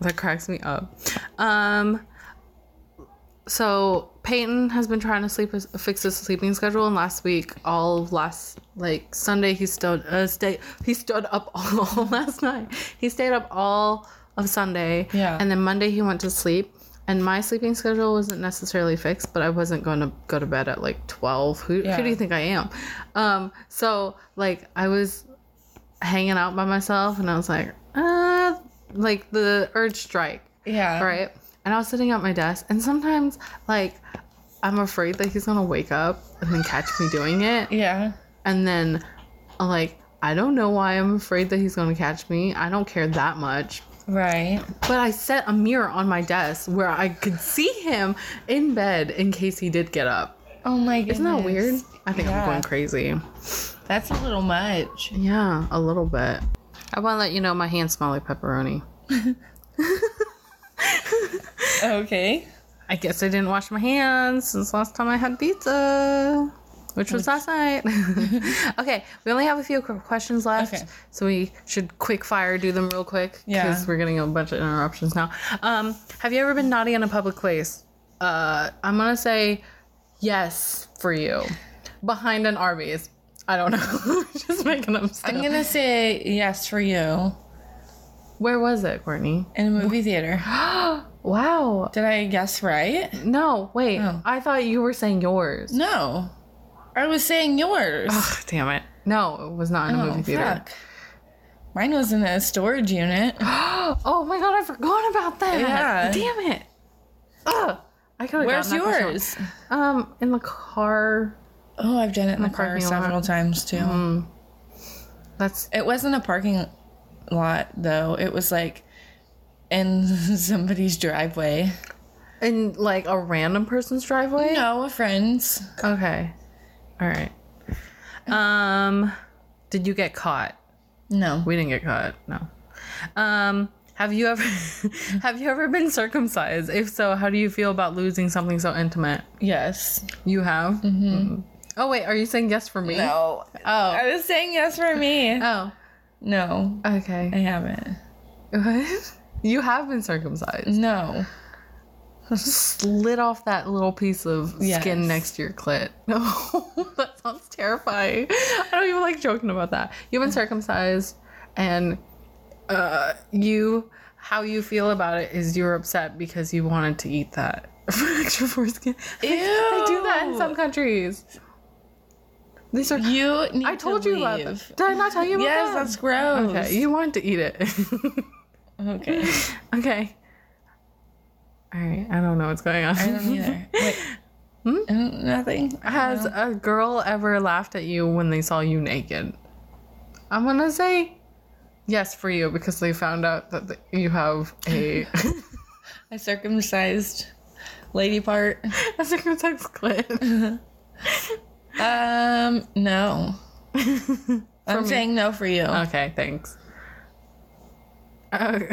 Speaker 2: That cracks me up. Um. So Peyton has been trying to sleep his, fix his sleeping schedule, and last week, all of last like Sunday, he stood uh, stay he stood up *laughs* all, last night. He stayed up all of Sunday,
Speaker 5: Yeah.
Speaker 2: and then Monday he went to sleep. And my sleeping schedule wasn't necessarily fixed, but I wasn't going to go to bed at like twelve. Who, who do
Speaker 5: Yeah.
Speaker 2: you think I am? Um, so like I was hanging out by myself, and I was like, uh, like the urge strike
Speaker 5: Yeah.
Speaker 2: right? And I was sitting at my desk, and sometimes, like, I'm afraid that he's gonna wake up and then catch me doing it.
Speaker 5: Yeah.
Speaker 2: And then, I'm like, I don't know why I'm afraid that he's gonna catch me. I don't care that much.
Speaker 5: Right.
Speaker 2: But I set a mirror on my desk where I could see him in bed in case he did get up.
Speaker 5: Oh my goodness.
Speaker 2: Isn't that weird? I think I'm
Speaker 5: Yeah.
Speaker 2: going crazy.
Speaker 5: That's a little much.
Speaker 2: Yeah, a little bit. I wanna let you know my hands smell like *laughs* pepperoni.
Speaker 5: Okay.
Speaker 2: I guess I didn't wash my hands since last time I had pizza, which was last night. *laughs* okay, we only have a few qu- questions left,
Speaker 5: Okay.
Speaker 2: so we should quick fire do them real quick because
Speaker 5: Yeah.
Speaker 2: we're getting a bunch of interruptions now. Um, have you ever been naughty in a public place? Uh, I'm gonna say yes for you. Behind an Arby's. I don't know. *laughs* Just making up stuff.
Speaker 5: I'm gonna say yes for you
Speaker 2: Where was it, Courtney?
Speaker 5: in a movie theater.
Speaker 2: Wow.
Speaker 5: Did I guess right?
Speaker 2: No, wait.
Speaker 5: Oh.
Speaker 2: I thought you were saying yours.
Speaker 5: No, I was saying yours.
Speaker 2: Ugh, damn it. No, it was not in a
Speaker 5: Oh,
Speaker 2: movie theater.
Speaker 5: fuck. Mine was in a storage unit.
Speaker 2: *gasps* Oh my god, I forgot about that.
Speaker 5: Yeah.
Speaker 2: Damn it. Ugh. I could have
Speaker 5: Where's yours?
Speaker 2: Um, in the car.
Speaker 5: Oh, I've done it in the car
Speaker 2: parking lot. Mm-hmm.
Speaker 5: several times too.
Speaker 2: That's
Speaker 5: It wasn't a parking lot though. It was like in *laughs* somebody's driveway.
Speaker 2: in like a random person's driveway.
Speaker 5: No, a friend's.
Speaker 2: Okay. All right. Um, did you get caught?
Speaker 5: No.
Speaker 2: We didn't get caught. No. Um, have you ever *laughs* have you ever been circumcised? If so, how do you feel about losing something so intimate?
Speaker 5: Yes.
Speaker 2: You have. Mm-hmm. Oh wait, are you saying yes for me?
Speaker 5: No.
Speaker 2: Oh.
Speaker 5: I was saying yes for me.
Speaker 2: Oh.
Speaker 5: No, I
Speaker 2: Okay.
Speaker 5: haven't.
Speaker 2: What? *laughs* You have been
Speaker 5: Mm-hmm.
Speaker 2: circumcised.
Speaker 5: No.
Speaker 2: Slid off that little piece of
Speaker 5: Yes.
Speaker 2: skin next to your clit. *laughs* No, that sounds terrifying. I don't even like joking about that. You've
Speaker 5: Mm-hmm.
Speaker 2: been circumcised, and uh, you, how you feel about it is you're upset because you wanted to eat that *laughs* for extra foreskin.
Speaker 5: Ew.
Speaker 2: They do that in some countries. These are.
Speaker 5: You need
Speaker 2: I told
Speaker 5: to
Speaker 2: you about
Speaker 5: leave.
Speaker 2: this. Did I not tell you about
Speaker 5: Yes,
Speaker 2: that?
Speaker 5: that's gross.
Speaker 2: Okay, you wanted to eat it. *laughs*
Speaker 5: Okay.
Speaker 2: Okay. All right. I don't know what's going on.
Speaker 5: I don't either. Wait.
Speaker 2: Hmm?
Speaker 5: I don't- Nothing. I
Speaker 2: *laughs*
Speaker 5: don't
Speaker 2: Has
Speaker 5: know.
Speaker 2: a girl ever laughed at you when they saw you naked? I'm gonna say yes for you because they found out that th- you have
Speaker 5: *laughs*
Speaker 2: a, *laughs*
Speaker 5: a circumcised lady part?
Speaker 2: a circumcised
Speaker 5: *laughs*
Speaker 2: clit.
Speaker 5: Um, no. I'm saying no for you.
Speaker 2: Okay, thanks. Uh, *laughs*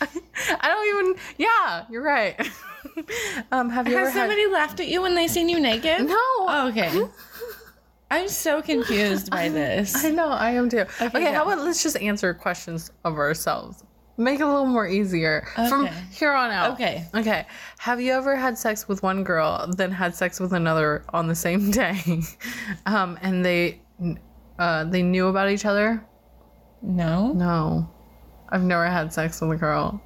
Speaker 2: I don't even. Yeah, you're right. *laughs* um, have you ever
Speaker 5: Has somebody laughed at you when they seen you naked?
Speaker 2: had? No.
Speaker 5: Oh, okay. I'm so confused by this.
Speaker 2: *laughs* I know, I am too. Okay,
Speaker 5: yeah.
Speaker 2: how about let's just answer questions of ourselves? Make it a little more easier from
Speaker 5: Okay.
Speaker 2: here on out.
Speaker 5: Okay.
Speaker 2: Okay. Have you ever had sex with one girl, then had sex with another on the same *laughs* day, um, and they uh, they knew about each other?
Speaker 5: No.
Speaker 2: No, I've never had sex with a girl.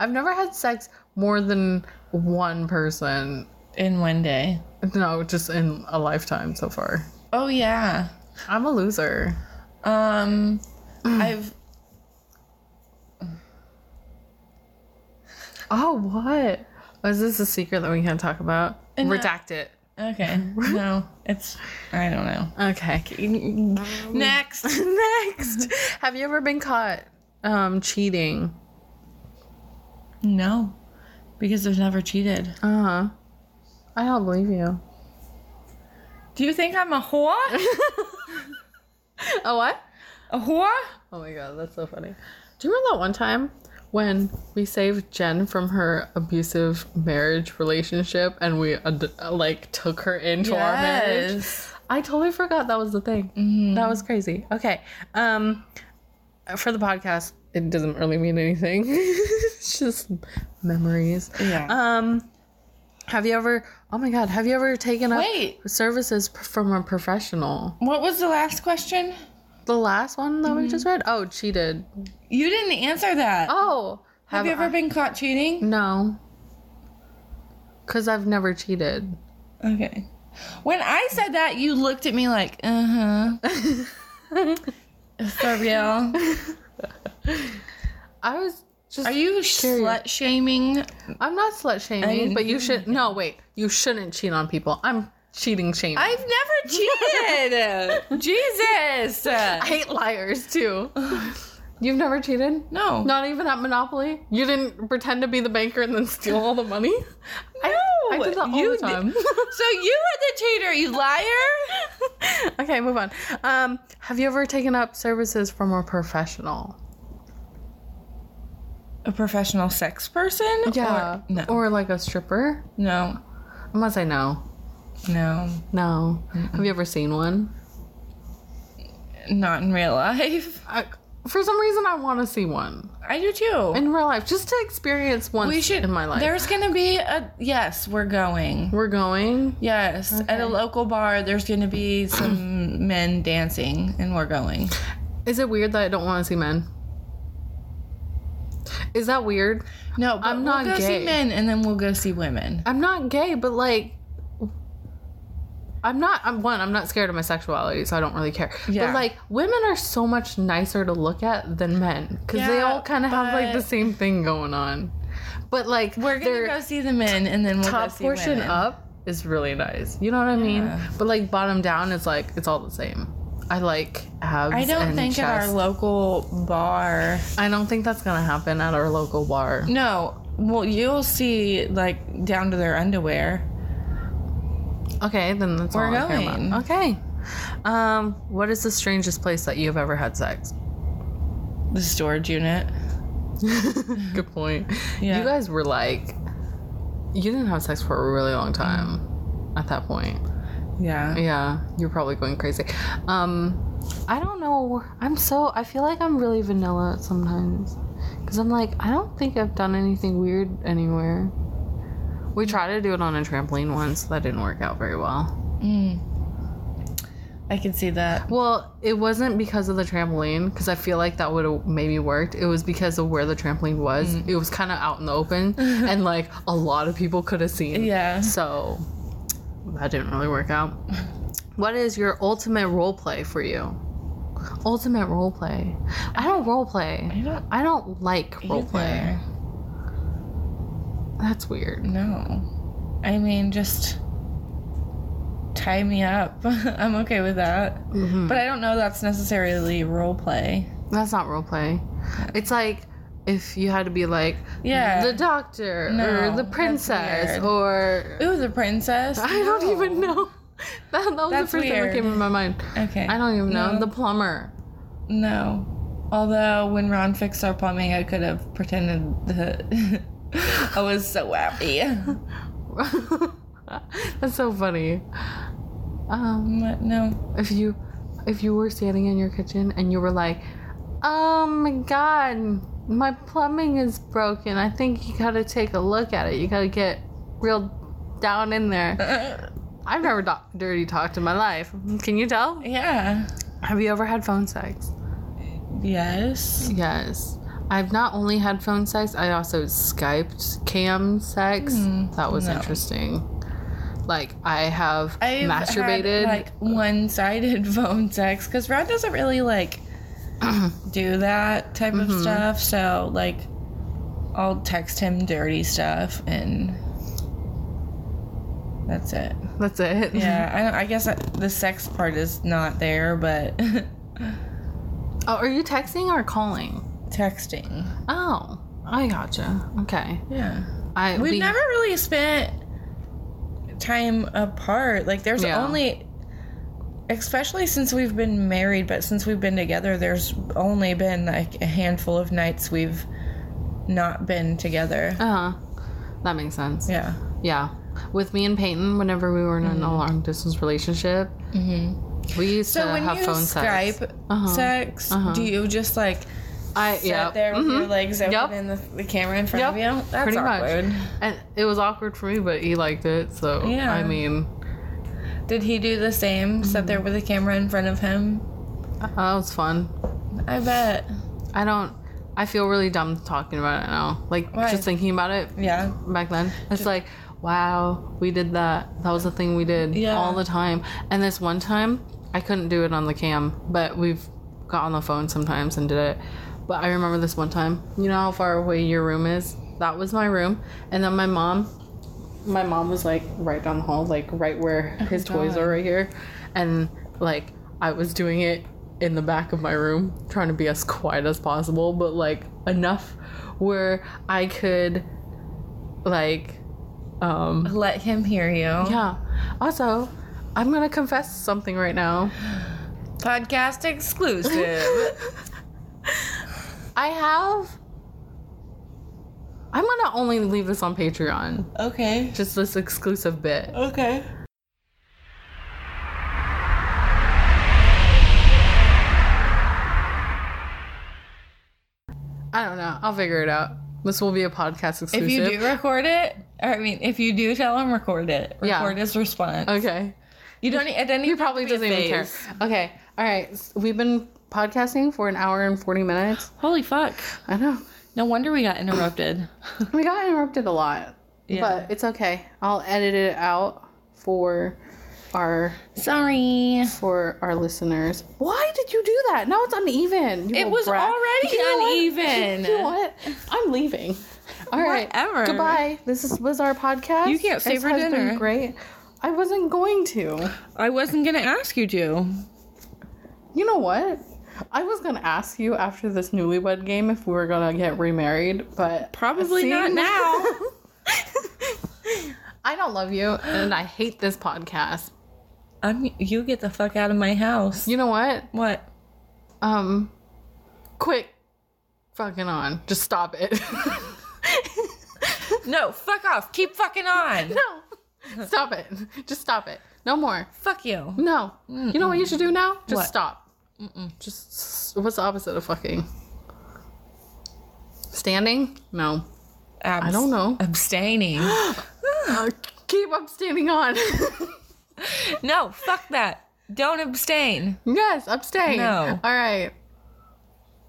Speaker 2: I've never had sex more than one person.
Speaker 5: In one day.
Speaker 2: No, just in a lifetime so far.
Speaker 5: Oh yeah.
Speaker 2: I'm a loser.
Speaker 5: Um,
Speaker 2: Mm.
Speaker 5: I've
Speaker 2: Oh, what? Is this a secret that we can't talk about?
Speaker 5: And, uh,
Speaker 2: Redact it.
Speaker 5: *laughs* okay. No, it's I don't know.
Speaker 2: Okay. *laughs*
Speaker 5: Next. *laughs*
Speaker 2: Next. Have you ever been caught um, cheating?
Speaker 5: No, because I've never cheated.
Speaker 2: Uh huh. I don't believe you.
Speaker 5: Do you think I'm a whore?
Speaker 2: Oh, what?
Speaker 5: A whore?
Speaker 2: Oh my god, that's so funny. Do you remember that one time when we saved Jen from her abusive marriage relationship and we ad- like took her into our marriage?
Speaker 5: Yes. Mm-hmm.
Speaker 2: I totally forgot that was the thing. That was crazy. Okay. Um for the podcast, it doesn't really mean anything. *laughs* it's just memories.
Speaker 5: Yeah.
Speaker 2: Um have you ever Oh my god, have you ever taken up
Speaker 5: Uh, Wait.
Speaker 2: services p- from a professional?
Speaker 5: What was the last question?
Speaker 2: The last one that
Speaker 5: Mm-hmm.
Speaker 2: we just read? Oh, cheated.
Speaker 5: You didn't answer that.
Speaker 2: Oh.
Speaker 5: Have you ever been caught cheating?
Speaker 2: No. Cuz I've never cheated.
Speaker 5: Okay. When I said that, you looked at me like, uh huh. For *laughs* real?
Speaker 2: I was just
Speaker 5: Are you slut shaming?
Speaker 2: I'm not slut shaming,
Speaker 5: didn't
Speaker 2: but you should no, wait. You shouldn't cheat on people. I'm cheating shaming.
Speaker 5: I've *laughs* never *laughs* cheated. Jesus.
Speaker 2: I hate liars too. *laughs* You've never cheated?
Speaker 5: No.
Speaker 2: Not even at Monopoly? You didn't pretend to be the banker and then steal all the money? I, I did that all
Speaker 5: you
Speaker 2: the *laughs*
Speaker 5: *laughs*
Speaker 2: time.
Speaker 5: So you were the cheater, you liar.
Speaker 2: okay, move on. Um, have you ever taken up services from a professional?
Speaker 5: A professional sex person? Or, no.
Speaker 2: Or like a stripper?
Speaker 5: no.
Speaker 2: I'm gonna say no.
Speaker 5: No.
Speaker 2: No. Have you ever seen one?
Speaker 5: Not in real life.
Speaker 2: I, For some reason, I want to see one
Speaker 5: I do too.
Speaker 2: in real life just to experience one
Speaker 5: we should
Speaker 2: in my life.
Speaker 5: There's gonna be a yes. We're going.
Speaker 2: We're going.
Speaker 5: Yes, at a local bar. There's gonna be some
Speaker 2: *clears throat*
Speaker 5: men dancing, and we're going.
Speaker 2: Is it weird that I don't want to see men? Is that weird?
Speaker 5: No, but
Speaker 2: I'm
Speaker 5: we'll
Speaker 2: not
Speaker 5: go
Speaker 2: gay.
Speaker 5: see men, and then we'll go see women.
Speaker 2: I'm not gay, but like, I'm not. I'm one. I'm not scared of my sexuality, so I don't really care.
Speaker 5: Yeah.
Speaker 2: But like, women are so much nicer to look at than men because they
Speaker 5: Yeah,
Speaker 2: all kind of have like the
Speaker 5: but-
Speaker 2: same thing going on. But like,
Speaker 5: We're gonna
Speaker 2: their
Speaker 5: go see the men, and then we'll
Speaker 2: top
Speaker 5: go see
Speaker 2: portion
Speaker 5: women.
Speaker 2: up is really nice. You know what I mean?
Speaker 5: Yeah.
Speaker 2: But like, bottom down is like it's all the same. I like abs.
Speaker 5: I don't
Speaker 2: and
Speaker 5: think at our
Speaker 2: chest.
Speaker 5: local bar.
Speaker 2: I don't think that's gonna happen at our local bar.
Speaker 5: No, well, you'll see like down to their underwear.
Speaker 2: Okay, then that's
Speaker 5: We're
Speaker 2: all I care
Speaker 5: going.
Speaker 2: about. Okay. Um, what is the strangest place that you've ever had sex? *laughs*
Speaker 5: The storage unit.
Speaker 2: Good point.
Speaker 5: Yeah.
Speaker 2: You guys were like, you didn't have sex for a really long time at that point.
Speaker 5: Yeah.
Speaker 2: Yeah, you're probably going crazy. Um, I don't know. I'm so. I feel like I'm really vanilla sometimes, because I'm like, I don't think I've done anything weird anywhere. We tried to do it on a trampoline once. That didn't work out very well.
Speaker 5: I can see that.
Speaker 2: Well, it wasn't because of the trampoline, because I feel like that would have maybe worked. It was because of where the trampoline was. It was kind of out in the open, and like a lot of people could have seen.
Speaker 5: Yeah.
Speaker 2: So that didn't really work out. What is your ultimate role play for you? Ultimate role play. I don't role play.
Speaker 5: I don't
Speaker 2: I don't like role play.
Speaker 5: either.
Speaker 2: That's weird.
Speaker 5: No. I mean, just tie me up. *laughs* I'm okay with that.
Speaker 2: Mm-hmm.
Speaker 5: But I don't know that's necessarily role play.
Speaker 2: That's not role play. It's like if you had to be like
Speaker 5: Yeah.
Speaker 2: the doctor
Speaker 5: No,
Speaker 2: or the
Speaker 5: that's
Speaker 2: princess
Speaker 5: weird.
Speaker 2: or
Speaker 5: Ooh, the
Speaker 2: *laughs*
Speaker 5: princess.
Speaker 2: I don't even know. *laughs* That, that was
Speaker 5: That's
Speaker 2: the first thing that
Speaker 5: weird.
Speaker 2: came in my mind.
Speaker 5: Okay.
Speaker 2: I don't even know.
Speaker 5: No.
Speaker 2: The plumber. *laughs*
Speaker 5: No. Although when Ron fixed our plumbing, I could have pretended that *laughs* I was
Speaker 2: *laughs*
Speaker 5: so happy.
Speaker 2: That's so funny. Um,
Speaker 5: But no.
Speaker 2: if you if you were standing in your kitchen and you were like, "Oh my god, my plumbing is broken. I think you got to take a look at it. You got to get real down in there." *laughs* I've never do- dirty talked in my life. Can you tell?
Speaker 5: Yeah.
Speaker 2: Have you ever had phone sex?
Speaker 5: Yes.
Speaker 2: Yes. I've not only had phone sex, I also Skyped cam sex. that was
Speaker 5: no.
Speaker 2: interesting. Like, I have
Speaker 5: I've
Speaker 2: masturbated.
Speaker 5: had, like one-sided *laughs* phone sex because Ron doesn't really like do that type of stuff. So like, I'll text him dirty stuff and that's it.
Speaker 2: That's it.
Speaker 5: Yeah, I, don't- I guess I, the sex part is not there, but
Speaker 2: *laughs*
Speaker 5: *laughs*
Speaker 2: Oh, are you texting or calling?
Speaker 5: texting.
Speaker 2: Oh, I gotcha. Okay.
Speaker 5: Yeah,
Speaker 2: I
Speaker 5: we've
Speaker 2: we-
Speaker 5: never really spent time apart. Like, there's
Speaker 2: Yeah.
Speaker 5: only, especially since we've been married, but since we've been together, there's only been like a handful of nights we've not been together.
Speaker 2: Uh huh. That makes sense.
Speaker 5: Yeah, Mm-hmm.
Speaker 2: Yeah. With me and Peyton, whenever we were in a long distance relationship, we used
Speaker 5: so
Speaker 2: to
Speaker 5: when
Speaker 2: have
Speaker 5: you
Speaker 2: phone
Speaker 5: Skype
Speaker 2: sex. Uh-huh.
Speaker 5: sex, do you just like
Speaker 2: I
Speaker 5: sit
Speaker 2: yeah.
Speaker 5: there with your
Speaker 2: Mhm.
Speaker 5: legs open
Speaker 2: Yep.
Speaker 5: and the, the camera in front of
Speaker 2: Yep,
Speaker 5: you? That's
Speaker 2: pretty
Speaker 5: awkward.
Speaker 2: much. And it was awkward for me, but he liked it. So
Speaker 5: Yeah.
Speaker 2: I mean,
Speaker 5: Did he do the same? Sit
Speaker 2: Mm.
Speaker 5: there with a camera in front of him?
Speaker 2: that was fun.
Speaker 5: I bet.
Speaker 2: I don't. I feel really dumb talking about it now. Like
Speaker 5: Why?
Speaker 2: just thinking about it
Speaker 5: Yeah.
Speaker 2: back then. It's like, wow, we did that. That was the thing we did
Speaker 5: Yeah.
Speaker 2: all the time. And this one time, I couldn't do it on the cam, but we've got on the phone sometimes and did it. But I remember this one time. You know how far away your room is? That was my room. And then my mom my mom was like right down the hall, like right where his toys are right here. And like I was doing it in the back of my room, trying to be as quiet as possible, but like enough where I could like um
Speaker 5: Let him hear you.
Speaker 2: yeah. Also, I'm gonna confess something right now.
Speaker 5: Podcast *laughs* exclusive.
Speaker 2: I have I'm gonna only leave this on Patreon.
Speaker 5: okay.
Speaker 2: Just this exclusive bit.
Speaker 5: Okay.
Speaker 2: I don't know. I'll figure it out. This will be a podcast exclusive.
Speaker 5: If you do record it, or I mean, if you do tell him, record it.
Speaker 2: Yeah.
Speaker 5: Record his response.
Speaker 2: Okay.
Speaker 5: You don't. e, It doesn't.
Speaker 2: He probably doesn't even care. Okay. All right. S- We've been podcasting for an hour and 40 minutes.
Speaker 5: Holy fuck!
Speaker 2: I know. *laughs*
Speaker 5: No wonder we got interrupted.
Speaker 2: We got interrupted a lot,
Speaker 5: Yeah.
Speaker 2: but it's okay. I'll edit it out for our
Speaker 5: Sorry.
Speaker 2: for our listeners. Why did you do that? Now it's uneven. You
Speaker 5: It
Speaker 2: little
Speaker 5: was
Speaker 2: brat.
Speaker 5: already uneven.
Speaker 2: You know what? I'm leaving. All right.
Speaker 5: Whatever.
Speaker 2: Goodbye. This is, was our podcast.
Speaker 5: You can't
Speaker 2: This
Speaker 5: save her
Speaker 2: has been
Speaker 5: dinner.
Speaker 2: great. I wasn't going to.
Speaker 5: I wasn't gonna ask you to.
Speaker 2: You know what? I was gonna ask you after this newlywed game if we were gonna get remarried, but
Speaker 5: Probably
Speaker 2: *laughs*
Speaker 5: not now.
Speaker 2: I don't love you, and I hate this podcast.
Speaker 5: I'm. You get the fuck out of my house.
Speaker 2: You know what?
Speaker 5: what?
Speaker 2: Um, quick, fucking on. Just stop it. *laughs*
Speaker 5: No. Fuck off. Keep
Speaker 2: *laughs*
Speaker 5: fucking on.
Speaker 2: no, stop it. Just stop it. No more.
Speaker 5: Fuck you.
Speaker 2: No. You know what you should do now? Just
Speaker 5: What?
Speaker 2: stop. Just s- what's the opposite of fucking? Standing? No.
Speaker 5: Abs-
Speaker 2: I don't know. *gasps*
Speaker 5: Abstaining.
Speaker 2: Uh, keep up standing on. *laughs*
Speaker 5: no. Fuck that. Don't abstain.
Speaker 2: Yes, abstain.
Speaker 5: No.
Speaker 2: All right.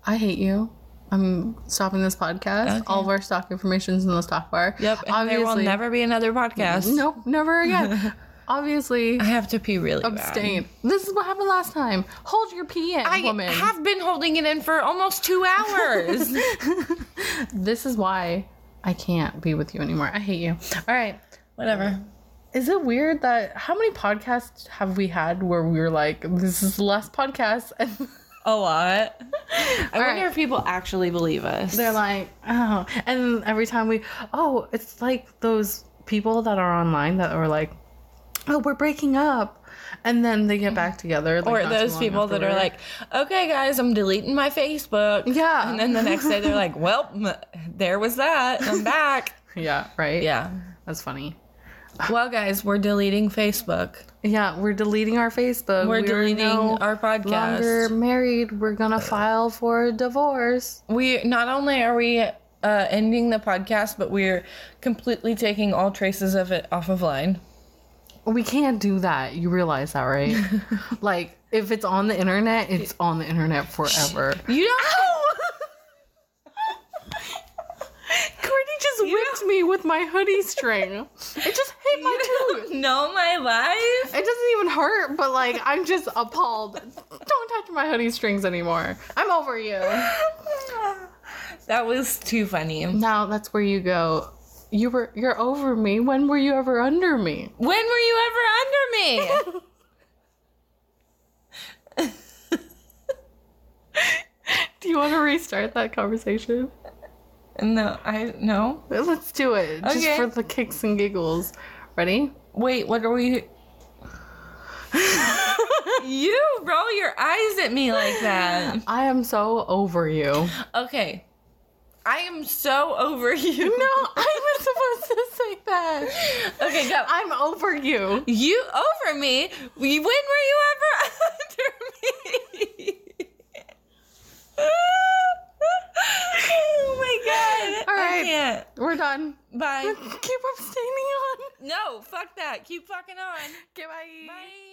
Speaker 2: I hate you. I'm stopping this podcast.
Speaker 5: Okay.
Speaker 2: All of our stock information's in the stock bar.
Speaker 5: Yep. And there will never be another podcast.
Speaker 2: Nope. Never *laughs* again. Obviously.
Speaker 5: I have to pee really
Speaker 2: Abstain. This is what happened last time. Hold your pee in,
Speaker 5: bad. I
Speaker 2: woman.
Speaker 5: have been holding it in for almost
Speaker 2: *laughs*
Speaker 5: two hours.
Speaker 2: this is why I can't be with you anymore. I hate you. All right.
Speaker 5: Whatever.
Speaker 2: Is it weird that how many podcasts have we had where we were like, this is the last podcast? And
Speaker 5: A lot. I wonder
Speaker 2: right.
Speaker 5: if people actually believe us.
Speaker 2: They're like, oh. And every time we, oh, it's like those people that are online that are like, oh, we're breaking up. And then they get back together. like,
Speaker 5: or
Speaker 2: not too
Speaker 5: those
Speaker 2: long
Speaker 5: people that are
Speaker 2: afterward.
Speaker 5: like, okay, guys, I'm deleting my Facebook.
Speaker 2: Yeah.
Speaker 5: And then the next day they're like, well, m- there was that. *laughs* I'm back.
Speaker 2: yeah, right?
Speaker 5: yeah.
Speaker 2: That's funny.
Speaker 5: Well, guys, we're deleting Facebook.
Speaker 2: Yeah, we're deleting our Facebook.
Speaker 5: We're
Speaker 2: We are
Speaker 5: deleting
Speaker 2: no
Speaker 5: our podcast.
Speaker 2: Longer married. We're gonna file for a divorce.
Speaker 5: We not only are we uh, ending the podcast, but we're completely taking all traces of it off of line.
Speaker 2: We can't do that. You realize that,
Speaker 5: *laughs*
Speaker 2: right? like, if it's on the internet, it's on the internet forever.
Speaker 5: You don't.
Speaker 2: Courtney just whipped me with my hoodie string. It just hit my
Speaker 5: You
Speaker 2: tooth.
Speaker 5: don't know my life.
Speaker 2: It doesn't even hurt, but like I'm just appalled. Don't touch my hoodie strings anymore. I'm over you.
Speaker 5: That was too funny. When
Speaker 2: Now that's where you go. You were you're over me. When were you ever under me?
Speaker 5: were you ever *laughs* under me?
Speaker 2: Do you want to restart that conversation?
Speaker 5: no, I no.
Speaker 2: Let's do it. Just
Speaker 5: Okay.
Speaker 2: for the kicks and giggles. Ready?
Speaker 5: Wait, what are we? *laughs* you roll your eyes at me like *laughs* that.
Speaker 2: I am so over you. No,
Speaker 5: Okay. I am so over you.
Speaker 2: I was supposed to say that.
Speaker 5: Okay, go.
Speaker 2: I'm over you.
Speaker 5: You over me? We- When were you ever under me? *laughs* oh my god.
Speaker 2: All right.
Speaker 5: I can't.
Speaker 2: We're done.
Speaker 5: Bye.
Speaker 2: Keep abstaining on.
Speaker 5: no, fuck that. Keep fucking on.
Speaker 2: Goodbye.
Speaker 5: Bye.